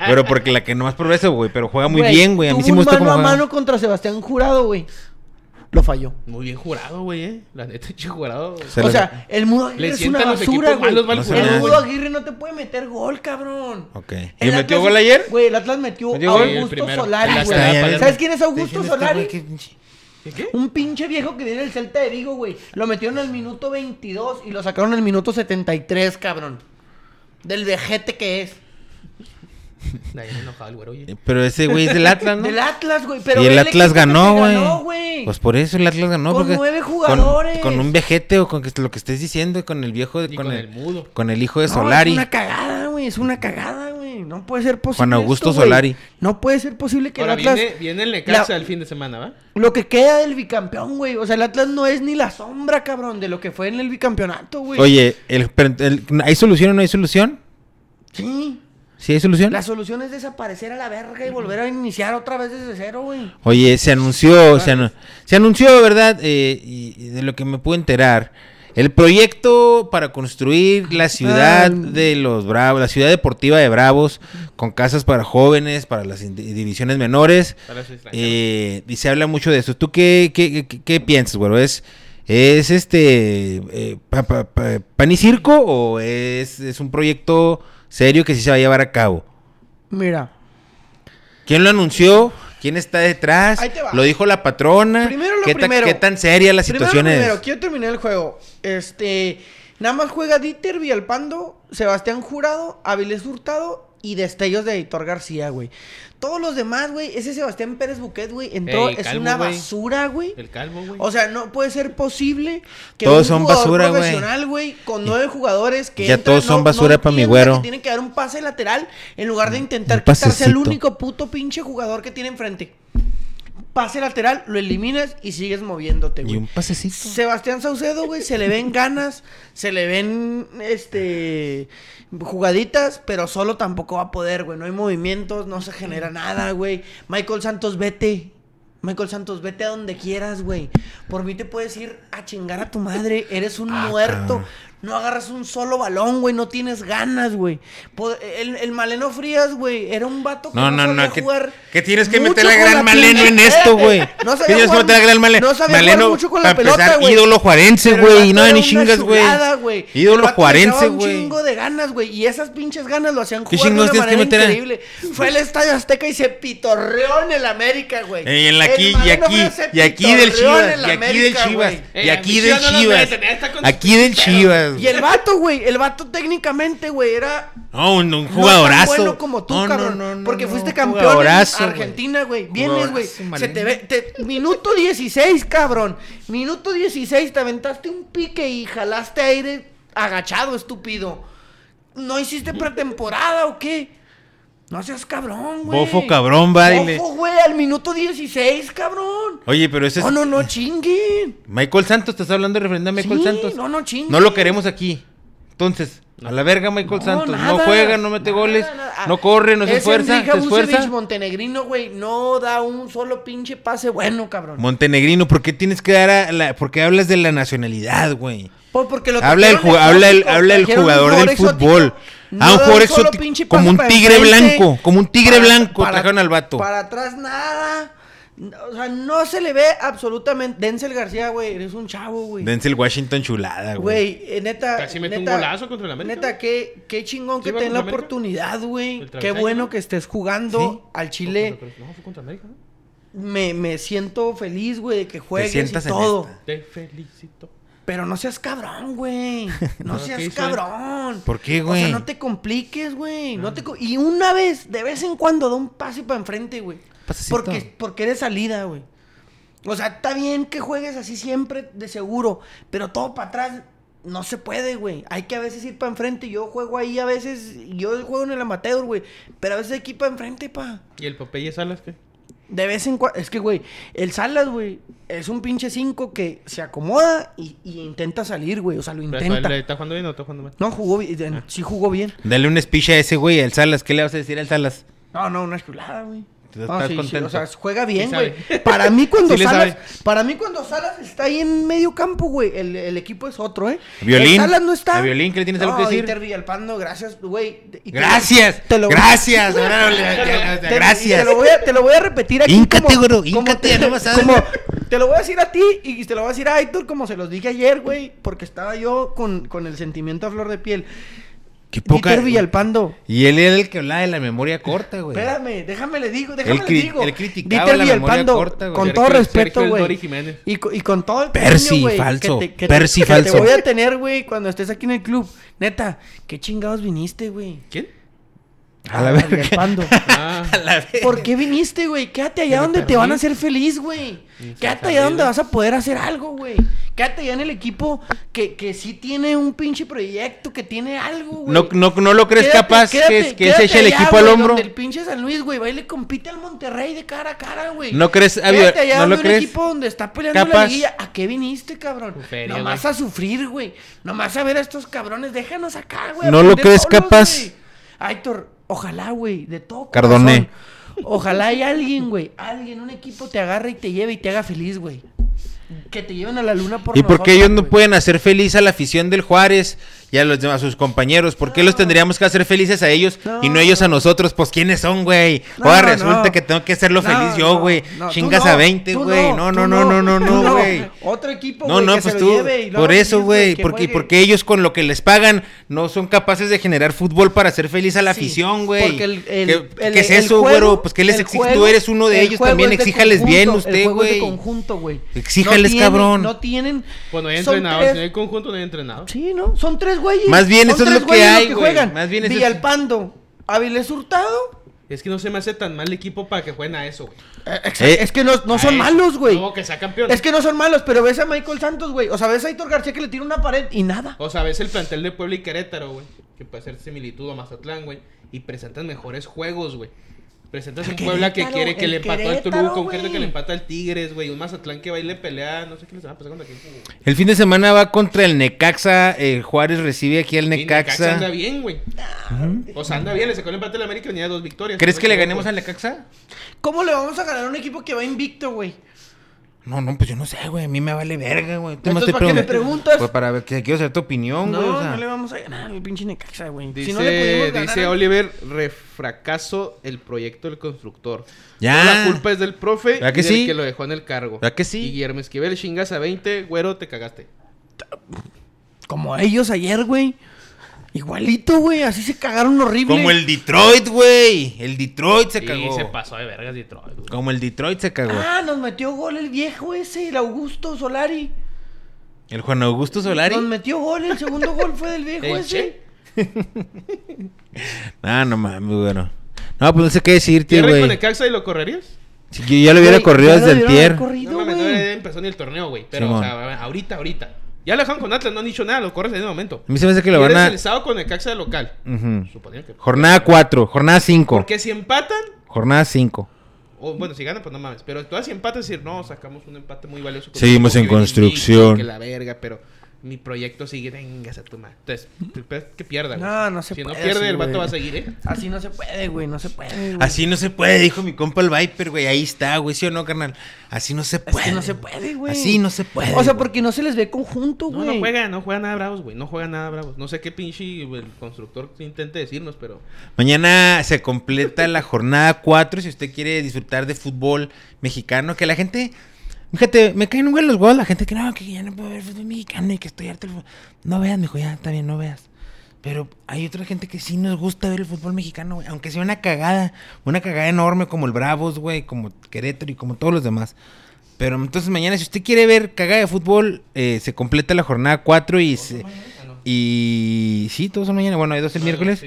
[SPEAKER 2] pero porque la que no más progresa, güey. Pero juega muy
[SPEAKER 3] Güey,
[SPEAKER 2] bien, güey. A mí
[SPEAKER 3] tuvo
[SPEAKER 2] sí me
[SPEAKER 3] un
[SPEAKER 2] gusta
[SPEAKER 3] mano
[SPEAKER 2] como
[SPEAKER 3] a
[SPEAKER 2] juega.
[SPEAKER 3] mano contra Sebastián Jurado, güey. Lo falló.
[SPEAKER 4] Muy bien jurado, güey, eh. La neta, che jurado.
[SPEAKER 2] Se
[SPEAKER 3] o
[SPEAKER 2] las-
[SPEAKER 3] sea, el Mudo Aguirre
[SPEAKER 4] Le
[SPEAKER 3] es
[SPEAKER 4] sientan
[SPEAKER 3] una
[SPEAKER 4] los
[SPEAKER 3] basura,
[SPEAKER 4] equipos
[SPEAKER 3] güey.
[SPEAKER 4] malos, va
[SPEAKER 2] el
[SPEAKER 3] el
[SPEAKER 2] jugador.
[SPEAKER 3] Mudo Aguirre no te puede meter gol, cabrón.
[SPEAKER 2] Ok. ¿Y
[SPEAKER 3] El
[SPEAKER 2] le metió
[SPEAKER 3] Atlas-
[SPEAKER 2] gol ayer?
[SPEAKER 3] Güey, el Atlas metió
[SPEAKER 2] Metió
[SPEAKER 3] a
[SPEAKER 2] gol.
[SPEAKER 4] Sí, el
[SPEAKER 3] Augusto
[SPEAKER 4] primero.
[SPEAKER 3] Solari,
[SPEAKER 4] Ya
[SPEAKER 3] güey.
[SPEAKER 4] está, ya ves.
[SPEAKER 3] ¿Sabes quién es
[SPEAKER 2] Dicen
[SPEAKER 3] Augusto
[SPEAKER 2] este,
[SPEAKER 3] Solari?
[SPEAKER 2] güey, que-
[SPEAKER 4] ¿Qué, qué?
[SPEAKER 3] Un pinche viejo que viene del Celta de Vigo, güey. Lo metieron al minuto 22 y lo sacaron al minuto 73, cabrón. Del vejete que es.
[SPEAKER 4] Nadie me enojaba el güero, oye.
[SPEAKER 2] Eh, Pero ese güey es del Atlas, ¿no?
[SPEAKER 3] *laughs* Del Atlas, güey. Pero
[SPEAKER 2] y el
[SPEAKER 3] vele
[SPEAKER 2] Atlas
[SPEAKER 3] qué equipo
[SPEAKER 2] ganó,
[SPEAKER 3] que
[SPEAKER 2] güey.
[SPEAKER 3] güey.
[SPEAKER 2] Pues por eso el Atlas ganó.
[SPEAKER 3] Con
[SPEAKER 2] porque
[SPEAKER 3] nueve
[SPEAKER 2] con-
[SPEAKER 3] jugadores.
[SPEAKER 2] Con, un vejete o con que- lo que estés diciendo, con el viejo, de-
[SPEAKER 4] Y con, el, mudo.
[SPEAKER 2] con el hijo de
[SPEAKER 3] No,
[SPEAKER 2] Solari.
[SPEAKER 3] es una cagada, güey. Es una cagada, güey. No puede ser posible.
[SPEAKER 2] Juan Augusto
[SPEAKER 3] esto, güey.
[SPEAKER 2] Solari.
[SPEAKER 3] No puede ser posible que
[SPEAKER 4] Ahora
[SPEAKER 3] el Atlas.
[SPEAKER 4] viene, viene el Necaxa
[SPEAKER 3] La-
[SPEAKER 4] el fin de semana, ¿va?
[SPEAKER 3] Lo que queda del bicampeón, güey. O sea, el Atlas no es ni la sombra, cabrón, de lo que fue en el bicampeonato, güey.
[SPEAKER 2] Oye, el- pero el- ¿hay solución o no hay solución?
[SPEAKER 3] Sí.
[SPEAKER 2] ¿Sí hay solución?
[SPEAKER 3] La solución es desaparecer a la verga y volver a iniciar otra vez desde cero, güey.
[SPEAKER 2] Oye, se anunció, se, anu- se anunció, ¿verdad? Eh, y, y de lo que me pude enterar, el proyecto para construir la ciudad
[SPEAKER 3] Ah.
[SPEAKER 2] de los Bravos, la ciudad deportiva de Bravos, con casas para jóvenes, para las in- divisiones menores,
[SPEAKER 4] Para los extranjeros.
[SPEAKER 2] eh, y se habla mucho de eso. ¿Tú qué, qué, qué- qué piensas, güero? ¿Es, es este eh, pa- pa- pa- pan y circo o es, es un proyecto serio que sí se va a llevar a cabo?
[SPEAKER 3] Mira.
[SPEAKER 2] ¿Quién lo anunció? ¿Quién está detrás?
[SPEAKER 3] Ahí te va.
[SPEAKER 2] ¿Lo dijo la patrona?
[SPEAKER 3] Primero lo
[SPEAKER 2] ¿Qué ta-
[SPEAKER 3] primero.
[SPEAKER 2] ¿Qué tan seria la
[SPEAKER 3] Primero,
[SPEAKER 2] situación es?
[SPEAKER 3] primero, quiero terminar el juego. Este. Nada más juega Dieter Villalpando, Sebastián Jurado, Avilés Hurtado y destellos de Editor García, güey. Todos los demás, güey, ese Sebastián Pérez Buquet, güey, entró,
[SPEAKER 4] Ey,
[SPEAKER 3] es
[SPEAKER 4] calmo,
[SPEAKER 3] una
[SPEAKER 4] güey.
[SPEAKER 3] basura, güey.
[SPEAKER 4] El calvo, güey.
[SPEAKER 3] O sea, no puede ser posible que
[SPEAKER 2] Todos
[SPEAKER 3] un
[SPEAKER 2] son
[SPEAKER 3] jugador
[SPEAKER 2] basura, güey.
[SPEAKER 3] profesional, güey, con nueve jugadores que
[SPEAKER 2] Ya
[SPEAKER 3] entran,
[SPEAKER 2] todos son
[SPEAKER 3] no-
[SPEAKER 2] basura
[SPEAKER 3] no
[SPEAKER 2] pa' mi
[SPEAKER 3] entienda
[SPEAKER 2] güero.
[SPEAKER 3] que tienen que dar un pase lateral en lugar de intentar
[SPEAKER 2] un
[SPEAKER 3] quitarse al
[SPEAKER 2] pasecito.
[SPEAKER 3] único puto pinche jugador que tiene enfrente. Pase lateral, lo eliminas y sigues moviéndote,
[SPEAKER 2] Y
[SPEAKER 3] güey.
[SPEAKER 2] un pasecito.
[SPEAKER 3] Sebastián Saucedo, güey, se le ven ganas, se le ven este jugaditas, pero solo tampoco va a poder, güey. No hay movimientos, no se genera nada, güey. Michael Santos, vete. Michael Santos, vete a donde quieras, güey. Por mí te puedes ir a chingar a tu madre. Eres un
[SPEAKER 2] Ah,
[SPEAKER 3] muerto.
[SPEAKER 2] cabrón.
[SPEAKER 3] No agarras un solo balón, güey. No tienes ganas, güey. Po- El, el Maleno Frías, güey, era un vato
[SPEAKER 2] *laughs*
[SPEAKER 3] que
[SPEAKER 2] No, no,
[SPEAKER 3] sabía
[SPEAKER 2] no. ¿Qué,
[SPEAKER 3] jugar
[SPEAKER 2] qué tienes que
[SPEAKER 3] mucho
[SPEAKER 2] meter la
[SPEAKER 3] con
[SPEAKER 2] gran
[SPEAKER 3] la
[SPEAKER 2] Maleno
[SPEAKER 3] pinche-
[SPEAKER 2] en esto, güey?
[SPEAKER 3] *laughs* No
[SPEAKER 2] ¿Qué
[SPEAKER 3] sabía
[SPEAKER 2] tienes que
[SPEAKER 3] jugar-
[SPEAKER 2] meter la gran Maleno?
[SPEAKER 3] no sabía jugar
[SPEAKER 2] Maleno,
[SPEAKER 3] mucho con la
[SPEAKER 2] para empezar,
[SPEAKER 3] pelota, güey.
[SPEAKER 2] ídolo juarense,
[SPEAKER 3] Pero el
[SPEAKER 2] güey. y
[SPEAKER 3] vato
[SPEAKER 2] No,
[SPEAKER 3] era
[SPEAKER 2] ni
[SPEAKER 3] una
[SPEAKER 2] chingas,
[SPEAKER 3] chulada,
[SPEAKER 2] güey.
[SPEAKER 3] El
[SPEAKER 2] Ídolo
[SPEAKER 3] vato echaba
[SPEAKER 2] juarense,
[SPEAKER 3] un
[SPEAKER 2] güey.
[SPEAKER 3] chingo de ganas, güey. Y esas pinches ganas lo hacían
[SPEAKER 2] ¿Qué
[SPEAKER 3] jugar de
[SPEAKER 2] chingos
[SPEAKER 3] una
[SPEAKER 2] tienes que
[SPEAKER 3] manera
[SPEAKER 2] meter a-
[SPEAKER 3] increíble. Fue al Estadio Azteca y se pitorreó en el América, güey.
[SPEAKER 2] Ey, Eh, en la
[SPEAKER 3] El
[SPEAKER 2] aquí, y
[SPEAKER 3] Mariano
[SPEAKER 2] aquí,
[SPEAKER 3] Rivas se
[SPEAKER 2] y aquí del
[SPEAKER 3] pitorreó en
[SPEAKER 2] Chivas,
[SPEAKER 3] el
[SPEAKER 2] y aquí del
[SPEAKER 3] América,
[SPEAKER 2] Chivas,
[SPEAKER 3] güey.
[SPEAKER 4] güey.
[SPEAKER 2] y
[SPEAKER 4] Ey, a
[SPEAKER 2] aquí
[SPEAKER 4] Eh, mi
[SPEAKER 2] del
[SPEAKER 4] Chivas no los
[SPEAKER 2] Chivas,
[SPEAKER 4] meten, está con sus
[SPEAKER 2] aquí del
[SPEAKER 4] pedos.
[SPEAKER 2] Chivas.
[SPEAKER 3] Y el vato, güey, el vato técnicamente, güey, era
[SPEAKER 2] No, un, un
[SPEAKER 3] no
[SPEAKER 2] jugadorazo.
[SPEAKER 3] tan bueno como tú,
[SPEAKER 2] No, no,
[SPEAKER 3] cabrón.
[SPEAKER 2] no, no,
[SPEAKER 3] porque
[SPEAKER 2] no,
[SPEAKER 3] fuiste
[SPEAKER 2] un
[SPEAKER 3] campeón en
[SPEAKER 2] jugadorazo, güey.
[SPEAKER 3] Argentina, güey. Vienes, güey.
[SPEAKER 2] Jugadorazo,
[SPEAKER 3] Se te
[SPEAKER 2] Maleno.
[SPEAKER 3] ve. te- minuto 16, cabrón. Minuto 16, te aventaste un pique y jalaste aire agachado, estúpido. ¿No hiciste pretemporada o qué? No seas cabrón, güey.
[SPEAKER 2] Bofo cabrón, va, dile.
[SPEAKER 3] Bofo, güey, al minuto 16, cabrón.
[SPEAKER 2] Oye, pero ese es
[SPEAKER 3] No, no, no, chinguen.
[SPEAKER 2] Michael Santos, estás hablando de referente a Michael
[SPEAKER 3] Sí,
[SPEAKER 2] Santos.
[SPEAKER 3] no, no, chingue.
[SPEAKER 2] No lo queremos aquí. Entonces, a la verga Michael
[SPEAKER 3] No,
[SPEAKER 2] Santos. no
[SPEAKER 3] nada,
[SPEAKER 2] juega, no mete
[SPEAKER 3] nada,
[SPEAKER 2] goles,
[SPEAKER 3] nada.
[SPEAKER 2] no corre, no se
[SPEAKER 3] Ese
[SPEAKER 2] esfuerza,
[SPEAKER 3] Mija
[SPEAKER 2] se
[SPEAKER 3] Vucevic
[SPEAKER 2] esfuerza.
[SPEAKER 3] montenegrino, güey, no da un solo pinche pase bueno, cabrón.
[SPEAKER 2] Montenegrino, ¿por qué tienes que dar a la... ¿Por qué hablas de la nacionalidad, güey?
[SPEAKER 3] Pues porque lo
[SPEAKER 2] Habla el,
[SPEAKER 3] trajeron
[SPEAKER 2] ju- habla el,
[SPEAKER 3] exótico,
[SPEAKER 2] habla el
[SPEAKER 3] trajeron un
[SPEAKER 2] jugador del
[SPEAKER 3] exótico,
[SPEAKER 2] fútbol.
[SPEAKER 3] no
[SPEAKER 2] Ah, un
[SPEAKER 3] da
[SPEAKER 2] jugador
[SPEAKER 3] solo
[SPEAKER 2] exótico.
[SPEAKER 3] pinche pase
[SPEAKER 2] Como un
[SPEAKER 3] para
[SPEAKER 2] tigre
[SPEAKER 3] enfrente,
[SPEAKER 2] blanco. Como un tigre
[SPEAKER 3] para-
[SPEAKER 2] blanco
[SPEAKER 3] para-
[SPEAKER 2] trajeron al vato.
[SPEAKER 3] Para atrás nada. O sea, no se le ve absolutamente. Denzel García, güey, eres un chavo, güey.
[SPEAKER 2] Denzel Washington chulada, güey.
[SPEAKER 3] Güey, eh, neta.
[SPEAKER 4] Casi metió un
[SPEAKER 3] neta-
[SPEAKER 4] golazo contra el América,
[SPEAKER 3] Neta,
[SPEAKER 4] güey.
[SPEAKER 3] qué, qué chingón
[SPEAKER 4] ¿Sí
[SPEAKER 3] que
[SPEAKER 4] iba
[SPEAKER 3] te den la
[SPEAKER 4] contra América?
[SPEAKER 3] oportunidad, güey.
[SPEAKER 4] El
[SPEAKER 3] Qué
[SPEAKER 4] travesaño,
[SPEAKER 3] bueno
[SPEAKER 4] ¿no?
[SPEAKER 3] que estés jugando
[SPEAKER 2] Sí.
[SPEAKER 3] al Chile.
[SPEAKER 4] No, fue contra América, ¿no?
[SPEAKER 3] Me, me siento feliz, güey, de que juegues y
[SPEAKER 2] sientas en
[SPEAKER 3] todo.
[SPEAKER 2] esta.
[SPEAKER 4] Te felicito.
[SPEAKER 3] Pero no seas
[SPEAKER 2] *laughs*
[SPEAKER 3] cabrón, güey. No
[SPEAKER 4] No, ¿qué
[SPEAKER 3] seas
[SPEAKER 4] hizo él?
[SPEAKER 3] cabrón.
[SPEAKER 2] ¿Por qué,
[SPEAKER 3] O sea,
[SPEAKER 2] güey? Ah.
[SPEAKER 3] no te compliques, güey. No te co- y una vez, de vez en cuando, da un pase para enfrente, güey.
[SPEAKER 2] Pasecito.
[SPEAKER 3] Porque, porque eres salida, güey. O sea, está bien que juegues así siempre, de seguro. Pero todo para atrás no se puede, güey. Hay que a veces ir para enfrente. Yo juego ahí a veces. Yo juego en el amateur, güey. Pero a veces hay que ir para enfrente, pa.
[SPEAKER 4] ¿Y el Popeye Salas qué?
[SPEAKER 3] De vez en cuando. Es que, güey, el Salas, güey, es un pinche 5 que se acomoda y, y intenta salir, güey. O sea, lo
[SPEAKER 4] Pero, Ah.
[SPEAKER 3] intenta.
[SPEAKER 4] ¿le ¿Está jugando bien o está jugando mal?
[SPEAKER 3] No jugó bien. Sí jugó bien.
[SPEAKER 2] Dale un speech a ese güey, al Salas. ¿Qué le vas a decir al Salas?
[SPEAKER 3] No, no, una chulada, güey.
[SPEAKER 2] Te-
[SPEAKER 3] No,
[SPEAKER 2] estás
[SPEAKER 3] sí, sí,
[SPEAKER 2] contento.
[SPEAKER 3] o sea, juega bien,
[SPEAKER 4] Sí
[SPEAKER 3] güey. *laughs*
[SPEAKER 4] sabe.
[SPEAKER 3] Para mí cuando
[SPEAKER 4] Sí le
[SPEAKER 3] Salas,
[SPEAKER 4] sabe.
[SPEAKER 3] para mí cuando Salas está ahí en medio campo, güey, el, el equipo es otro, ¿eh?
[SPEAKER 2] Violín.
[SPEAKER 3] El Salas no está.
[SPEAKER 2] ¿A Violín que le tienes
[SPEAKER 3] no,
[SPEAKER 2] algo que decir?
[SPEAKER 3] Dieter Villalpando, gracias, güey. Y te-
[SPEAKER 2] Gracias,
[SPEAKER 3] te lo- *laughs*
[SPEAKER 2] gracias, no, no, no,
[SPEAKER 3] Te- y
[SPEAKER 2] gracias.
[SPEAKER 3] Te lo, voy a, te lo voy a repetir aquí.
[SPEAKER 2] Híncate,
[SPEAKER 3] como-
[SPEAKER 2] güero,
[SPEAKER 3] como
[SPEAKER 2] híncate,
[SPEAKER 3] te,
[SPEAKER 2] ya no vas a dar.
[SPEAKER 3] como- te lo voy a decir a ti y te lo voy a decir a Aitor como se los dije ayer, güey, porque estaba yo con, con el sentimiento a flor de piel.
[SPEAKER 2] Qué poca.
[SPEAKER 3] Peter Villalpando.
[SPEAKER 2] Y él era el que hablaba de la memoria corta, güey.
[SPEAKER 3] Espérame, déjame le digo, déjame le
[SPEAKER 2] cri-
[SPEAKER 3] digo.
[SPEAKER 2] él criticaba la memoria corta, güey.
[SPEAKER 3] con
[SPEAKER 2] Sergio-
[SPEAKER 3] todo
[SPEAKER 4] Sergio
[SPEAKER 3] respeto,
[SPEAKER 4] el Nori
[SPEAKER 3] güey.
[SPEAKER 4] Jiménez.
[SPEAKER 3] Y, co- y con todo el
[SPEAKER 2] Percy,
[SPEAKER 3] güey,
[SPEAKER 2] falso.
[SPEAKER 3] que te- que te-
[SPEAKER 2] Percy,
[SPEAKER 3] que
[SPEAKER 2] falso.
[SPEAKER 3] Te voy a tener, güey, cuando estés aquí en el club. Neta, qué chingados viniste, güey. *laughs*
[SPEAKER 4] ¿Quién?
[SPEAKER 2] A la verga. *laughs*
[SPEAKER 3] Villalpando.
[SPEAKER 4] Ah,
[SPEAKER 3] ¿Por qué viniste, güey? Quédate allá donde te van a hacer feliz, güey. Quédate allá donde vas a poder hacer algo, güey. Quédate allá en el equipo que, que sí tiene un pinche proyecto, que tiene algo, güey.
[SPEAKER 2] No, no, no lo crees
[SPEAKER 3] Quédate-
[SPEAKER 2] capaz
[SPEAKER 3] quédate-
[SPEAKER 2] que, que se
[SPEAKER 3] quédate
[SPEAKER 2] eche el
[SPEAKER 3] allá,
[SPEAKER 2] equipo
[SPEAKER 3] güey,
[SPEAKER 2] al hombro.
[SPEAKER 3] donde el pinche San Luis, güey, va y le compite al Monterrey de cara a cara, güey.
[SPEAKER 2] No crees,
[SPEAKER 3] Quédate
[SPEAKER 2] Avio-
[SPEAKER 3] allá
[SPEAKER 2] no lo
[SPEAKER 3] donde un
[SPEAKER 2] crees.
[SPEAKER 3] equipo donde está peleando la
[SPEAKER 2] Capaz.
[SPEAKER 3] liguilla. ¿A qué viniste, cabrón?
[SPEAKER 4] Feria,
[SPEAKER 3] Nomás
[SPEAKER 4] güey.
[SPEAKER 3] a sufrir, güey. Nomás a ver a estos cabrones. Déjanos acá, güey.
[SPEAKER 2] ¿No lo
[SPEAKER 3] aprender
[SPEAKER 2] crees capaz?
[SPEAKER 3] güey. Aitor, ojalá, güey, de todo
[SPEAKER 2] Cardoné.
[SPEAKER 3] corazón, Ojalá hay alguien, güey. Alguien, un equipo te agarre y te lleve y te haga feliz, güey. Que te lleven a la luna por
[SPEAKER 2] ¿Y por qué
[SPEAKER 3] nosotros,
[SPEAKER 2] ellos no
[SPEAKER 3] güey.
[SPEAKER 2] pueden hacer feliz a la afición del Juárez y a, los, demás- a sus compañeros? ¿Por qué los tendríamos que hacer felices a ellos y no
[SPEAKER 3] No.
[SPEAKER 2] ellos a nosotros? Pues ¿quiénes son, güey?
[SPEAKER 3] No,
[SPEAKER 2] Ahora
[SPEAKER 3] no.
[SPEAKER 2] resulta que tengo que hacerlo
[SPEAKER 3] No,
[SPEAKER 2] feliz yo,
[SPEAKER 3] no,
[SPEAKER 2] güey.
[SPEAKER 3] no, tú
[SPEAKER 2] Chingas
[SPEAKER 3] no,
[SPEAKER 2] a 20,
[SPEAKER 3] tú
[SPEAKER 2] güey. No, no, no, no, no,
[SPEAKER 3] tú
[SPEAKER 2] no, güey.
[SPEAKER 3] Otro equipo,
[SPEAKER 2] No,
[SPEAKER 3] güey,
[SPEAKER 2] no,
[SPEAKER 3] que
[SPEAKER 2] pues
[SPEAKER 3] se lo
[SPEAKER 2] tú.
[SPEAKER 3] lleve y lo
[SPEAKER 2] Por
[SPEAKER 3] haga
[SPEAKER 2] eso,
[SPEAKER 3] feliz,
[SPEAKER 2] güey.
[SPEAKER 3] que
[SPEAKER 2] Porque, y
[SPEAKER 3] juegue.
[SPEAKER 2] porque ellos con lo que les pagan no son capaces de generar fútbol para hacer feliz a la
[SPEAKER 3] Sí,
[SPEAKER 2] afición, güey.
[SPEAKER 3] porque el- el-
[SPEAKER 2] ¿Qué,
[SPEAKER 3] el-
[SPEAKER 2] qué es
[SPEAKER 3] el
[SPEAKER 2] eso,
[SPEAKER 3] juego-
[SPEAKER 2] güero? Pues ¿qué les
[SPEAKER 3] el
[SPEAKER 2] exiges? Tú
[SPEAKER 3] juego-
[SPEAKER 2] eres uno de
[SPEAKER 3] el
[SPEAKER 2] ellos
[SPEAKER 3] juego
[SPEAKER 2] también.
[SPEAKER 3] es de
[SPEAKER 2] Exíjales bien
[SPEAKER 3] conjunto,
[SPEAKER 2] usted,
[SPEAKER 3] El juego es de
[SPEAKER 2] güey.
[SPEAKER 3] conjunto, güey.
[SPEAKER 2] Exíjales,
[SPEAKER 3] tienen-
[SPEAKER 2] cabrón.
[SPEAKER 3] No tienen...
[SPEAKER 4] Pues no hay
[SPEAKER 3] son
[SPEAKER 4] entrenador.
[SPEAKER 3] tres-
[SPEAKER 4] Si no hay conjunto, no hay entrenador.
[SPEAKER 3] Sí, ¿no? Son tres güeyes.
[SPEAKER 2] Más bien,
[SPEAKER 3] Son
[SPEAKER 2] eso es
[SPEAKER 3] tres
[SPEAKER 2] lo que
[SPEAKER 3] güeyes los
[SPEAKER 2] hay, güey.
[SPEAKER 3] juegan.
[SPEAKER 2] Más bien, eso es-
[SPEAKER 3] Villalpando, Avilés Hurtado.
[SPEAKER 4] Es que no se me hace tan mal equipo para que jueguen a eso, güey.
[SPEAKER 2] Eh,
[SPEAKER 3] Es que no, no son
[SPEAKER 4] A eso.
[SPEAKER 3] malos, güey.
[SPEAKER 4] No, que sea campeón.
[SPEAKER 3] Es que no son malos, pero ves a Michael Santos, güey. O sea, ves a Héctor García que le tira una pared y nada.
[SPEAKER 4] O sea, ves el plantel de Puebla y Querétaro, güey. Que puede ser similitud a Mazatlán, güey. Y presentan mejores juegos, güey. Presentas
[SPEAKER 3] El
[SPEAKER 4] un Puebla que
[SPEAKER 3] Querétaro,
[SPEAKER 4] quiere que
[SPEAKER 3] el
[SPEAKER 4] le empató al
[SPEAKER 3] Querétaro,
[SPEAKER 4] Toluca, un Querétaro que
[SPEAKER 3] güey.
[SPEAKER 4] le empata al Tigres, güey. Un Mazatlán que va y le pelea. No sé qué les va a pasar con aquí.
[SPEAKER 2] El fin de semana va contra el Necaxa. El Juárez recibe aquí al
[SPEAKER 4] Y Necaxa
[SPEAKER 2] Necaxa.
[SPEAKER 4] anda bien, güey.
[SPEAKER 3] Ah,
[SPEAKER 4] O sea, anda bien. Le sacó el empate al América y venía de dos victorias.
[SPEAKER 2] ¿Crees que le ganemos
[SPEAKER 4] a
[SPEAKER 2] al Necaxa?
[SPEAKER 3] ¿Cómo le vamos a ganar a un equipo que va invicto, güey?
[SPEAKER 2] No, no, pues yo no sé, güey. A mí me vale verga, güey. Tú me
[SPEAKER 3] Entonces,
[SPEAKER 2] estoy
[SPEAKER 3] ¿para qué me
[SPEAKER 2] preguntando.
[SPEAKER 3] preguntas?
[SPEAKER 2] Pues para ver, que quiero saber tu opinión,
[SPEAKER 3] No,
[SPEAKER 2] güey. o sea.
[SPEAKER 3] no le vamos a ganar al pinche Necaxa, güey.
[SPEAKER 4] Dice,
[SPEAKER 3] si no le pudimos ganar
[SPEAKER 4] dice
[SPEAKER 3] al-
[SPEAKER 4] Oliver, refracaso el proyecto del constructor.
[SPEAKER 2] Ya.
[SPEAKER 4] Toda La culpa es del profe
[SPEAKER 2] ¿Verdad
[SPEAKER 4] y
[SPEAKER 2] que
[SPEAKER 4] del
[SPEAKER 2] sí?
[SPEAKER 4] que lo dejó en el cargo.
[SPEAKER 2] ¿Verdad que sí?
[SPEAKER 4] Y Guillermo Esquivel, chingas a 20, güero, te cagaste.
[SPEAKER 3] Como ellos ayer, güey. Igualito, güey. Así se cagaron horrible.
[SPEAKER 2] Como el Detroit, güey. El Detroit se
[SPEAKER 4] Sí,
[SPEAKER 2] cagó.
[SPEAKER 4] se pasó de vergas Detroit, güey.
[SPEAKER 2] Como el Detroit se cagó.
[SPEAKER 3] Ah, nos metió gol el viejo ese, el Augusto Solari.
[SPEAKER 2] El Juan Augusto Solari.
[SPEAKER 3] Nos metió gol, el segundo gol fue del viejo
[SPEAKER 4] ¿El
[SPEAKER 3] ese.
[SPEAKER 2] Ah, no mames, güero. No, pues no sé qué decirte,
[SPEAKER 4] ¿Tierra con el
[SPEAKER 2] güey.
[SPEAKER 4] Caxa y lo correrías?
[SPEAKER 2] Si yo ya lo hubiera
[SPEAKER 3] Güey,
[SPEAKER 2] corrido
[SPEAKER 3] ya lo
[SPEAKER 2] desde el
[SPEAKER 3] debieron haber
[SPEAKER 2] tier.
[SPEAKER 3] corrido,
[SPEAKER 4] No mames, no
[SPEAKER 3] güey.
[SPEAKER 4] empezó ni el torneo, güey. Pero,
[SPEAKER 2] Simón.
[SPEAKER 4] o sea, ahorita, ahorita. Ya lo dejaron con Atlas, no han dicho nada, lo corres en el momento.
[SPEAKER 2] A mí se me hace que lo van
[SPEAKER 4] Pierdes
[SPEAKER 2] a.
[SPEAKER 4] el sábado con el Caxa de local.
[SPEAKER 2] Ujú.
[SPEAKER 4] Suponía que.
[SPEAKER 2] Jornada 4, jornada 5.
[SPEAKER 4] Porque si empatan,
[SPEAKER 2] Jornada 5.
[SPEAKER 4] o bueno, si ganan, pues no mames. Pero todas si empatan, decir, no, sacamos un empate muy valioso. con
[SPEAKER 2] Seguimos
[SPEAKER 4] un equipo
[SPEAKER 2] en
[SPEAKER 4] que viene
[SPEAKER 2] construcción.
[SPEAKER 4] invicto, Que la verga, pero mi proyecto sigue, venga, se toma. Entonces, pe- que pierda, güey.
[SPEAKER 3] No, no se
[SPEAKER 4] Si
[SPEAKER 3] puede
[SPEAKER 4] no pierde,
[SPEAKER 3] así,
[SPEAKER 4] el vato
[SPEAKER 3] güey.
[SPEAKER 4] va a seguir, ¿eh?
[SPEAKER 3] Así no se puede, güey. No se puede. güey.
[SPEAKER 2] Así no se puede, dijo mi compa el Viper, güey. Ahí está, güey. ¿Sí o no, carnal? Así no se
[SPEAKER 3] Es
[SPEAKER 2] puede.
[SPEAKER 3] que no se puede, güey.
[SPEAKER 2] Así no se puede.
[SPEAKER 3] O sea,
[SPEAKER 2] güey.
[SPEAKER 3] porque no se les ve conjunto,
[SPEAKER 4] No,
[SPEAKER 3] güey.
[SPEAKER 4] no juega, no juega nada bravos, güey. No juega nada bravos. No sé qué pinche el constructor intente decirnos, pero.
[SPEAKER 2] Mañana se completa la jornada 4. Si usted quiere disfrutar de fútbol mexicano, que la gente. Fíjate, me caen un güey los huevos la gente que no, que ya no puedo ver fútbol mexicano y que estoy harto del fútbol. No veas, mijo, ya está bien, no veas. Pero hay otra gente que sí nos gusta ver el fútbol mexicano, güey. Aunque sea una cagada, una cagada enorme como el Bravos, güey, como Querétaro y como todos los demás. Pero entonces mañana, si usted quiere ver cagada de fútbol, eh, se completa la jornada 4 y se- Y sí, todos son mañana. Bueno, hay dos el miércoles.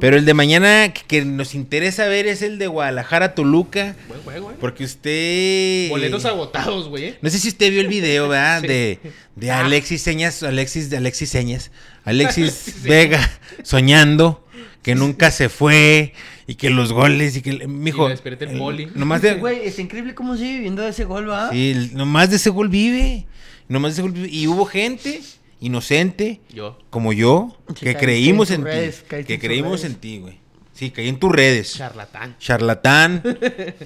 [SPEAKER 2] Pero el de mañana que, que nos interesa ver es el de Guadalajara Toluca,
[SPEAKER 4] Buen juego, güey.
[SPEAKER 2] porque usted
[SPEAKER 4] Boletos agotados, güey. ¿eh?
[SPEAKER 2] No sé si usted vio el video, ¿verdad?
[SPEAKER 4] *laughs* Sí. Ah.
[SPEAKER 2] De, de Alexis Señas, Alexis de Alexis Señas,
[SPEAKER 4] *laughs*
[SPEAKER 2] Alexis
[SPEAKER 4] Alexis
[SPEAKER 2] Vega soñando que nunca se fue y que los goles y que el- mijo
[SPEAKER 4] Y desperté el boli.
[SPEAKER 2] Nomás
[SPEAKER 4] *laughs*
[SPEAKER 2] de
[SPEAKER 3] Güey, está increíble cómo sigue viviendo de ese gol, ¿va?
[SPEAKER 2] sí, el- nomás de ese gol vive. Nomás de ese gol vive. y hubo gente inocente
[SPEAKER 4] Yo.
[SPEAKER 2] como yo
[SPEAKER 3] Sí,
[SPEAKER 2] que
[SPEAKER 3] caíste
[SPEAKER 2] creímos
[SPEAKER 3] en
[SPEAKER 2] en
[SPEAKER 3] tus redes,
[SPEAKER 2] ti,
[SPEAKER 3] caíste
[SPEAKER 2] que
[SPEAKER 3] en tus
[SPEAKER 2] creímos
[SPEAKER 3] redes.
[SPEAKER 2] en ti, güey. Sí, caí en tus redes.
[SPEAKER 4] Charlatán. *laughs*
[SPEAKER 2] charlatán.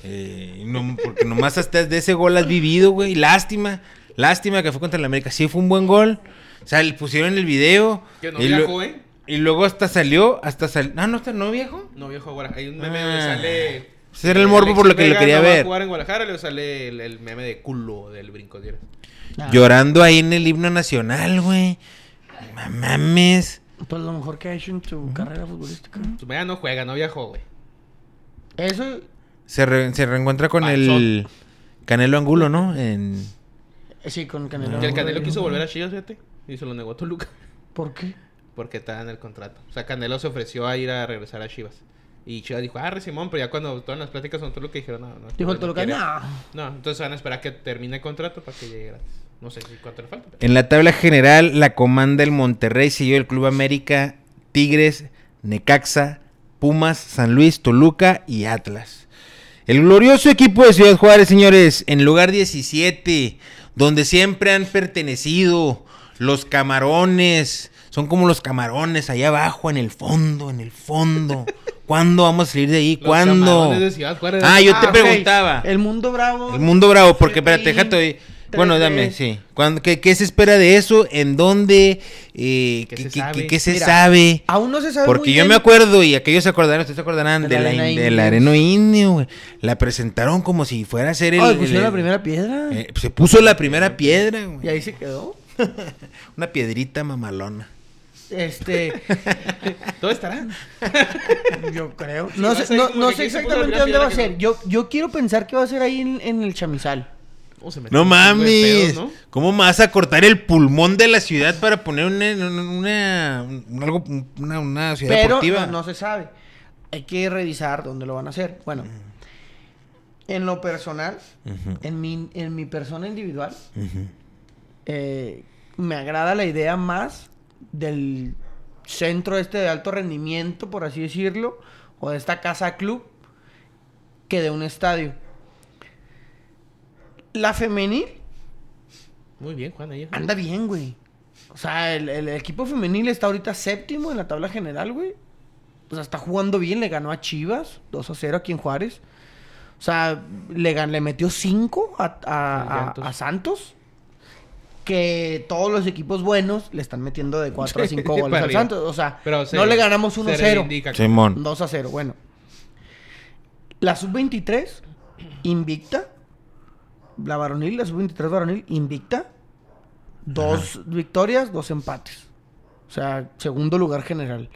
[SPEAKER 2] eh, no- porque nomás hasta de ese gol has vivido, güey. Lástima. Lástima que fue contra el América. Sí, fue un buen gol. O sea, le pusieron el video.
[SPEAKER 4] Que no
[SPEAKER 2] y, lo-
[SPEAKER 4] viajó, ¿eh?
[SPEAKER 2] y luego hasta salió, hasta salió. Ah, no, está no viejo.
[SPEAKER 4] No, viejo, ahora. Hay un meme donde
[SPEAKER 2] Ah.
[SPEAKER 4] sale.
[SPEAKER 2] Ese era el morbo por lo que lo
[SPEAKER 4] Vega
[SPEAKER 2] quería
[SPEAKER 4] no va
[SPEAKER 2] ver.
[SPEAKER 4] a jugar en Guadalajara, le sale el, el meme de culo del brinco de
[SPEAKER 3] Ah.
[SPEAKER 2] Llorando ahí en el himno nacional, güey. No Mames.
[SPEAKER 3] Pues lo mejor que ha hecho en su carrera futbolística.
[SPEAKER 4] Pues vaya, no juega, no viajó, güey.
[SPEAKER 3] Eso eh,
[SPEAKER 2] Se, re- se reencuentra con el Canelo Angulo, ¿no? En...
[SPEAKER 3] eh, sí, con Canelo.
[SPEAKER 4] y el Canelo quiso volver a Chivas, fíjate. Y se lo negó a Toluca. *laughs*
[SPEAKER 3] ¿Por qué?
[SPEAKER 4] Porque estaba en el contrato. O sea, Canelo se ofreció a ir a regresar a Chivas. Y Chivas dijo, ah, re Simón, pero ya cuando estaban las pláticas con Toluca dijeron, no, no.
[SPEAKER 3] Dijo el
[SPEAKER 4] no
[SPEAKER 3] Toluca,
[SPEAKER 4] quiere".
[SPEAKER 3] no.
[SPEAKER 4] No, entonces van a esperar que termine el contrato para que llegue gratis. No sé si cuánto le falta. pero-
[SPEAKER 2] En la tabla general la comanda el Monterrey, siguió el Club América, Tigres, Necaxa, Pumas, San Luis, Toluca y Atlas. El glorioso equipo de Ciudad Juárez, señores, en lugar 17, donde siempre han pertenecido los camarones. Son como los camarones allá abajo, en el fondo, en el
[SPEAKER 4] *laughs*
[SPEAKER 2] fondo. ¿Cuándo vamos a salir de ahí?
[SPEAKER 4] Los
[SPEAKER 2] ¿Cuándo?
[SPEAKER 4] camarones de Ciudad Juárez.
[SPEAKER 2] Ah, yo te
[SPEAKER 3] ok.
[SPEAKER 2] preguntaba.
[SPEAKER 3] El mundo bravo.
[SPEAKER 2] El mundo bravo, porque espérate,
[SPEAKER 3] Fretín,
[SPEAKER 2] déjate oír. Bueno,
[SPEAKER 3] 3D.
[SPEAKER 2] dame, sí. Cuando, qué, qué se espera de eso? ¿En dónde? Eh,
[SPEAKER 4] ¿Qué
[SPEAKER 2] ¿Qué,
[SPEAKER 4] se
[SPEAKER 2] qué-
[SPEAKER 4] sabe?
[SPEAKER 2] qué- qué se
[SPEAKER 3] Mira,
[SPEAKER 2] sabe?
[SPEAKER 3] Aún no se sabe
[SPEAKER 2] Porque
[SPEAKER 3] muy
[SPEAKER 2] yo
[SPEAKER 3] bien.
[SPEAKER 2] me acuerdo, y aquellos se acordarán, ustedes se acordarán, de, la, in- de la arena indio, güey. La presentaron como si fuera a ser el...
[SPEAKER 3] Ay,
[SPEAKER 2] el-
[SPEAKER 3] Ah, pusieron la
[SPEAKER 2] el-
[SPEAKER 3] primera piedra.
[SPEAKER 2] eh, se puso la primera piedra,
[SPEAKER 3] Y
[SPEAKER 2] güey.
[SPEAKER 3] ahí se quedó.
[SPEAKER 2] Una piedrita mamalona.
[SPEAKER 4] *laughs*
[SPEAKER 3] Este,
[SPEAKER 4] Todo estará.
[SPEAKER 3] yo creo.
[SPEAKER 4] Sí, va
[SPEAKER 3] No
[SPEAKER 4] a
[SPEAKER 3] sé,
[SPEAKER 4] ser
[SPEAKER 3] no,
[SPEAKER 4] como
[SPEAKER 3] no
[SPEAKER 4] que
[SPEAKER 3] sé
[SPEAKER 4] aquí se puso
[SPEAKER 3] exactamente
[SPEAKER 4] la
[SPEAKER 3] dónde va a
[SPEAKER 4] primera
[SPEAKER 3] ser. Yo, yo quiero pensar que va a ser ahí en, en el chamizal.
[SPEAKER 4] Oh, se metió
[SPEAKER 2] No
[SPEAKER 4] un chingo de
[SPEAKER 2] mames.
[SPEAKER 4] pedos, ¿no?
[SPEAKER 2] ¿Cómo me vas a cortar el pulmón de la ciudad para poner una, una, un- algo- una- una ciudad
[SPEAKER 3] Pero
[SPEAKER 2] deportiva?
[SPEAKER 3] no, no se sabe. Hay que revisar dónde lo van a hacer. Bueno, en lo personal, en, mi, en mi persona individual, eh, me agrada la idea más del centro este de alto rendimiento, por así decirlo, o de esta casa club, que de un estadio. La femenil
[SPEAKER 4] Muy bien, Juan, ahí.
[SPEAKER 3] anda bien, güey. O sea, el, el equipo femenil está ahorita séptimo en la tabla general, güey. O sea, está jugando bien, le ganó a Chivas 2 a 0 aquí en Juárez. O sea, le, gan- le metió 5 a, a-
[SPEAKER 4] Al
[SPEAKER 3] a-
[SPEAKER 4] Santos.
[SPEAKER 3] a Santos. Que todos los equipos buenos le están metiendo de 4 a 5
[SPEAKER 4] Sí, *laughs*
[SPEAKER 3] goles
[SPEAKER 4] para
[SPEAKER 3] al
[SPEAKER 4] arriba.
[SPEAKER 3] Santos. O sea,
[SPEAKER 4] Pero se-
[SPEAKER 3] no le ganamos 1 a
[SPEAKER 4] se
[SPEAKER 3] 0.
[SPEAKER 4] reivindica.
[SPEAKER 2] Simón.
[SPEAKER 3] 2 a 0, bueno. La sub-23, invicta. La varonil, la sub-23 varonil, invicta. Dos victorias, dos empates. O sea, segundo lugar general.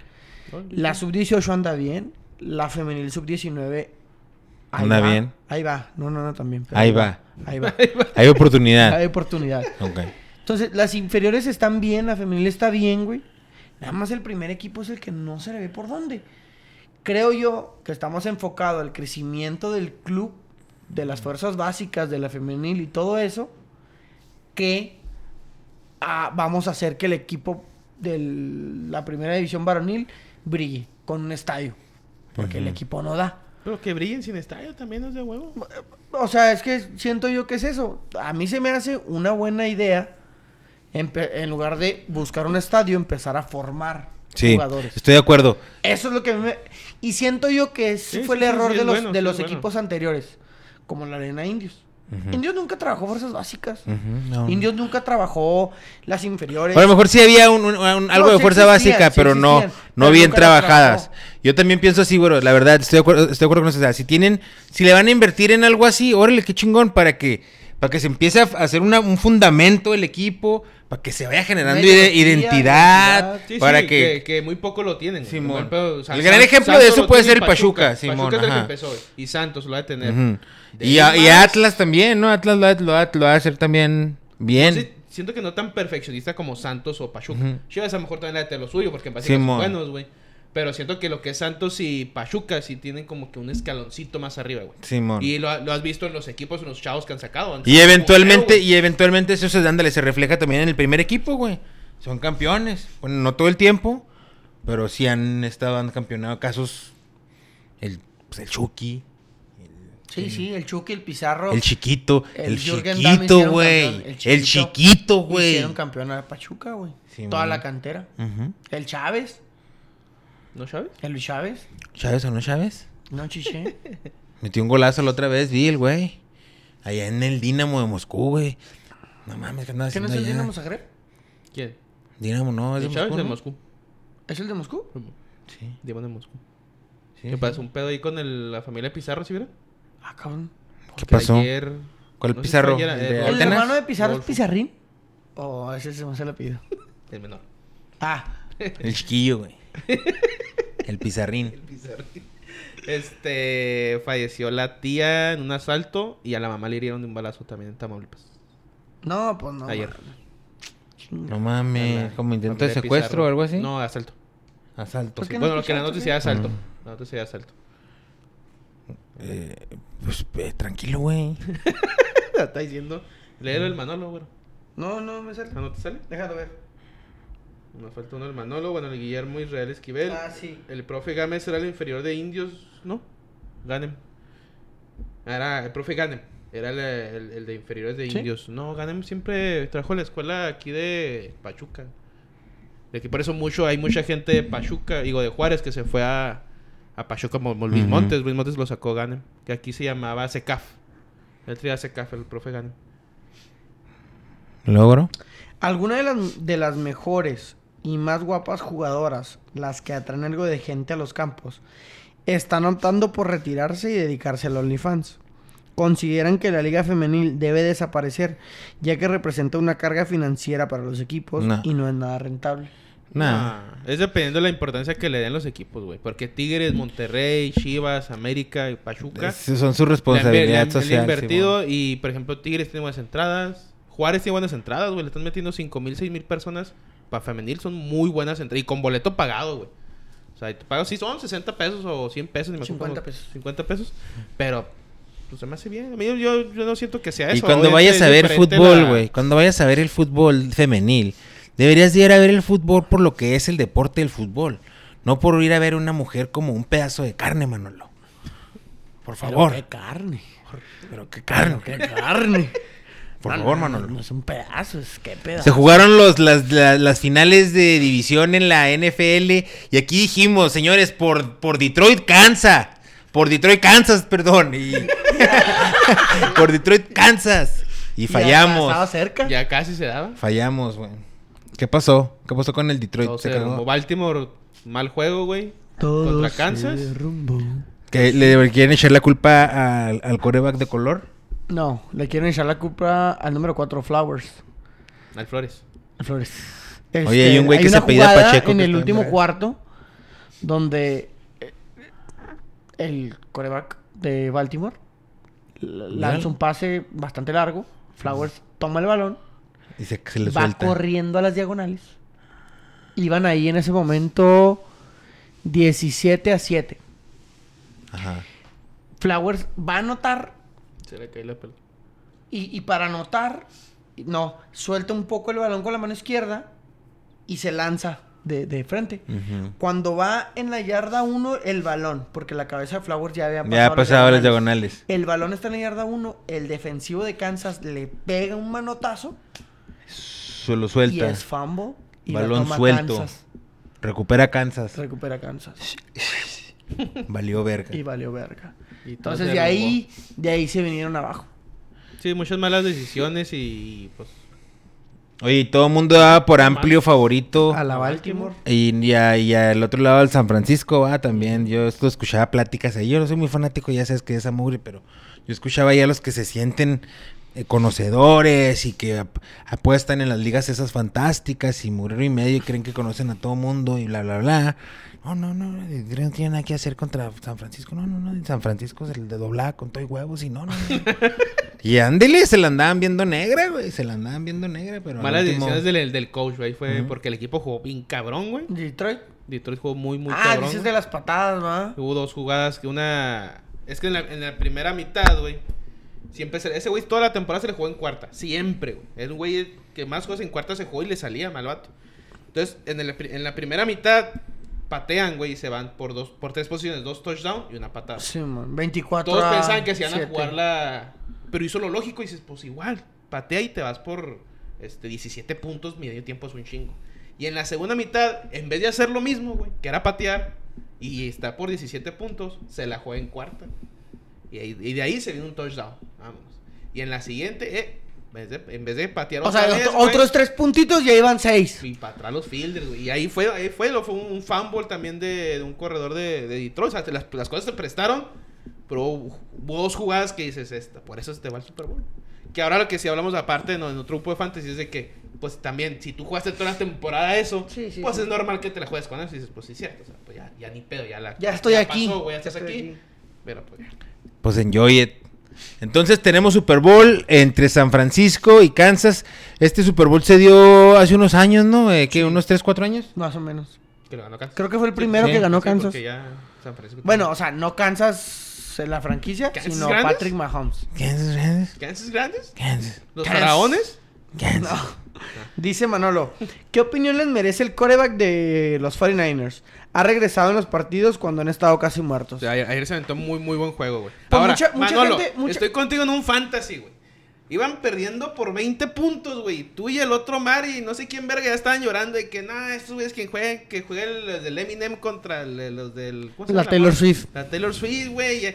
[SPEAKER 3] La sub-18 anda bien. La femenil sub-19 ahí
[SPEAKER 2] Anda
[SPEAKER 3] va,
[SPEAKER 2] bien.
[SPEAKER 3] Ahí va. No, no, no, también. pero
[SPEAKER 2] Ahí va.
[SPEAKER 3] Ahí va.
[SPEAKER 2] Hay oportunidad.
[SPEAKER 3] Hay oportunidad. *laughs*
[SPEAKER 2] Ok.
[SPEAKER 3] Entonces, las inferiores están bien, la femenil está bien, güey. Nada más el primer equipo es el que no se le ve por dónde. Creo yo que estamos enfocados al crecimiento del club, de las fuerzas básicas, de la femenil y todo eso, que ah, vamos a hacer que el equipo de la primera división varonil brille con un estadio. Porque el equipo no da.
[SPEAKER 4] Pero que brillen sin estadio también no es de huevo.
[SPEAKER 3] O sea, es que siento yo que es eso. A mí se me hace una buena idea, empe- en lugar de buscar un estadio, empezar a formar
[SPEAKER 2] Sí,
[SPEAKER 3] jugadores.
[SPEAKER 2] estoy de acuerdo.
[SPEAKER 3] Eso es lo que a mí me... Y siento yo que ese
[SPEAKER 4] Sí,
[SPEAKER 3] fue el
[SPEAKER 4] sí, sí,
[SPEAKER 3] error
[SPEAKER 4] sí,
[SPEAKER 3] de
[SPEAKER 4] es
[SPEAKER 3] los,
[SPEAKER 4] bueno,
[SPEAKER 3] de
[SPEAKER 4] sí,
[SPEAKER 3] los
[SPEAKER 4] es bueno.
[SPEAKER 3] equipos anteriores, como la Arena Indios. Indios nunca trabajó fuerzas básicas.
[SPEAKER 2] Ujú, no.
[SPEAKER 3] Indios nunca trabajó las inferiores.
[SPEAKER 2] A lo mejor sí había un, un- un- algo
[SPEAKER 3] No,
[SPEAKER 2] de
[SPEAKER 3] sí
[SPEAKER 2] fuerza
[SPEAKER 3] existían,
[SPEAKER 2] básica,
[SPEAKER 3] sí
[SPEAKER 2] pero no,
[SPEAKER 3] existían,
[SPEAKER 2] no
[SPEAKER 3] pero
[SPEAKER 2] bien
[SPEAKER 3] nunca las
[SPEAKER 2] trabajadas.
[SPEAKER 3] trabajó.
[SPEAKER 2] Yo también pienso así, güero. La verdad, estoy de acuerdo, estoy de acuerdo con eso. O sea, si tienen, si le van a invertir en algo así, órale, qué chingón, para que, para que se empiece a f- hacer una- un fundamento el equipo, para que se vaya generando
[SPEAKER 3] Una
[SPEAKER 2] ide-
[SPEAKER 3] ideología,
[SPEAKER 2] identidad,
[SPEAKER 4] Ah, Sí,
[SPEAKER 2] Ah, para
[SPEAKER 4] sí,
[SPEAKER 2] que,
[SPEAKER 4] que... muy poco lo tienen. güey.
[SPEAKER 2] Simón.
[SPEAKER 4] Buen pedo, o sea,
[SPEAKER 2] El gran
[SPEAKER 4] San-
[SPEAKER 2] ejemplo de eso
[SPEAKER 4] lo
[SPEAKER 2] puede
[SPEAKER 4] tiene
[SPEAKER 2] ser el Pachuca, Simón,
[SPEAKER 4] Pachuca es el que
[SPEAKER 2] ajá.
[SPEAKER 4] empezó, güey. Y Santos lo va a tener.
[SPEAKER 2] Ujú.
[SPEAKER 4] De
[SPEAKER 2] Y,
[SPEAKER 4] ahí
[SPEAKER 2] a- y
[SPEAKER 4] más,
[SPEAKER 2] Atlas también, ¿no? Atlas lo, ha- lo ha- lo va a hacer también bien.
[SPEAKER 4] sí, siento que no tan perfeccionista como Santos o Pachuca.
[SPEAKER 2] Ujú.
[SPEAKER 4] Chivas a lo mejor también la de lo suyo porque en Pachuca son
[SPEAKER 2] Simón.
[SPEAKER 4] buenos, güey. Pero siento que lo que es Santos y Pachuca sí tienen como que un escaloncito más arriba, güey.
[SPEAKER 2] Simón.
[SPEAKER 4] Y lo, ha- lo has visto en los equipos, en los chavos que han sacado. Han
[SPEAKER 3] Pues
[SPEAKER 2] Y
[SPEAKER 4] sacado
[SPEAKER 2] eventualmente,
[SPEAKER 4] como feo,
[SPEAKER 2] y eventualmente eso se, ándale, se refleja también en el primer equipo, güey. Son campeones. Bueno, no todo el tiempo, pero sí han estado, han campeonado casos. El, pues, el Chucky,
[SPEAKER 3] Sí, sí, el Chucky, el Pizarro.
[SPEAKER 2] el Chiquito, el,
[SPEAKER 3] Jürgen Damm hicieron
[SPEAKER 2] Chiquito, güey.
[SPEAKER 3] campeón,
[SPEAKER 2] El Chiquito, güey.
[SPEAKER 3] Hicieron campeón a Pachuca, güey.
[SPEAKER 2] Sí,
[SPEAKER 3] Toda
[SPEAKER 2] mon.
[SPEAKER 3] la cantera.
[SPEAKER 2] Ujú.
[SPEAKER 3] El Chávez,
[SPEAKER 4] güey. ¿No sabes?
[SPEAKER 3] el Luis Chávez,
[SPEAKER 2] ¿Chávez o no Chávez?
[SPEAKER 3] no
[SPEAKER 2] *laughs*
[SPEAKER 3] chiché.
[SPEAKER 2] Metió un golazo la otra vez, vi el güey. Allá en el Dinamo de Moscú, güey. No mames, ¿qué andaba
[SPEAKER 3] ¿Qué no
[SPEAKER 2] haciendo
[SPEAKER 3] es el
[SPEAKER 2] allá?
[SPEAKER 3] Dinamo Zagreb?
[SPEAKER 4] ¿Quién?
[SPEAKER 2] Dinamo, no, es de
[SPEAKER 4] El Chávez
[SPEAKER 2] Moscú,
[SPEAKER 4] de
[SPEAKER 2] ¿no?
[SPEAKER 4] Moscú.
[SPEAKER 3] ¿Es el de Moscú?
[SPEAKER 2] Sí,
[SPEAKER 4] Diego de Moscú.
[SPEAKER 2] sí,
[SPEAKER 4] ¿Qué
[SPEAKER 2] sí.
[SPEAKER 4] pasó? Un pedo ahí con el- la familia Pizarro, ¿sí vieron?
[SPEAKER 3] Ah, cabrón.
[SPEAKER 2] ¿Qué
[SPEAKER 4] Que
[SPEAKER 2] pasó?
[SPEAKER 4] ayer-
[SPEAKER 2] ¿Cuál
[SPEAKER 4] no sé si
[SPEAKER 2] Pizarro?
[SPEAKER 4] fue ayer,
[SPEAKER 2] ¿El de
[SPEAKER 4] eh,
[SPEAKER 3] ¿El
[SPEAKER 2] Atenas?
[SPEAKER 3] hermano de Pizarro es
[SPEAKER 4] Rodolfo.
[SPEAKER 3] Pizarrín? Oh, ese se me hace el apellido.
[SPEAKER 4] El menor.
[SPEAKER 3] Ah,
[SPEAKER 2] El chiquillo, *laughs* güey. El pizarrín.
[SPEAKER 4] Este falleció la tía en un asalto y a la mamá le hirieron de un balazo también en Tamaulipas.
[SPEAKER 3] No, pues no.
[SPEAKER 4] Ayer.
[SPEAKER 3] mames.
[SPEAKER 2] No mames,
[SPEAKER 4] La
[SPEAKER 2] como intento de
[SPEAKER 4] familia
[SPEAKER 2] secuestro
[SPEAKER 4] Pizarro.
[SPEAKER 2] o algo así.
[SPEAKER 4] No, asalto.
[SPEAKER 2] Asalto.
[SPEAKER 3] ¿Por qué no
[SPEAKER 4] bueno, lo que la
[SPEAKER 3] escuchaste,
[SPEAKER 4] noticia es asalto.
[SPEAKER 2] Mm.
[SPEAKER 4] La noticia es asalto. *laughs*
[SPEAKER 2] Eh, pues eh, tranquilo, güey.
[SPEAKER 4] Está diciendo. Léelo el Manolo, güey.
[SPEAKER 3] No, no, me
[SPEAKER 4] ¿Ah,
[SPEAKER 3] sale.
[SPEAKER 4] ¿No te sale?
[SPEAKER 3] Déjalo ver.
[SPEAKER 4] Nos falta uno el Manolo, bueno, el Guillermo Israel Esquivel.
[SPEAKER 3] Ah, sí.
[SPEAKER 4] El profe Gámez era el inferior de indios, ¿no? Ganem. Era el profe Ganem. Era el, el- el de inferiores de
[SPEAKER 3] Sí.
[SPEAKER 4] indios. No, Ganem siempre trajo la escuela aquí de Pachuca. De que por eso mucho, hay mucha gente de Pachuca, digo de Juárez, que se fue a, a Pachuca como como Luis
[SPEAKER 2] Ujú.
[SPEAKER 4] Montes. Luis Montes lo sacó Ganem. Que aquí se llamaba SECAF. Él traía SECAF, el profe Ganem.
[SPEAKER 2] ¿Logro?
[SPEAKER 3] Alguna de las, de las mejores y más guapas jugadoras, las que atraen algo de gente a los campos, están optando por retirarse y dedicarse al OnlyFans. Consideran que la liga femenil debe desaparecer, ya que representa una carga financiera para los equipos
[SPEAKER 2] No.
[SPEAKER 3] y no es nada rentable.
[SPEAKER 2] Nada.
[SPEAKER 4] Ah, es dependiendo de la importancia que le den los equipos, güey. Porque Tigres, Monterrey, Chivas, América y Pachuca.
[SPEAKER 2] Es- Son su
[SPEAKER 4] le han- le han-
[SPEAKER 2] responsabilidad
[SPEAKER 4] le han
[SPEAKER 2] Pues, social.
[SPEAKER 4] invertido
[SPEAKER 2] Simón.
[SPEAKER 4] y, por ejemplo, Tigres tiene buenas entradas. Juárez tiene buenas entradas, güey. Le están metiendo 5 mil, 6 mil personas. Para femenil son muy buenas entradas. Y con boleto pagado, güey. O sea, y te pagas, sí, son 60 pesos o 100 pesos. ni me acuerdo
[SPEAKER 3] 50
[SPEAKER 4] cómo-
[SPEAKER 3] pesos.
[SPEAKER 4] 50 pesos. Pero, pues se me hace bien. A mí, yo, yo no siento que sea
[SPEAKER 2] Y
[SPEAKER 4] eso.
[SPEAKER 2] cuando
[SPEAKER 4] Obviamente
[SPEAKER 2] vayas
[SPEAKER 4] es
[SPEAKER 2] a ver
[SPEAKER 4] diferente
[SPEAKER 2] fútbol,
[SPEAKER 4] la-
[SPEAKER 2] güey, cuando vayas a ver el fútbol femenil, deberías de ir a ver el fútbol por lo que es el deporte del fútbol. No por ir a ver una mujer como un pedazo de carne, Manolo. Por favor.
[SPEAKER 3] Pero qué carne.
[SPEAKER 2] Pero qué carne.
[SPEAKER 3] *laughs* Qué carne.
[SPEAKER 2] Por
[SPEAKER 3] No,
[SPEAKER 4] Ah,
[SPEAKER 2] favor,
[SPEAKER 3] no,
[SPEAKER 2] Manolo.
[SPEAKER 3] No es un pedazo, es que
[SPEAKER 2] Se
[SPEAKER 3] pedazo.
[SPEAKER 2] jugaron los, las, la- las finales de división en la NFL y aquí dijimos, señores, por, por Detroit, Kansas. Por Detroit, Kansas, perdón. Y... *laughs* por Detroit, Kansas. Y
[SPEAKER 3] Estaba
[SPEAKER 2] fallamos.
[SPEAKER 3] cerca.
[SPEAKER 4] Ya casi se daba.
[SPEAKER 2] Fallamos, güey. ¿Qué pasó? ¿Qué pasó con el Detroit?
[SPEAKER 4] Todo
[SPEAKER 2] Se
[SPEAKER 4] se
[SPEAKER 2] cagó.
[SPEAKER 4] derrumbó. Baltimore, mal juego, güey.
[SPEAKER 3] Todo
[SPEAKER 4] Contra
[SPEAKER 3] se
[SPEAKER 4] Kansas.
[SPEAKER 3] derrumbó.
[SPEAKER 2] ¿Que ¿Le quieren echar la culpa al, al coreback de color?
[SPEAKER 3] No, le quieren echar la culpa al número 4, Flowers.
[SPEAKER 4] Al Flores.
[SPEAKER 3] Flores. Este,
[SPEAKER 2] Oye, hay un güey que se
[SPEAKER 3] una
[SPEAKER 2] apellida
[SPEAKER 3] jugada
[SPEAKER 2] Pacheco
[SPEAKER 3] En
[SPEAKER 2] que
[SPEAKER 3] el
[SPEAKER 2] está
[SPEAKER 3] último
[SPEAKER 2] enfermo.
[SPEAKER 3] cuarto, donde eh, el coreback de Baltimore la- lanza un pase bastante largo. Flowers toma el balón,
[SPEAKER 2] Y se, se le
[SPEAKER 3] va
[SPEAKER 2] suelta.
[SPEAKER 3] corriendo a las diagonales. Iban ahí en ese momento 17 a 7.
[SPEAKER 2] Ajá.
[SPEAKER 3] Flowers va a anotar
[SPEAKER 4] Se le cae la pelota.
[SPEAKER 3] Y, y para anotar, no, suelta un poco el balón con la mano izquierda y se lanza de, de frente.
[SPEAKER 2] Ujú.
[SPEAKER 3] Cuando va en la yarda 1 el balón, porque la cabeza de Flowers ya había pasado.
[SPEAKER 2] Ya ha
[SPEAKER 3] las
[SPEAKER 2] pasado las
[SPEAKER 3] diagonales.
[SPEAKER 2] diagonales.
[SPEAKER 3] El balón está en la yarda 1, el defensivo de Kansas le pega un manotazo
[SPEAKER 2] Se lo
[SPEAKER 3] y
[SPEAKER 2] suelta.
[SPEAKER 3] es fumble y la
[SPEAKER 2] Balón
[SPEAKER 3] toma
[SPEAKER 2] suelto.
[SPEAKER 3] Kansas.
[SPEAKER 2] Recupera Kansas.
[SPEAKER 3] Recupera Kansas.
[SPEAKER 2] Valió verga.
[SPEAKER 3] Y valió verga.
[SPEAKER 4] Y todo
[SPEAKER 3] Entonces
[SPEAKER 4] se
[SPEAKER 3] de
[SPEAKER 4] derrumbó.
[SPEAKER 3] ahí, de ahí se vinieron abajo.
[SPEAKER 4] Sí, muchas malas decisiones y pues.
[SPEAKER 2] Oye, y todo el mundo daba por amplio favorito.
[SPEAKER 3] A la
[SPEAKER 4] ¿A
[SPEAKER 3] Baltimore.
[SPEAKER 4] Baltimore?
[SPEAKER 2] Y, y a- y al otro lado al San Francisco, va, también. Yo esto escuchaba pláticas ahí. Yo no soy muy fanático, ya sabes que de esa mugre, pero yo escuchaba ya a los que se sienten eh, conocedores y que ap- apuestan en las ligas esas fantásticas y murero y medio y creen que conocen a todo mundo y bla, bla, bla. No, no, no, no no tiene nada que hacer contra San Francisco. No, no, no, en San Francisco se le doblaba con todo y huevos y no, no, no.
[SPEAKER 4] *laughs*
[SPEAKER 2] y ándele, se la andaban viendo negra, güey. Se la andaban viendo negra, pero. al
[SPEAKER 4] Malas
[SPEAKER 2] último-
[SPEAKER 4] decisiones del, del coach, güey. Fue
[SPEAKER 2] Ujú.
[SPEAKER 4] porque el equipo jugó bien cabrón, güey.
[SPEAKER 3] Detroit.
[SPEAKER 4] Detroit jugó muy, muy
[SPEAKER 3] ah,
[SPEAKER 4] cabrón.
[SPEAKER 3] dices de
[SPEAKER 4] güey.
[SPEAKER 3] las patadas, ¿verdad?
[SPEAKER 4] Hubo dos jugadas que una. Es que en la, en la primera mitad, güey. Siempre se- Ese güey toda la temporada se le jugó en cuarta. Siempre, güey. Es un güey que más cosas en cuarta se jugó y le salía mal vato. Entonces, en, el pri- en la primera mitad patean, güey, y se van por dos, por tres posiciones, dos touchdowns y una patada.
[SPEAKER 3] Sí, man. 24
[SPEAKER 4] Todos
[SPEAKER 3] a
[SPEAKER 4] pensaban que se iban a
[SPEAKER 3] 7.
[SPEAKER 4] jugar la. Pero hizo lo lógico y dices, pues igual, patea y te vas por este, 17 puntos, medio tiempo es un chingo. Y en la segunda mitad, en vez de hacer lo mismo, güey, que era patear, y está por 17 puntos, se la juega en cuarta. Y, ahí- y de ahí se viene un touchdown. Vámonos. Y en la siguiente, eh, en vez de, en vez de patear
[SPEAKER 3] O sea,
[SPEAKER 4] otra vez,
[SPEAKER 3] otro-
[SPEAKER 4] güey,
[SPEAKER 3] otros tres puntitos y ahí van seis.
[SPEAKER 4] y para atrás los fielders, güey. Y ahí fue, ahí fue, lo, fue un, un fumble también de, de un corredor de, de Detroit. O sea, te- las, las cosas se prestaron, pero hubo hubo dos jugadas que dices esta. Por eso se te va el Super Bowl. Que ahora lo que sí hablamos aparte en otro grupo de fantasy es de que, pues también, si tú jugaste toda la temporada eso,
[SPEAKER 3] Sí, sí,
[SPEAKER 4] pues
[SPEAKER 3] sí.
[SPEAKER 4] es normal que te la juegues con eso. Y dices, pues sí, es cierto, o sea, pues ya, ya ni pedo, ya la.
[SPEAKER 3] Ya estoy aquí.
[SPEAKER 4] pasó, güey, ya estás
[SPEAKER 3] Ya estoy
[SPEAKER 4] aquí.
[SPEAKER 3] aquí.
[SPEAKER 4] Pero pues.
[SPEAKER 2] Pues enjoy it. Entonces tenemos Super Bowl entre San Francisco y Kansas. Este Super Bowl se dio hace unos años, ¿no? Eh, ¿Qué? ¿Unos 3, 4 años?
[SPEAKER 3] Más o menos.
[SPEAKER 4] Que lo ganó Kansas.
[SPEAKER 3] Creo que fue el primero
[SPEAKER 2] Sí,
[SPEAKER 3] que ganó
[SPEAKER 4] Sí,
[SPEAKER 3] Kansas.
[SPEAKER 4] porque ya San Francisco
[SPEAKER 3] Bueno, o sea,
[SPEAKER 4] tiene-
[SPEAKER 3] no Kansas en la franquicia,
[SPEAKER 4] ¿Kansas
[SPEAKER 3] sino
[SPEAKER 4] grandes?
[SPEAKER 3] Patrick Mahomes.
[SPEAKER 2] Kansas, Kansas,
[SPEAKER 4] ¿Kansas grandes?
[SPEAKER 2] Kansas,
[SPEAKER 4] ¿Los
[SPEAKER 3] Kansas.
[SPEAKER 4] faraones?
[SPEAKER 2] Kansas.
[SPEAKER 3] No. Dice Manolo, ¿qué opinión les merece el coreback de los 49ers? Ha regresado en los partidos cuando han estado casi muertos.
[SPEAKER 4] O sea, ayer, ayer se aventó muy, muy buen juego, güey.
[SPEAKER 3] Pues
[SPEAKER 4] Ahora,
[SPEAKER 3] mucha- mucha
[SPEAKER 4] Manolo,
[SPEAKER 3] gente- mucha-
[SPEAKER 4] estoy contigo en un fantasy, güey. Iban perdiendo por 20 puntos, güey. Tú y el otro Mari, no sé quién verga, ya estaban llorando de que, nada, estos güeyes que juegan, que jueguen los del Eminem contra el- eh, los del... ¿cómo se
[SPEAKER 3] La
[SPEAKER 4] llama
[SPEAKER 3] Taylor
[SPEAKER 4] madre?
[SPEAKER 3] Swift.
[SPEAKER 4] La Taylor Swift, güey. Ya,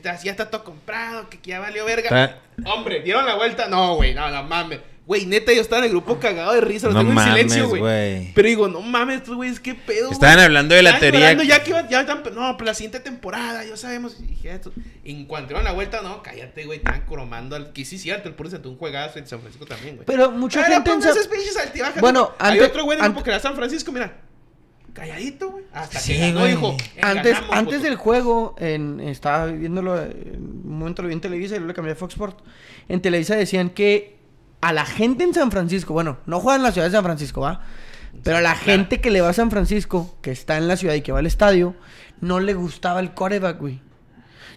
[SPEAKER 4] ya- ya está todo comprado, que, que ya valió verga.
[SPEAKER 2] Está-
[SPEAKER 4] Hombre, ¿dieron la vuelta? No, güey, no, no mames. Güey, neta, yo estaba en el grupo cagado de risa, lo
[SPEAKER 2] No
[SPEAKER 4] tengo en
[SPEAKER 2] mames,
[SPEAKER 4] silencio, güey.
[SPEAKER 2] güey.
[SPEAKER 4] Pero digo, no mames, estos güeyes, qué pedo, güey.
[SPEAKER 2] *laughs* Estaban hablando de la
[SPEAKER 4] Estaban
[SPEAKER 2] teoría.
[SPEAKER 4] llorando ya que iba- ya están- no, pues la siguiente temporada, ya sabemos. Y dije, esto- en cuanto dieron la vuelta, no, cállate, güey, estaban cromando al. Que sí, cierto, el puro sentó un juegazo en San Francisco también, güey.
[SPEAKER 3] Pero mucha
[SPEAKER 4] Pero
[SPEAKER 3] gente... en
[SPEAKER 4] ponme
[SPEAKER 3] Sa-
[SPEAKER 4] esas pinches altibajas,
[SPEAKER 3] Bueno,
[SPEAKER 4] güey. Hay
[SPEAKER 3] antes-
[SPEAKER 4] otro güey en el
[SPEAKER 3] ante-
[SPEAKER 4] grupo que era San Francisco, mira. Calladito, güey. Hasta
[SPEAKER 2] Sí,
[SPEAKER 4] que ganó,
[SPEAKER 2] güey.
[SPEAKER 4] dijo. "Eh,
[SPEAKER 3] Antes,
[SPEAKER 4] ganamos,
[SPEAKER 3] antes
[SPEAKER 4] puto".
[SPEAKER 3] del juego, en, estaba viéndolo, en un momento lo vi en Televisa y luego lo cambié a Fox Sports. En Televisa decían que a la gente en San Francisco, bueno, no juega en la ciudad de San Francisco, ¿va? Pero a la gente que le va a San Francisco, que está en la ciudad y que va al estadio, no le gustaba el coreback, güey.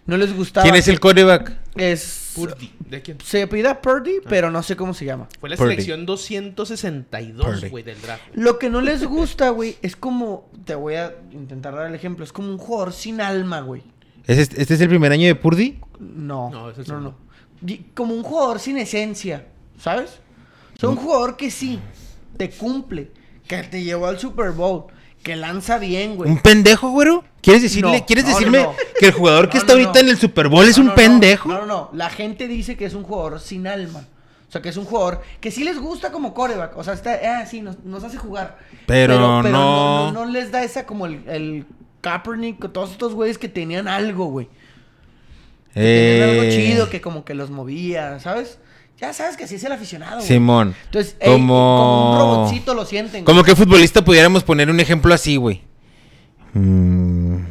[SPEAKER 3] No les gustaba.
[SPEAKER 2] ¿Quién es el coreback?
[SPEAKER 3] Es...
[SPEAKER 4] Purdy. ¿De quién?
[SPEAKER 3] Se apellida Purdy, pero no sé cómo se llama.
[SPEAKER 4] Fue la
[SPEAKER 2] Purdy.
[SPEAKER 4] selección 262,
[SPEAKER 2] Purdy.
[SPEAKER 4] güey, del draft. güey.
[SPEAKER 3] Lo que no les gusta, güey, es como... Te voy a intentar dar el ejemplo. Es como un jugador sin alma, güey.
[SPEAKER 2] ¿Es este, este es el primer año de Purdy?
[SPEAKER 3] No,
[SPEAKER 4] No,
[SPEAKER 3] no,
[SPEAKER 4] es el
[SPEAKER 3] no,
[SPEAKER 4] segundo.
[SPEAKER 3] Y Como un jugador sin esencia, ¿sabes? O
[SPEAKER 4] Mm.
[SPEAKER 3] sea, un jugador que sí, te cumple, que te llevó al Super Bowl, que lanza bien, güey.
[SPEAKER 2] ¿Un pendejo, güero? ¿Quieres decirle,
[SPEAKER 3] No,
[SPEAKER 2] ¿quieres
[SPEAKER 3] no, no,
[SPEAKER 2] decirme
[SPEAKER 3] no.
[SPEAKER 2] que el jugador que
[SPEAKER 3] No,
[SPEAKER 2] está
[SPEAKER 3] no,
[SPEAKER 2] ahorita
[SPEAKER 3] no.
[SPEAKER 2] en el Super Bowl es
[SPEAKER 3] No,
[SPEAKER 2] un
[SPEAKER 3] no, no.
[SPEAKER 2] pendejo?
[SPEAKER 3] No, no, no. La gente dice que es un jugador sin alma. O sea, que es un jugador que sí les gusta como coreback. O sea, está, ah, sí, nos, nos hace jugar.
[SPEAKER 2] Pero no.
[SPEAKER 3] no, no les da esa como el, el Kaepernick, o todos estos güeyes que tenían algo, güey. Que tenían algo
[SPEAKER 2] Eh,
[SPEAKER 3] chido que como que los movía, ¿sabes? Ya sabes que así es el aficionado, güey.
[SPEAKER 2] Simón.
[SPEAKER 3] Entonces, ey,
[SPEAKER 2] como...
[SPEAKER 3] como un robotcito lo sienten.
[SPEAKER 2] Como que futbolista pudiéramos poner un ejemplo así, güey. Mm,
[SPEAKER 3] güey.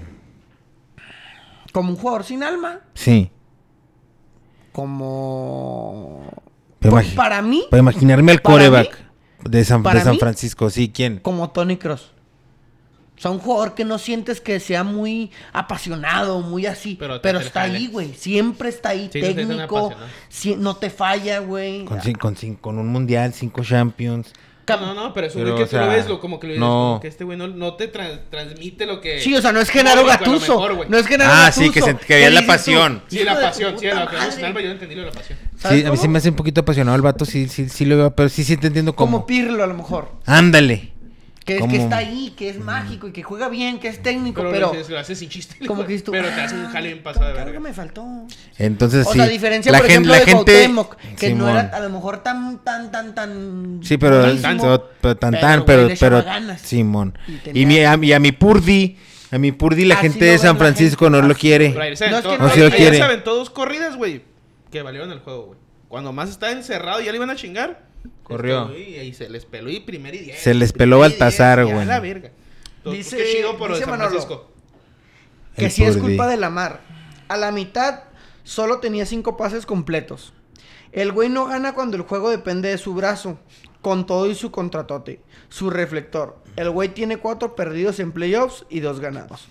[SPEAKER 3] Como un jugador sin alma.
[SPEAKER 2] sí.
[SPEAKER 3] Como.
[SPEAKER 2] Para,
[SPEAKER 3] Pues,
[SPEAKER 2] imagi-
[SPEAKER 3] para mí,
[SPEAKER 2] para imaginarme al
[SPEAKER 3] para
[SPEAKER 2] coreback de San, de
[SPEAKER 3] para
[SPEAKER 2] San
[SPEAKER 3] mí-
[SPEAKER 2] Francisco, sí, ¿quién?
[SPEAKER 3] como Tony Cross. O sea, un jugador que no sientes que sea muy apasionado, muy así. Pero,
[SPEAKER 4] Pero te- te le
[SPEAKER 3] está
[SPEAKER 4] jale.
[SPEAKER 3] ahí, güey. Siempre está ahí,
[SPEAKER 4] Sí, no se siente tan
[SPEAKER 3] técnico.
[SPEAKER 4] apasionado.
[SPEAKER 3] si- no te falla, güey.
[SPEAKER 2] Con, cin- con cin- con un mundial, cinco champions.
[SPEAKER 3] Cam-
[SPEAKER 4] No, no, pero es un
[SPEAKER 2] Pero,
[SPEAKER 4] güey que
[SPEAKER 2] o
[SPEAKER 4] tú lo
[SPEAKER 2] sea,
[SPEAKER 4] ves, lo, como que lo ves,
[SPEAKER 2] no.
[SPEAKER 4] como que este güey no, no te tra- transmite lo que...
[SPEAKER 3] Sí, o sea, no es Genaro
[SPEAKER 4] Mónaco, a lo
[SPEAKER 3] Gatuso.
[SPEAKER 4] mejor, güey.
[SPEAKER 3] no es Genaro
[SPEAKER 2] Ah,
[SPEAKER 3] Gattuso.
[SPEAKER 2] sí, que se- que había
[SPEAKER 3] ¿Qué
[SPEAKER 2] la
[SPEAKER 3] dices tú?
[SPEAKER 2] pasión.
[SPEAKER 4] Sí, la
[SPEAKER 3] Hijo de tu
[SPEAKER 4] pasión, sí,
[SPEAKER 3] puta
[SPEAKER 4] la pasión.
[SPEAKER 3] madre.
[SPEAKER 4] Yo no entendí lo de la pasión.
[SPEAKER 3] ¿Sabes
[SPEAKER 2] Sí, a mí sí
[SPEAKER 3] cómo?
[SPEAKER 2] me hace un poquito apasionado el vato, sí, sí, sí lo veo, pero sí, sí te entiendo cómo.
[SPEAKER 3] Como Pirlo, a lo mejor.
[SPEAKER 2] Ándale.
[SPEAKER 3] Que, es,
[SPEAKER 2] Como-
[SPEAKER 3] que está ahí, que es mágico y que juega bien, que es técnico,
[SPEAKER 4] Pero,
[SPEAKER 3] pero...
[SPEAKER 4] lo, haces, lo haces sin chiste. *laughs*
[SPEAKER 3] como
[SPEAKER 4] güey.
[SPEAKER 3] que dices tú,
[SPEAKER 4] Pero te hace un
[SPEAKER 3] "Ah,
[SPEAKER 4] jale bien
[SPEAKER 3] puta,
[SPEAKER 4] pasado de
[SPEAKER 3] algo
[SPEAKER 4] verga.
[SPEAKER 3] me faltó.
[SPEAKER 2] Entonces,
[SPEAKER 3] O
[SPEAKER 2] sí.
[SPEAKER 3] sea, diferencia, por ejemplo, de Cuauhtémoc, que no
[SPEAKER 2] Simón.
[SPEAKER 3] era a lo mejor tan, tan, tan, tan...
[SPEAKER 2] Sí, pero
[SPEAKER 3] buenísimo.
[SPEAKER 2] pero- pero tan tan,
[SPEAKER 3] güey,
[SPEAKER 2] pero
[SPEAKER 3] le echaba
[SPEAKER 2] pero
[SPEAKER 3] ganas.
[SPEAKER 2] Simón.
[SPEAKER 3] Y
[SPEAKER 2] Y,
[SPEAKER 3] tenía-
[SPEAKER 2] mi, a, mi- a mi Purdy, a mi Purdy la
[SPEAKER 3] Así
[SPEAKER 2] gente
[SPEAKER 3] no
[SPEAKER 2] de
[SPEAKER 3] ven
[SPEAKER 2] San
[SPEAKER 3] la
[SPEAKER 2] Francisco
[SPEAKER 3] gente.
[SPEAKER 2] no lo quiere.
[SPEAKER 4] Pero ayer
[SPEAKER 3] No,
[SPEAKER 4] se
[SPEAKER 3] es
[SPEAKER 4] aventó,
[SPEAKER 3] que
[SPEAKER 2] no- Sí lo
[SPEAKER 4] ayer se
[SPEAKER 2] quiere.
[SPEAKER 4] aventó dos corridas, güey. Que valieron el juego, güey. Cuando más estaba encerrado ya le iban a chingar.
[SPEAKER 2] Corrió.
[SPEAKER 4] Este, güey, Y ahí se les peló y primer y diez.
[SPEAKER 2] Se les peló
[SPEAKER 4] primer y
[SPEAKER 2] Baltasar,
[SPEAKER 4] diez, y a
[SPEAKER 2] güey.
[SPEAKER 4] la verga. Entonces,
[SPEAKER 3] Dice-
[SPEAKER 4] qué chido por lo de
[SPEAKER 3] dice
[SPEAKER 4] San
[SPEAKER 3] Manolo.
[SPEAKER 4] Francisco.
[SPEAKER 3] Que
[SPEAKER 2] El
[SPEAKER 3] sí es
[SPEAKER 2] Purdy.
[SPEAKER 3] culpa de la mar. A la mitad solo tenía cinco pases completos. El güey no gana cuando el juego depende de su brazo, con todo y su contratote, su reflector. El güey tiene cuatro perdidos en playoffs y dos ganados.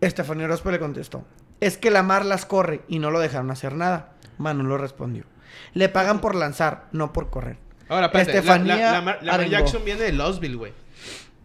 [SPEAKER 3] Estefanía Orozco le contestó, es que la mar las corre y no lo dejaron hacer nada. Manolo respondió, le pagan por lanzar, no por correr.
[SPEAKER 4] Ahora, espérate. la- La,
[SPEAKER 3] Estefanía
[SPEAKER 4] la Mar- la Mar
[SPEAKER 3] Arango.
[SPEAKER 4] Jackson viene de Losville, güey.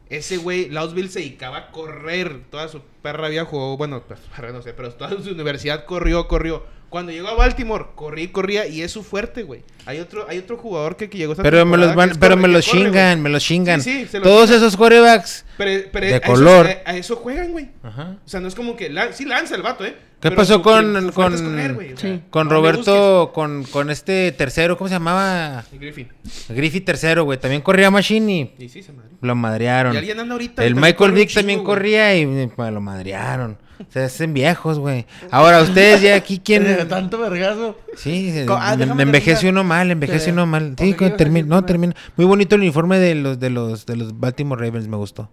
[SPEAKER 4] Ese güey, Losville se dedicaba a correr. Toda su perra vida jugó, bueno, pues, *laughs* perra no sé, pero toda su universidad corrió, corrió. Cuando llegó a Baltimore, corrí, corría y es su fuerte, güey. Hay otro, hay otro jugador que, que llegó esta
[SPEAKER 2] Pero me
[SPEAKER 4] temporada
[SPEAKER 2] los van-
[SPEAKER 4] que es
[SPEAKER 2] pero
[SPEAKER 4] corre-
[SPEAKER 2] me
[SPEAKER 4] que
[SPEAKER 2] los
[SPEAKER 4] corre, güey.
[SPEAKER 2] chingan, me los chingan.
[SPEAKER 4] Sí, sí, se los
[SPEAKER 2] Todos esos corebacks.
[SPEAKER 4] Pero, pero
[SPEAKER 2] De
[SPEAKER 4] a eso-
[SPEAKER 2] color.
[SPEAKER 4] a- a eso juegan, güey.
[SPEAKER 2] Ajá.
[SPEAKER 4] O sea, no es como que... lan- sí lanza el vato, ¿eh?
[SPEAKER 2] ¿Qué
[SPEAKER 4] Pero pues,
[SPEAKER 2] pasó
[SPEAKER 4] su- su-
[SPEAKER 2] con
[SPEAKER 4] su fuerte es
[SPEAKER 2] con
[SPEAKER 4] correr, güey, o sea,
[SPEAKER 2] sí, con
[SPEAKER 4] no le
[SPEAKER 2] Roberto con con este tercero, ¿cómo se llamaba?
[SPEAKER 4] busques. Griffin.
[SPEAKER 2] Griffith tercero, güey, también corría Machine y
[SPEAKER 4] Y sí, se madre.
[SPEAKER 2] lo madrearon.
[SPEAKER 4] Y alguien anda ahorita...
[SPEAKER 2] El
[SPEAKER 4] también
[SPEAKER 2] Michael
[SPEAKER 4] corre un
[SPEAKER 2] Vick
[SPEAKER 4] chingo,
[SPEAKER 2] también
[SPEAKER 4] güey.
[SPEAKER 2] corría y eh, pues, lo madrearon. Se hacen viejos, güey. Ahora, ustedes ya aquí,
[SPEAKER 3] De *laughs*
[SPEAKER 2] ¿quién?
[SPEAKER 3] tanto vergazo.
[SPEAKER 2] Sí, se-
[SPEAKER 3] Co- ah,
[SPEAKER 2] me-
[SPEAKER 3] déjame
[SPEAKER 2] me envejece
[SPEAKER 3] terminar.
[SPEAKER 2] uno mal, envejece
[SPEAKER 3] Sí.
[SPEAKER 2] uno mal. Sí,
[SPEAKER 3] Ok, ¿qué ibas a
[SPEAKER 2] termina,
[SPEAKER 3] decir,
[SPEAKER 2] no,
[SPEAKER 3] Manuel?
[SPEAKER 2] termina. Muy bonito el uniforme de los, de los, de los Baltimore Ravens, me gustó.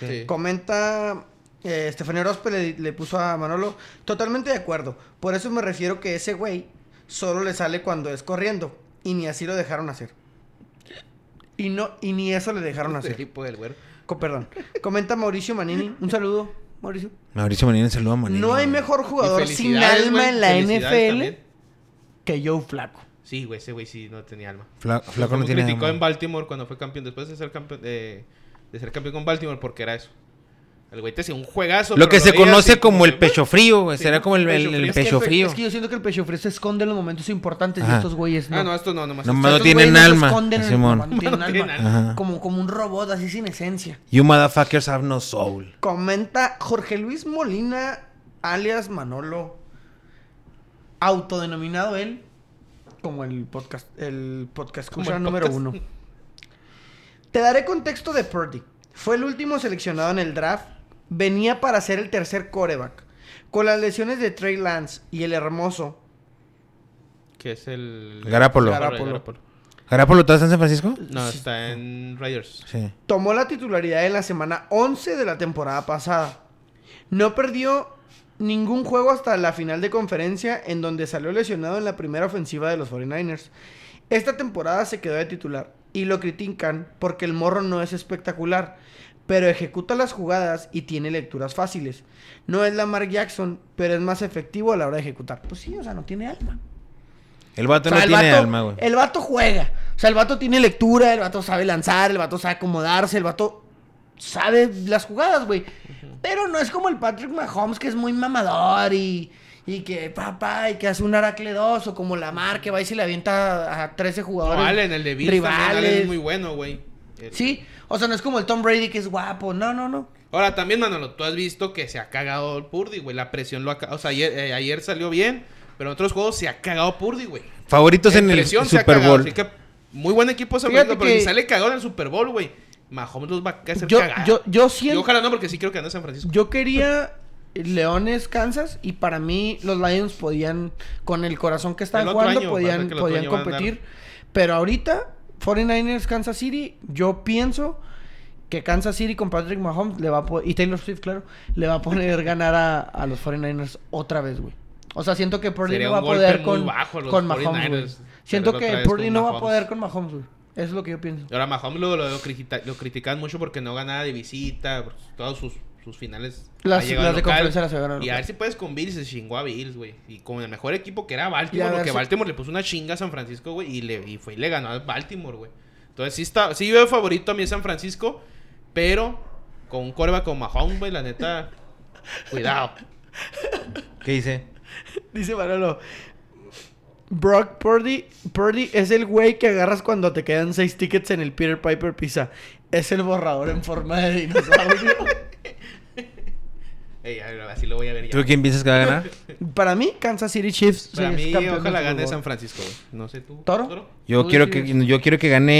[SPEAKER 4] Sí.
[SPEAKER 3] Comenta eh, Estefanía Orozpe le, le puso a Manolo, totalmente de acuerdo. Por eso me refiero que ese güey solo le sale cuando es corriendo. Y ni así lo dejaron hacer. Y no, y ni eso le dejaron
[SPEAKER 4] Este
[SPEAKER 3] hacer.
[SPEAKER 4] tipo del güero.
[SPEAKER 3] Co- perdón. Comenta Mauricio Manini. Un saludo, Mauricio.
[SPEAKER 2] Mauricio Manini, saludo a Manini.
[SPEAKER 3] no hay
[SPEAKER 2] güey.
[SPEAKER 3] mejor
[SPEAKER 4] Y
[SPEAKER 3] jugador sin
[SPEAKER 4] felicidades,
[SPEAKER 3] alma
[SPEAKER 4] güey,
[SPEAKER 3] en la
[SPEAKER 4] felicidades
[SPEAKER 3] NFL
[SPEAKER 4] también.
[SPEAKER 3] que Joe Flaco.
[SPEAKER 4] Sí, güey, ese güey sí no tenía alma.
[SPEAKER 2] Fla- Flaco
[SPEAKER 4] Pues, Como
[SPEAKER 2] no tiene
[SPEAKER 4] criticó
[SPEAKER 2] alma.
[SPEAKER 4] en Baltimore cuando fue campeón, después de ser campeón, de, de ser campeón con Baltimore, porque era eso. El güey te hacía un juegazo.
[SPEAKER 2] Lo
[SPEAKER 4] pero
[SPEAKER 2] que se
[SPEAKER 4] veías
[SPEAKER 2] conoce
[SPEAKER 4] y
[SPEAKER 2] como el
[SPEAKER 4] que,
[SPEAKER 2] pecho frío, güey.
[SPEAKER 4] Sí,
[SPEAKER 2] Será
[SPEAKER 4] ¿no?
[SPEAKER 2] como el, el-
[SPEAKER 4] Pecho
[SPEAKER 2] el
[SPEAKER 4] frío. Es que,
[SPEAKER 2] pecho
[SPEAKER 4] güey,
[SPEAKER 2] frío.
[SPEAKER 3] Es que yo siento que el pecho frío se esconde en los momentos importantes y
[SPEAKER 2] Ajá.
[SPEAKER 3] estos güeyes no.
[SPEAKER 4] Ah, no, esto no, nomás.
[SPEAKER 2] No,
[SPEAKER 4] esto-
[SPEAKER 2] no
[SPEAKER 3] Estos
[SPEAKER 2] tienen
[SPEAKER 3] güeyes no se
[SPEAKER 2] alma,
[SPEAKER 3] esconden en el-
[SPEAKER 2] Simón.
[SPEAKER 3] no tienen
[SPEAKER 4] No tienen
[SPEAKER 3] alma.
[SPEAKER 4] alma.
[SPEAKER 2] Ajá.
[SPEAKER 3] Como, como un robot así sin esencia.
[SPEAKER 2] You motherfuckers have no soul.
[SPEAKER 3] Comenta Jorge Luis Molina, alias Manolo, autodenominado él como el podcast, el podcast
[SPEAKER 4] Como
[SPEAKER 3] escucha
[SPEAKER 4] el
[SPEAKER 3] número
[SPEAKER 4] podcast.
[SPEAKER 3] uno. Te daré contexto de Purdy. Fue el último seleccionado en el draft. Venía para ser el tercer coreback. Con las lesiones de Trey Lance y el hermoso,
[SPEAKER 4] Que es el.
[SPEAKER 2] Garapolo.
[SPEAKER 3] Garapolo.
[SPEAKER 2] ¿Garapolo todavía está en San Francisco?
[SPEAKER 4] No, está en Raiders.
[SPEAKER 2] Sí.
[SPEAKER 3] tomó la titularidad en la semana 11 de la temporada pasada. No perdió ningún juego hasta la final de conferencia en donde salió lesionado en la primera ofensiva de los 49ers. Esta temporada se quedó de titular y lo critican porque el morro no es espectacular, pero ejecuta las jugadas y tiene lecturas fáciles. No es Lamar Jackson, pero es más efectivo a la hora de ejecutar. Pues sí, o sea, no tiene alma.
[SPEAKER 2] El vato
[SPEAKER 3] O sea,
[SPEAKER 2] no
[SPEAKER 3] el
[SPEAKER 2] tiene
[SPEAKER 3] vato-
[SPEAKER 2] alma, güey.
[SPEAKER 3] El vato juega. O sea, el vato tiene lectura, el vato sabe lanzar, el vato sabe acomodarse, el vato sabe las jugadas, güey. Pero no es como el Patrick Mahomes, que es muy mamador y, y que papá, y que hace un aracle 2, o como Lamar, que va y se le avienta a 13
[SPEAKER 4] No,
[SPEAKER 3] jugadores.
[SPEAKER 4] Allen, el de Bills. también,
[SPEAKER 3] rivales.
[SPEAKER 4] Allen es muy bueno, güey. El-
[SPEAKER 3] Sí, o sea, no es como el Tom Brady, que es guapo. No, no, no.
[SPEAKER 4] Ahora también, Manolo, tú has visto que se ha cagado el Purdy, güey. La presión lo ha ca- O sea, ayer, eh, ayer salió bien, pero en otros juegos se ha cagado Purdy, güey.
[SPEAKER 2] Favoritos en, el
[SPEAKER 4] presión se ha
[SPEAKER 2] Super
[SPEAKER 4] cagado,
[SPEAKER 2] Bowl.
[SPEAKER 4] así que muy buen equipo San
[SPEAKER 3] Fíjate
[SPEAKER 4] Francisco, pero si
[SPEAKER 3] que-
[SPEAKER 4] sale cagado en el Super Bowl, güey. Mahomes los va a hacer
[SPEAKER 3] Yo,
[SPEAKER 4] cagar.
[SPEAKER 3] yo, yo
[SPEAKER 4] Y
[SPEAKER 3] siento.
[SPEAKER 4] ojalá no, porque sí creo que anda San Francisco.
[SPEAKER 3] Yo quería Leones, Kansas, y para mí los Lions podían, con el corazón que estaban
[SPEAKER 4] El otro
[SPEAKER 3] jugando,
[SPEAKER 4] año, va a
[SPEAKER 3] podían,
[SPEAKER 4] ser que el otro
[SPEAKER 3] podían
[SPEAKER 4] año van a andar.
[SPEAKER 3] competir. Pero ahorita, 49ers, Kansas City, yo pienso que Kansas City con Patrick Mahomes le va a po- y Taylor Swift, claro, le va a
[SPEAKER 4] *laughs*
[SPEAKER 3] poner ganar a, a los 49ers otra vez, güey. O sea, siento que Purdy
[SPEAKER 4] Sería
[SPEAKER 3] no va a
[SPEAKER 4] un golpe
[SPEAKER 3] poder
[SPEAKER 4] muy
[SPEAKER 3] con,
[SPEAKER 4] bajo a los
[SPEAKER 3] con Mahomes,
[SPEAKER 4] 49ers,
[SPEAKER 3] güey.
[SPEAKER 4] pero
[SPEAKER 3] Siento
[SPEAKER 4] otra
[SPEAKER 3] que
[SPEAKER 4] vez
[SPEAKER 3] Purdy
[SPEAKER 4] con
[SPEAKER 3] no va a
[SPEAKER 4] Mahomes.
[SPEAKER 3] poder con Mahomes, güey. Es lo que yo pienso.
[SPEAKER 4] Y ahora Mahomes lo, lo, critica- lo critican mucho porque no ganaba de visita, porque todos sus, sus finales.
[SPEAKER 3] Las-
[SPEAKER 4] ha llegado
[SPEAKER 3] las de
[SPEAKER 4] local.
[SPEAKER 3] conferencia las ha ganado
[SPEAKER 4] Y a
[SPEAKER 3] local.
[SPEAKER 4] ver si puedes con Bills, se chingó a Bills, güey. Y con el mejor equipo que era
[SPEAKER 3] Y a
[SPEAKER 4] Baltimore,
[SPEAKER 3] ver
[SPEAKER 4] porque
[SPEAKER 3] si-
[SPEAKER 4] Baltimore le puso una chinga a San Francisco, güey, y, le, y fue y le ganó a Baltimore, güey. Entonces sí, está, sí veo favorito a mí San Francisco, pero con un corva con Mahomes, güey,
[SPEAKER 3] *laughs*
[SPEAKER 4] la neta. Cuidado.
[SPEAKER 2] ¿Qué dice?
[SPEAKER 3] Dice Manolo. Brock Purdy, Purdy es el güey que agarras cuando te quedan seis tickets en el Peter Piper Pizza. Es el borrador en forma de dinosaurio.
[SPEAKER 4] Ey, a ver, así lo voy a ver
[SPEAKER 2] ¿Tú
[SPEAKER 4] ya.
[SPEAKER 2] quién piensas que va a
[SPEAKER 4] *laughs*
[SPEAKER 2] ganar?
[SPEAKER 3] *laughs* Para mí, Kansas City Chiefs.
[SPEAKER 4] Para
[SPEAKER 3] sí, es
[SPEAKER 4] mí,
[SPEAKER 3] campeón del
[SPEAKER 4] ojalá
[SPEAKER 3] Super
[SPEAKER 4] gane
[SPEAKER 3] Bowl.
[SPEAKER 4] San Francisco, güey. No sé tú.
[SPEAKER 3] ¿Toro?
[SPEAKER 2] Yo
[SPEAKER 3] Tú
[SPEAKER 2] quiero que
[SPEAKER 3] decides.
[SPEAKER 2] yo quiero que gane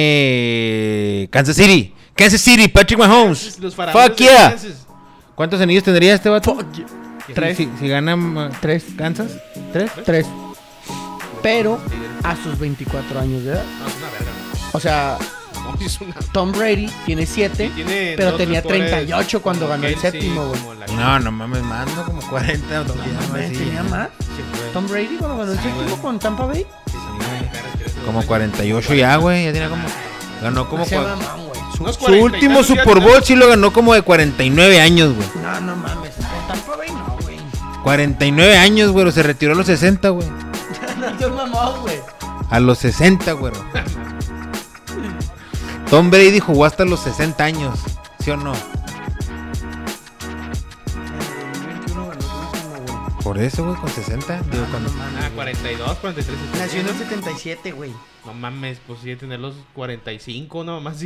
[SPEAKER 2] eh, Kansas City. Kansas City, Patrick Mahomes.
[SPEAKER 4] Los faraones
[SPEAKER 2] Fuck
[SPEAKER 4] de
[SPEAKER 2] yeah.
[SPEAKER 4] Kansas.
[SPEAKER 2] ¿Cuántos anillos tendría este vato?
[SPEAKER 3] Tres.
[SPEAKER 2] Si, si gana ma-
[SPEAKER 3] Tres.
[SPEAKER 2] Kansas, tres.
[SPEAKER 3] Tres. Pero a sus 24 años de edad.
[SPEAKER 4] No, es una verga, güey.
[SPEAKER 3] O sea,
[SPEAKER 4] No,
[SPEAKER 3] *laughs*
[SPEAKER 4] es una-
[SPEAKER 3] Tom Brady tiene siete,
[SPEAKER 4] Tiene
[SPEAKER 3] pero
[SPEAKER 4] dos,
[SPEAKER 3] tenía
[SPEAKER 4] tres jugadores
[SPEAKER 3] 38 cuando
[SPEAKER 4] como
[SPEAKER 3] ganó el
[SPEAKER 4] Kelsey,
[SPEAKER 3] séptimo, güey.
[SPEAKER 4] como la-
[SPEAKER 2] No, no mames, mando como 40 o no,
[SPEAKER 3] Mames, ¿Tenía más? Tom Brady cuando ganó el séptimo con Tampa Bay.
[SPEAKER 2] Como 48 ya, güey, ya tenía como ganó como
[SPEAKER 3] Se
[SPEAKER 2] cua-
[SPEAKER 3] mamón, güey.
[SPEAKER 2] su,
[SPEAKER 4] Unos
[SPEAKER 2] su
[SPEAKER 4] 40 y
[SPEAKER 2] último
[SPEAKER 4] tantos ya
[SPEAKER 2] Super
[SPEAKER 4] tenía.
[SPEAKER 2] Bowl sí lo ganó como de 49 años, güey.
[SPEAKER 3] No, no mames. Con Tampa Bay no, güey. *laughs*
[SPEAKER 2] 49 años, güey, se retiró a los 60, güey.
[SPEAKER 3] No seas mamón, güey.
[SPEAKER 2] A los 60, güey. Tom Brady jugó hasta los 60 años, ¿sí o no? Por eso, güey, con 60, digo, cuando-
[SPEAKER 4] Ah, 42, 43.
[SPEAKER 3] Nació en el 77, güey.
[SPEAKER 4] No mames, pues sí, tener los 45, no más.